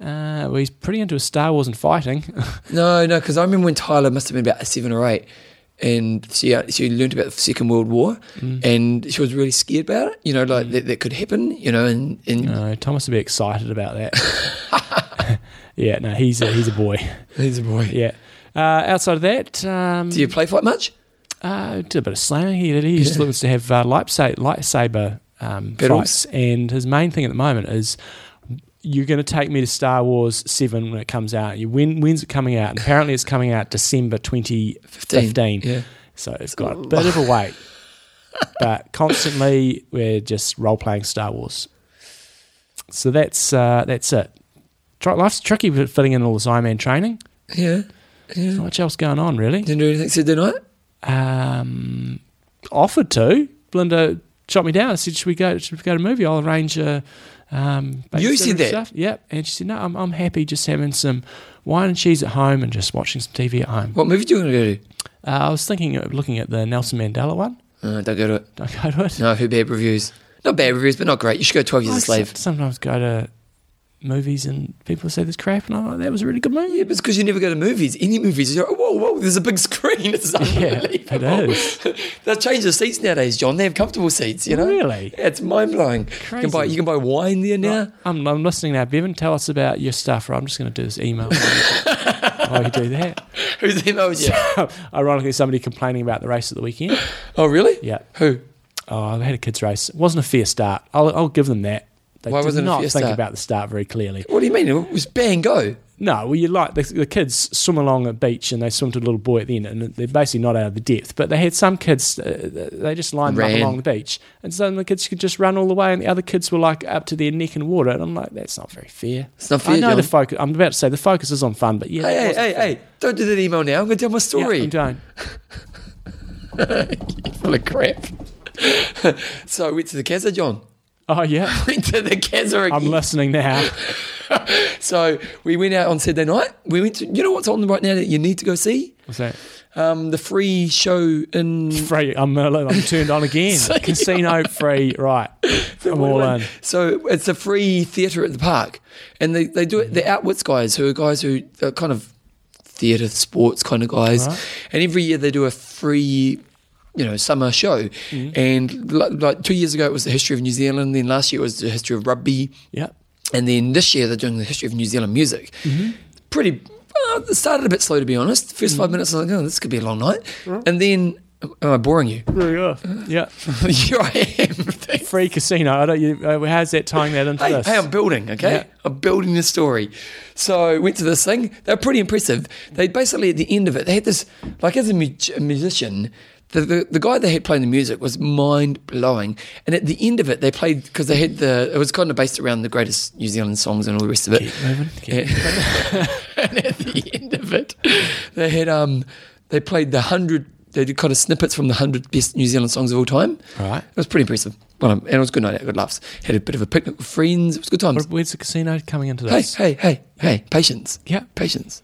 S2: uh, well, he's pretty into Star Wars and fighting.
S1: No, no, because I remember when Tyler must have been about seven or eight, and she she learnt about the Second World War, and she was really scared about it. You know, like that, that could happen. You know, and and
S2: no, Uh, Thomas would be excited about that. yeah, no, he's a, he's a boy.
S1: he's a boy.
S2: Yeah. Uh, outside of that, um,
S1: Do you play fight much?
S2: Uh, did a bit of slamming. He did. He just looks to have uh, lightsaber, lightsaber um,
S1: Battles.
S2: fights, and his main thing at the moment is you're going to take me to Star Wars Seven when it comes out. You, when when's it coming out? And apparently, it's coming out December 2015.
S1: Yeah.
S2: So it's got a bit of a wait, but constantly we're just role playing Star Wars. So that's uh, that's it. Try, life's tricky with fitting in all this Iron Man training.
S1: Yeah.
S2: Not much else going on really.
S1: Didn't do anything Saturday night.
S2: um, offered to. Belinda shot me down and said, "Should we go? Should we go to a movie? I'll arrange a." Um,
S1: You
S2: babysitter
S1: said
S2: and
S1: that?
S2: Stuff. Yep. And she said, "No, I'm, I'm happy just having some wine and cheese at home and just watching some TV at home."
S1: What movie do you want to go to?
S2: Uh, I was thinking of looking at the Nelson Mandela one.
S1: Uh, don't go to it.
S2: Don't go to it.
S1: No, who bad reviews? Not bad reviews, but not great. You should go Twelve Years
S2: I
S1: a Slave.
S2: s- sometimes go to movies and people say this crap, and I'm like, "That was a really good movie."
S1: Yeah, but it's because you never go to movies. Any movies, you're like, whoa, whoa, there's a big screen. It's unbelievable.
S2: is.
S1: They've changed the seats nowadays, John. They have comfortable seats, you know?
S2: Really?
S1: Yeah, it's mind blowing. You
S2: Crazy.
S1: can buy you can buy wine there now.
S2: I'm, I'm listening now. Bevan, tell us about your stuff, or I'm just going to do this email. Why you do that?
S1: Who's emailed you?
S2: Ironically, somebody complaining about the race at the weekend.
S1: oh, really?
S2: Yeah.
S1: Who?
S2: Oh, they had a kids' race. It wasn't a fair start. I'll, I'll give them that. They
S1: Why
S2: did
S1: wasn't it a
S2: not
S1: fair
S2: think
S1: start?
S2: about the start very clearly.
S1: What do you mean? It was bang go.
S2: No, well, you like the, the kids swim along a beach and they swim to a little boy at the end, and they're basically not out of the depth. But they had some kids, uh, they just lined
S1: Ran.
S2: up along the beach, and so the kids could just run all the way, and the other kids were like up to their neck in water. And I'm like, that's not very fair.
S1: It's not fair,
S2: I know
S1: John.
S2: the focus. I'm about to say the focus is on fun, but yeah,
S1: Hey,
S2: that
S1: hey,
S2: wasn't
S1: hey,
S2: fair.
S1: hey, don't do that email now. I'm going to tell my
S2: Yeah,
S1: story.
S2: I'm done.
S1: full of crap. so I went to the Casa, John.
S2: Oh yeah,
S1: Went to the Casa again.
S2: I'm listening now.
S1: so we went out on Saturday night. We went to, you know what's on right now that you need to go see?
S2: What's that?
S1: Um, the free show in.
S2: free. I'm, uh, I'm turned on again. Casino free. Right. I'm all in.
S1: So it's a free theatre at the park. And they, they do it, the Outwits guys, who are guys who are kind of theatre, sports kind of guys.
S2: Right.
S1: And every year they do a free. You know, summer show,
S2: Mm-hmm.
S1: and like, like two years ago it was the history of New Zealand. Then last year it was the history of rugby.
S2: Yep.
S1: And then this year they're doing the history of New Zealand music. Pretty, well, it started a bit slow to be honest. First five minutes, I was like, oh, this could be a long night. And then Am I boring you?
S2: Very off. Yeah.
S1: Here I am. Thanks.
S2: Free casino. I don't. You, uh, how's that tying that into
S1: Hey,
S2: this?
S1: hey, I'm building, okay?
S2: Yeah.
S1: I'm building the story. So went to this thing. They were pretty impressive. They basically, at the end of it, they had this, like as a, mu- a musician, the, the, the guy they had playing the music was mind blowing. And at the end of it, they played, because they had the, it was kind of based around the greatest New Zealand songs and all the rest of it.
S2: moving, keep
S1: and at the end of it, they had, um, they played the 100, they did kind of snippets from the 100 best New Zealand songs of all time.
S2: Right.
S1: It was pretty impressive. Well, um, and it was a good night out, good laughs. Had a bit of a picnic with friends. It was good times.
S2: Where's the casino coming into
S1: Hey,
S2: this?
S1: hey, hey, hey, patience.
S2: Yeah.
S1: Patience.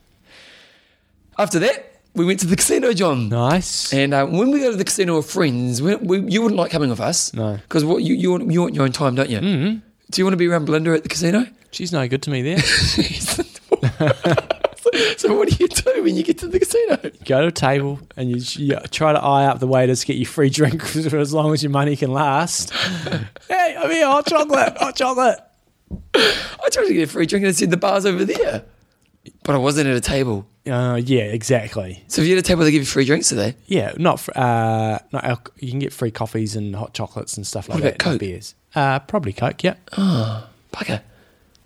S1: After that, we went to the casino, John.
S2: Nice.
S1: And uh, when we go to the casino with friends, we, we, you wouldn't like coming with us.
S2: No.
S1: Because what you, you, want, you want your own time, don't you? Mm-hmm. Do you want to be around Belinda at the casino?
S2: She's no good to me there.
S1: so what do you do when you get to the casino?
S2: Go to a table and you, you try to eye up the waiters, to get you free drink for as long as your money can last. hey, I'm here. Hot chocolate. Hot chocolate.
S1: I tried to get a free drink and it said the bar's over there. But I wasn't at a table.
S2: Uh, yeah, exactly.
S1: So if you're at a table, they give you free drinks today.
S2: Yeah, not fr- uh, not alc- you can get free coffee and hot chocolates and stuff like
S1: What about
S2: that. and
S1: Coke?
S2: Beers. Uh, probably Coke. Yeah.
S1: Bugger.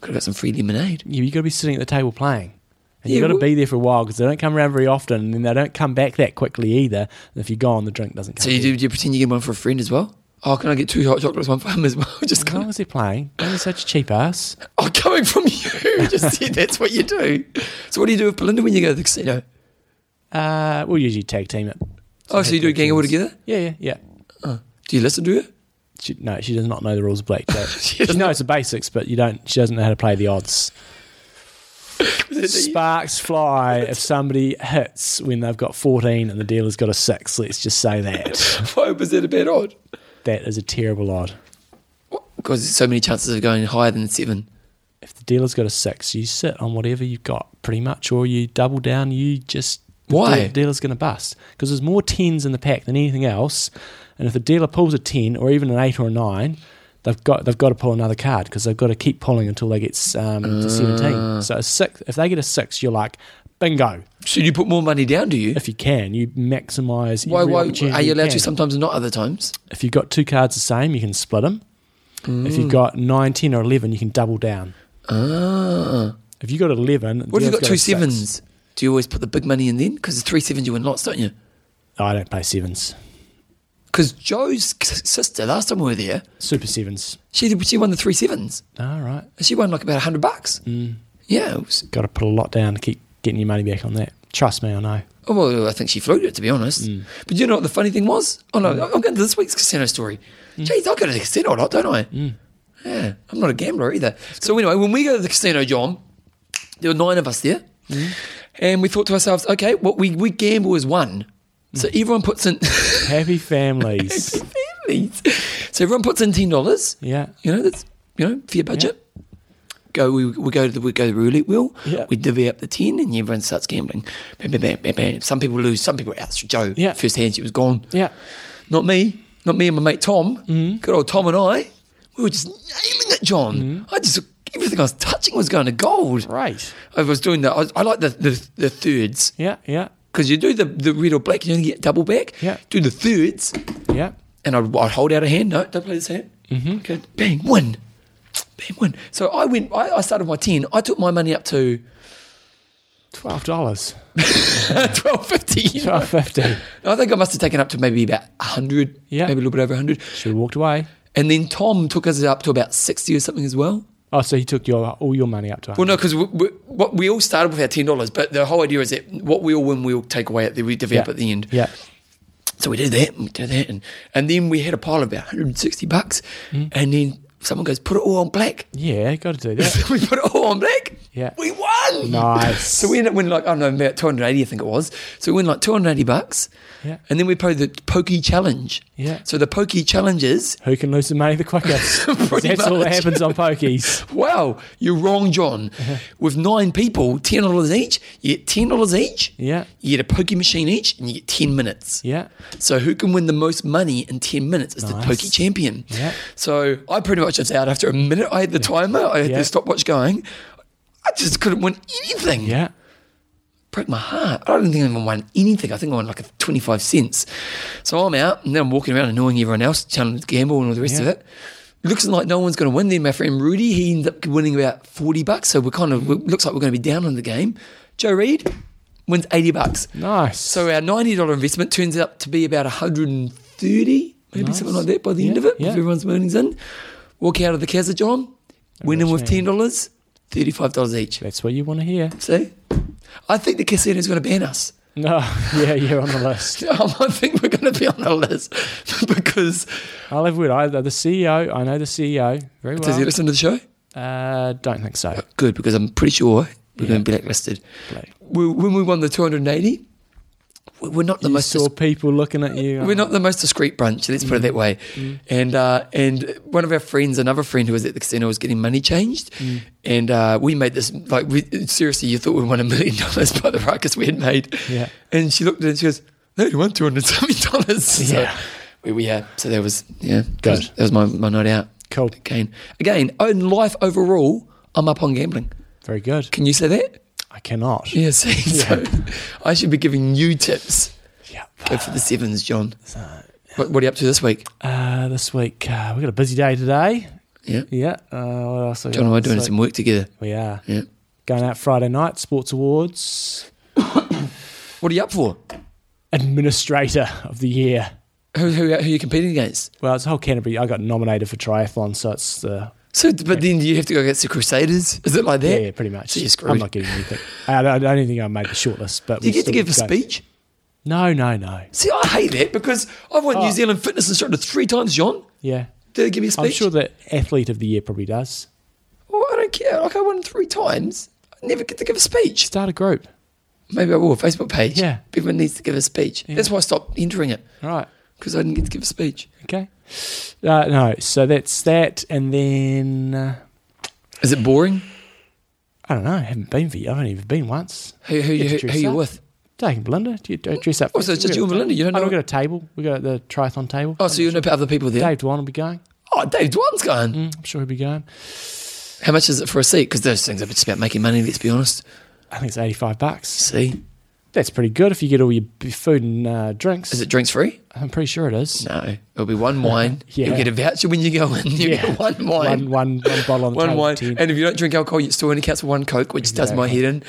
S1: Could have got some free lemonade.
S2: you, you got to be sitting at the table playing. And you
S1: Yeah,
S2: got to
S1: well-
S2: be there for a while because they don't come around very often and then they don't come back that quickly either. And if you're gone, the drink doesn't come.
S1: So you do, do you pretend you get one for a friend as well? Oh, can I get two hot chocolates, one for him as well? Just
S2: As
S1: kind
S2: long
S1: of,
S2: as they're playing, don't be such a cheap ass.
S1: oh, coming from you. Just said that's what you do. So what do you do with Belinda when you go to the casino?
S2: Uh, we'll usually tag team it.
S1: Oh, so you do a gang all together?
S2: Yeah, yeah, yeah.
S1: Do you listen to her?
S2: She, no, she does not know the rules of blackjack. she,
S1: doesn't-
S2: knows the basics, but you don't. She doesn't know how to play the odds. Sparks fly if somebody hits when they've got 14 and the dealer's got a six. Let's just say that.
S1: Why was that a bad odd?
S2: that is a terrible odd.
S1: Because there's so many chances of going higher than seven.
S2: if the dealer's got a six, you sit on whatever you've got pretty much, or you double down. You just the
S1: Why?
S2: deal- The dealer's going to bust because there's more tens in the pack than anything else. And if the dealer pulls a ten or even an eight or a nine, they've got they've got to pull another card because they've got to keep pulling until they get um, to seventeen. So a six, if they get a six, you're like bingo.
S1: Should you put more money down, do you?
S2: If you can, you maximise.
S1: Why,
S2: every
S1: why
S2: opportunity
S1: are you allowed
S2: can.
S1: to sometimes and not other times?
S2: If you've got two cards the same, you can split them. If
S1: Mm.
S2: you've got nine, ten, or eleven, you can double down.
S1: Ah.
S2: If you got eleven,
S1: What if
S2: dealer's
S1: you've got
S2: a
S1: two
S2: six.
S1: sevens? Do you always put the big money in then? Because three sevens you win lots, don't you?
S2: I don't play sevens.
S1: Because Joe's s- sister, last time we were there,
S2: Super sevens.
S1: she, did- she won the three sevens.
S2: All right.
S1: She won like about 100 bucks. Mm. Yeah. It was,
S2: Got to put a lot down to keep getting your money back on that. Trust me, I know.
S1: Oh, well, I think she floated it, to be honest. But you know what the funny thing was? Oh, no, I'm going to this week's casino story. Jeez, I go to the casino a lot, don't I? Yeah, I'm not a gambler either. So, anyway, when we go to the casino, John, there were nine of us there. And we thought to ourselves, okay, what we, we gamble is one. So, everyone puts in
S2: Happy families.
S1: families. So, everyone puts in $10.
S2: yeah.
S1: You know, that's, you know, fair budget. Go, we, we go to the we go to the roulette wheel.
S2: Yeah.
S1: We divvy up the ten, and everyone starts gambling. Bam, bam, bam, bam, bam. Some people lose, some people out. So Joe,
S2: Yeah.
S1: first hand, she was gone.
S2: Yeah.
S1: Not me, not me and my mate Tom.
S2: Mm-hmm.
S1: Good old Tom and I, we were just nailing it, John. I just everything I was touching was going to gold.
S2: Mm-hmm. Right.
S1: I was doing that. I, was- I like the, the the thirds
S2: Yeah. Yeah.
S1: because you do the the red or black, you only get double back.
S2: Yeah.
S1: Do the thirds,
S2: Yeah.
S1: and I'd, I'd hold out a hand. No, don't play this hand. Mm-hmm. Okay, bang, win, bang, win. So I went. I, I started my ten. I took my money up to
S2: Twelve dollars.
S1: twelve fifty.
S2: Twelve fifty.
S1: I think I must have taken up to maybe about hundred.
S2: Yeah.
S1: maybe a little bit over hundred.
S2: Should have walked away.
S1: And then Tom took us up to about sixty or something as well.
S2: Oh, so he took your all your money up to.
S1: Well, no, because we, we, what we all started with our ten dollars, but the whole idea is that what we all win, we all take away at the we divvy
S2: yeah.
S1: up at the end.
S2: Yeah.
S1: So we did that and we did that. And, and then we had a pile of about 160 bucks.
S2: Mm-hmm.
S1: And then someone goes, put it all on black.
S2: Yeah. Got to do that.
S1: we put it all on black.
S2: Yeah.
S1: We won.
S2: Nice.
S1: So we ended up winning like, I don't know, about 280, I think it was. So we win like 280 bucks.
S2: Yeah.
S1: And then we played the Pokey Challenge.
S2: Yeah.
S1: So the Pokey Challenge is,
S2: Who can lose the money the quickest? 'Cause
S1: Pretty
S2: that's all that
S1: much.
S2: happens on pokies.
S1: wow, you're wrong, John.
S2: Uh-huh.
S1: With nine people, $10 each, you get $10 each.
S2: Yeah.
S1: You get a Pokey machine each and you get 10 minutes.
S2: Yeah.
S1: So who can win the most money in 10 minutes is
S2: Nice.
S1: the pokey champion.
S2: Yeah.
S1: So I pretty much was out after a minute. I had the timer, I had
S2: Yeah.
S1: the stopwatch going. I just couldn't win anything.
S2: Yeah.
S1: broke my heart. I didn't think I even won anything. I think I won like a 25 cents. So I'm out and then I'm walking around annoying everyone else, telling to gamble and all the rest of it. Looks like no one's going to win. Then my friend Rudy, he ended up winning about 40 bucks. So we're kind of, it looks like we're going to be down on the game. Joe Reed wins 80 bucks.
S2: Nice.
S1: So our $90 investment turns up to be about 130 maybe something like that by the end of it,
S2: yeah.
S1: if everyone's winnings in. Walk out of the Kazza John, win them with
S2: Enriching.
S1: $10, $35 each.
S2: that's what you want to hear.
S1: See? I think the casino's going to ban us.
S2: No, yeah, you're on the list.
S1: Um, I think we're going to be on the list because.
S2: I'll have word. I, the CEO, I know the CEO very
S1: Does he
S2: well.
S1: listen to the show?
S2: Uh, don't think so.
S1: Good, because I'm pretty sure we're going to be blacklisted.
S2: Blake.
S1: We, when we won the 280, we- we're not the
S2: You
S1: most.
S2: saw people looking at you.
S1: We're not the most discreet bunch. Let's
S2: Mm.
S1: put it that way. And uh, and one of our friends, another friend who was at the casino, was getting money changed,
S2: Mm.
S1: and uh, we made this like we, seriously. You thought we won a million dollars by the ruckus we had made.
S2: Yeah.
S1: And she looked at it and she goes, "No, you won two hundred something dollars." So
S2: Yeah.
S1: We, we yeah. So that was yeah. That
S2: Good.
S1: was, that was my my night out.
S2: Cool.
S1: Again, again. In life overall, I'm up on gambling.
S2: Very good.
S1: Can you say that?
S2: I cannot.
S1: Yeah. See, so I should be giving you tips.
S2: Yep.
S1: Go for the sevens, John. What, what are you up to this week?
S2: Uh, this week uh, we got a busy day today.
S1: Yeah.
S2: Yeah. Uh, what else? we
S1: John and
S2: got
S1: I are
S2: this
S1: doing
S2: week?
S1: some work together.
S2: We are
S1: Yeah.
S2: going out Friday night. Sports awards.
S1: What are you up for?
S2: Administrator of the year.
S1: Who, who, who are you competing against?
S2: Well, it's the whole Canterbury. I got nominated for triathlon, so it's the
S1: So, but then you have to go against the Crusaders. Is it like
S2: yeah,
S1: that?
S2: yeah, pretty much.
S1: So you're screwed.
S2: I'm not getting anything. I don't, I don't think I made the shortlist. But
S1: Do you
S2: we
S1: get to
S2: still
S1: give a
S2: go.
S1: speech?
S2: No, no, no.
S1: See, I hate that because I've won New
S2: Oh.
S1: Zealand fitness instructor three times, John.
S2: Yeah,
S1: Did they give me a speech?
S2: I'm sure that athlete of the year probably does.
S1: Oh, I don't care. Like I won three times. I never get to give a speech.
S2: Start a group.
S1: Maybe I will. A Facebook page.
S2: Yeah.
S1: Everyone needs to give a speech. That's why I stopped entering it
S2: All right.
S1: because I didn't get to give a speech.
S2: Okay. Uh, no, so that's that, and then uh,
S1: Is it boring?
S2: I don't know. I haven't been for you. I've only ever been once.
S1: Who, who,
S2: Get
S1: you
S2: to
S1: who,
S2: dress
S1: who you
S2: up.
S1: with?
S2: Taking Belinda. Do you do you dress up?
S1: Oh, so it's
S2: first? We
S1: just
S2: got
S1: you
S2: a
S1: and
S2: ta-
S1: Belinda, you don't
S2: I
S1: know-
S2: we got a table. We got the triathlon table.
S1: Oh, so you know about other people there?
S2: Dave Dwan will be going.
S1: Oh, Dave Dwan's going.
S2: Mm, I'm sure he'll be going.
S1: How much is it for a seat? Because those things are just about making money, let's be honest.
S2: I think it's 85 bucks.
S1: See?
S2: That's pretty good if you get all your b- food and uh, drinks.
S1: Is it drinks free?
S2: I'm pretty sure it is.
S1: No. It'll be one wine.
S2: Yeah.
S1: You'll get a voucher when you go in. You
S2: Yeah.
S1: get one
S2: One,
S1: wine.
S2: one, one bottle on the
S1: One
S2: table.
S1: wine.
S2: ten.
S1: And if you don't drink alcohol, you still only counts for one Coke, which does my head in.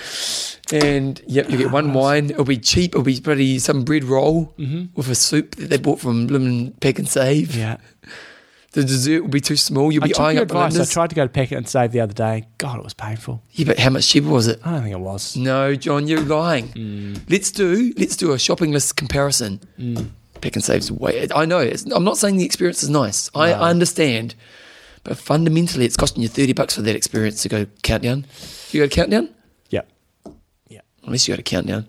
S1: And yep, you get one wine. It'll be cheap. It'll be bloody some bread roll with a soup that they bought from Lemon Pack and Save.
S2: Mm-hmm. yeah.
S1: The dessert will be too small. You'll
S2: I
S1: be
S2: took
S1: eyeing
S2: your
S1: up
S2: advice. I
S1: Belinda's.
S2: tried to go to Packet and Save the other day. God, it was painful.
S1: yeah, but how much cheaper was it?
S2: I don't think it was.
S1: No, John, you're lying. Let's do let's do a shopping list comparison. Pick and save's way. I know. It's, I'm not saying the experience is nice. I, I understand, but fundamentally, it's costing you thirty bucks for that experience to go countdown. You go to countdown
S2: Yeah.
S1: unless you go to countdown.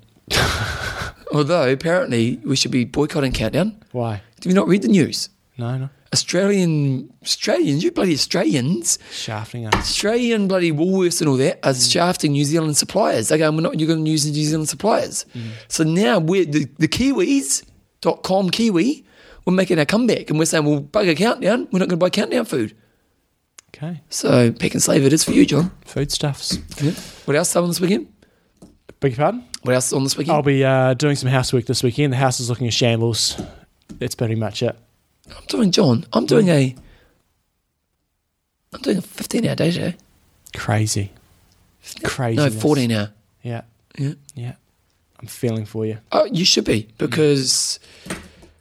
S1: Although apparently we should be boycotting countdown.
S2: Why?
S1: Do you not read the news?
S2: No, no.
S1: Australian Australians, you bloody Australians,
S2: Shafting us.
S1: Australian bloody Woolworths and all that are
S2: Mm.
S1: shafting New Zealand suppliers. They're going, we're not, you're going to use New Zealand suppliers.
S2: Mm.
S1: So now we're the, the Kiwis, dot com Kiwi, we're making our comeback and we're saying, well, bugger countdown. We're not going to buy countdown food.
S2: Okay.
S1: So pick and save it is for you, John.
S2: Foodstuffs.
S1: What else is on this weekend?
S2: Beg your pardon?
S1: What else is on this
S2: I'll
S1: weekend?
S2: be uh, doing some housework this weekend. The house is looking a shambles. That's pretty much it.
S1: I'm doing, John, I'm doing
S2: Mm.
S1: a, I'm doing a 15 hour day today.
S2: Crazy. Crazy.
S1: No, 14 hour.
S2: Yeah.
S1: Yeah.
S2: Yeah. I'm feeling for you.
S1: Oh, you should be because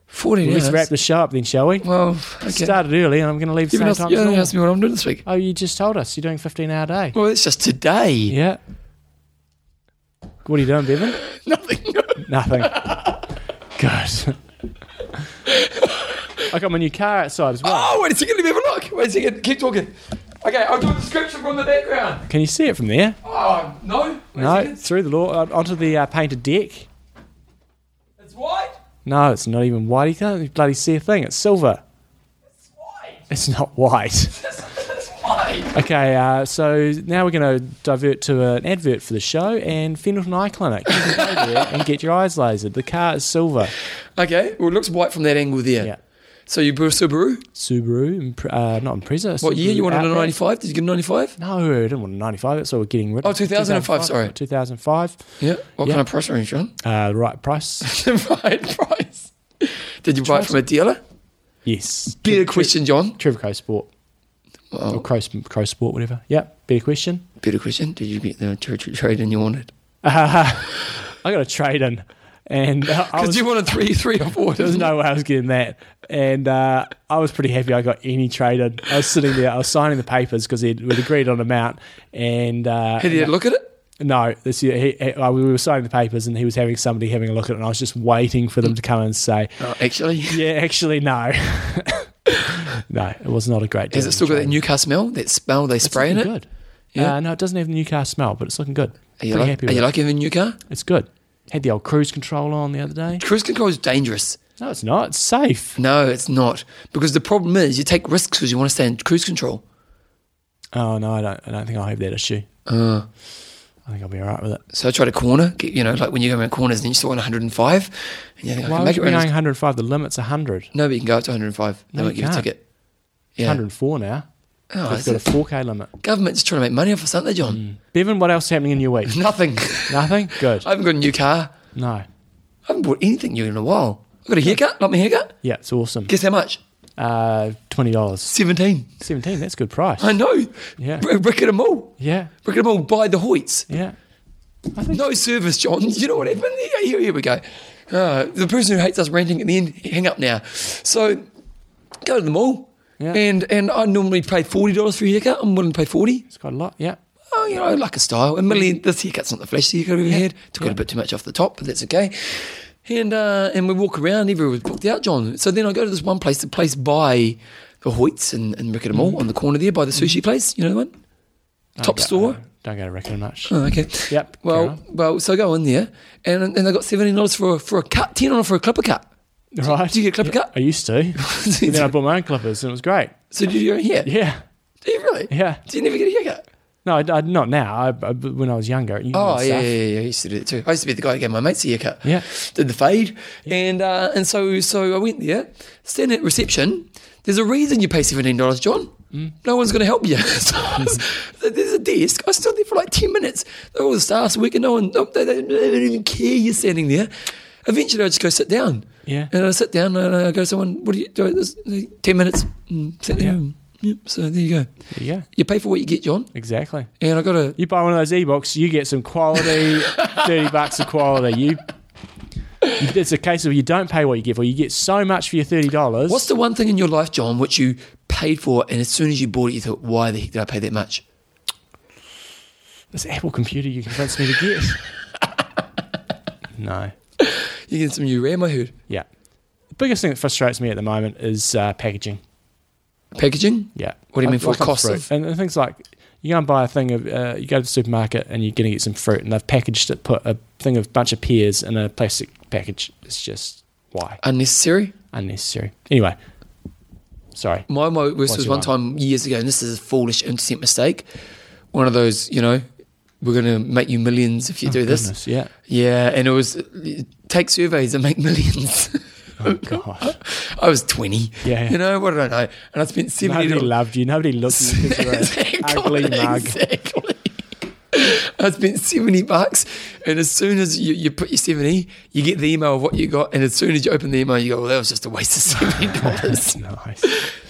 S1: 14
S2: Let's
S1: hours.
S2: Mm. wrap the show up then, shall we?
S1: well, okay.
S2: Started early and I'm going to leave the
S1: You
S2: same
S1: haven't asked-
S2: time
S1: you
S2: as
S1: haven't
S2: normal.
S1: asked me what I'm doing this week.
S2: Oh, you just told us you're doing 15 hour day.
S1: Well, it's just today.
S2: Yeah. What are you doing, Bevan?
S1: Nothing.
S2: Nothing. Good. I got my new car outside as well.
S1: oh, wait a second. Let me have a look. Wait a second. Keep talking. Okay, I'll do a description from the background.
S2: Can you see it from there?
S1: Oh, no. Wait A
S2: No,
S1: second.
S2: through the law uh, onto the uh, painted deck.
S1: It's white.
S2: No, it's not even white. You can't bloody see a thing. It's silver.
S1: It's white.
S2: It's not white.
S1: It's, it's white.
S2: Okay, uh, so now we're going to divert to an advert for the show and Fendleton Eye Clinic. You can go there and get your eyes lasered. The car is silver.
S1: Okay, well, it looks white from that angle there.
S2: Yeah.
S1: So you bought a Subaru?
S2: Subaru, Impre- uh, not Impreza.
S1: What year?
S2: Subaru
S1: You wanted a
S2: Outback.
S1: 95? Did you get a 95?
S2: No, I didn't want a 95. That's what we're getting rid of.
S1: Oh, 2005, sorry.
S2: 2005.
S1: Yeah. What
S2: Yeah.
S1: kind of price range, John?
S2: Uh, right price.
S1: the right price. Did you buy it from a dealer?
S2: yes.
S1: Better question, John.
S2: Trevor Crow Sport.
S1: Oh,
S2: Or Crow, Crow Sport, whatever. Yeah. Better question.
S1: Better question. Did you get the territory trade and you wanted?
S2: I got a trade in. And uh, I
S1: Because
S2: was,
S1: you wanted three, three or four.
S2: there was
S1: didn't
S2: no way I was getting that. And uh, I was pretty happy I got any trade in. I was sitting there, I was signing the papers because we'd agreed on amount. And uh,
S1: you? Had you had a look at it?
S2: No, this year he, he, uh, we were signing the papers and he was having somebody having a look at it, and I was just waiting for them to come and say,
S1: No, actually.
S2: "Yeah, actually, no, no, it was not a great deal."
S1: Has it still got that new car smell? That smell they
S2: It's
S1: spray in
S2: looking
S1: it?
S2: Good.
S1: Yeah.
S2: Uh, no, it doesn't have the new car smell, but it's looking good.
S1: Are you,
S2: Pretty
S1: like,
S2: happy
S1: are
S2: with
S1: you
S2: it.
S1: liking the new car?
S2: it's good. Had the old cruise control on the other day.
S1: Cruise control is dangerous.
S2: No, it's not. It's safe.
S1: No, it's not. Because the problem is you take risks because you want to stay in cruise control.
S2: Oh no, I don't. I don't think I'll have that issue.
S1: Uh,
S2: I think I'll be all right with it.
S1: so I tried a corner, get- you know, like when you go around corners and you saw 105 and you think, I
S2: Why
S1: can
S2: would
S1: make it
S2: you be
S1: around
S2: going
S1: this
S2: 105? The limit's 100.
S1: No, but you can go up to 105. They
S2: No,
S1: won't give
S2: you
S1: you a
S2: can't.
S1: ticket. Yeah.
S2: 104 now.
S1: Oh,
S2: They've
S1: is
S2: got a
S1: it?
S2: 4k limit.
S1: Government's trying to make money off us, aren't they, John?
S2: Mm. Bevan, what else is happening in your week?
S1: Nothing.
S2: Nothing. Good.
S1: I haven't got a new car.
S2: No.
S1: I haven't bought anything new in a while. I got a haircut, not my haircut.
S2: Yeah, it's awesome.
S1: Guess how much?
S2: Uh, twenty dollars,
S1: 17.
S2: seventeen. That's a good price.
S1: I know.
S2: Yeah.
S1: R- Rick and a mall.
S2: Yeah,
S1: Rick and a mall by the Hoyts.
S2: yeah.
S1: No service, John. You know what happened? Here, here, here we go. Uh, the person who hates us ranting at the end, hang up now. So go to the mall.
S2: Yeah.
S1: And and I normally pay forty dollars for a haircut. I'm willing to pay forty.
S2: It's quite a lot. Yeah,
S1: oh, you know, like a style. Admittedly, this haircut's not the flashy haircut I've ever had. Took out a bit too much off the top, but that's okay. And uh, and we walk around, everywhere was booked out, John. So then I go to this one place, the place by the Hoyts in, in Ricketer Mall, on the corner there by the sushi place. You know the one? Top
S2: Mm. Don't go-
S1: store?
S2: uh, don't go to Reckon much.
S1: Oh, okay.
S2: Yep, carry
S1: Well,
S2: on.
S1: well, so I go in there, and and they got seventeen dollars for a, for a cut, ten dollars for a clipper cut.
S2: Right?
S1: do you get a clipper cut?
S2: I used to. But then I bought my own clippers, and it was great.
S1: so did you do your own hair?
S2: Yeah,
S1: Do you really?
S2: yeah.
S1: Do you never get a haircut?
S2: No, I, I- not now. I, I- when I was younger, you
S1: Oh yeah, yeah, yeah, yeah. I used to do that too. I used to be the guy who gave my mates a haircut.
S2: Yeah.
S1: did the fade, and uh, and so so I went there, standing at reception. There's a reason you pay seventeen dollars, John.
S2: Mm.
S1: No one's going to help you. so I was- there's a desk. I was still there for like ten minutes. All the staff's working. No one. no- They, they, they don't even care you're standing there. Eventually, I just go sit down.
S2: Yeah.
S1: and I sit down and I go, someone, what do you do? This, ten minutes. Mm, sit
S2: Yeah.
S1: down. Yep. So there you go.
S2: yeah.
S1: You pay for what you get, John.
S2: Exactly.
S1: And I got a
S2: You buy one of those e-books, you get some quality. Thirty bucks of quality. You. It's a case of you don't pay what you get for. You get so much for your thirty dollars.
S1: What's the one thing in your life, John, which you paid for and as soon as you bought it, you thought, why the heck did I pay that much?
S2: This Apple computer you convinced me to get. no.
S1: You get some new RAM, I heard.
S2: Yeah. The biggest thing that frustrates me at the moment is uh, packaging.
S1: Packaging?
S2: Yeah.
S1: What do you mean for
S2: Like on
S1: cost
S2: fruit.
S1: of-
S2: And and things like you go and buy a thing of, uh, you go to the supermarket and you're going to get some fruit and they've packaged it, put a thing of bunch of pears in a plastic package. It's just, why?
S1: Unnecessary?
S2: Unnecessary. Anyway. Sorry.
S1: My, my worst
S2: What's
S1: was
S2: your
S1: one time years ago, and this is a foolish, innocent mistake. One of those, you know, we're going to make you millions if you do this.
S2: Oh, Goodness, yeah.
S1: Yeah, and it was uh, take surveys and make millions.
S2: Oh, gosh.
S1: I was 20.
S2: Yeah, yeah.
S1: You know, what did I know? And I spent 70
S2: Nobody
S1: dollars.
S2: loved you. Nobody looked at you because you're an
S1: exactly,
S2: ugly mug.
S1: exactly. Oh, I spent 70 bucks, and as soon as you, you put your 70, you get the email of what you got, and as soon as you open the email, you go, well, that was just a waste of $70.
S2: Nice.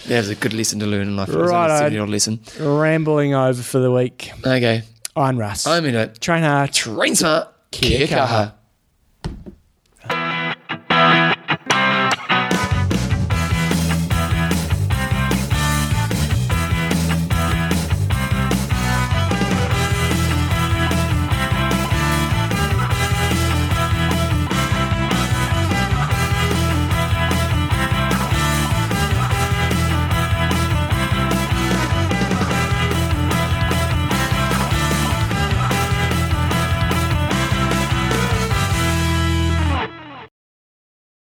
S1: that was a good lesson to learn in life. It was only
S2: Righto.
S1: a $70 lesson.
S2: Rambling over for the week.
S1: Okay,
S2: Iron Russ.
S1: I'm in it.
S2: Train hard.
S1: Train smart. Kia
S2: kaha.
S1: kaha.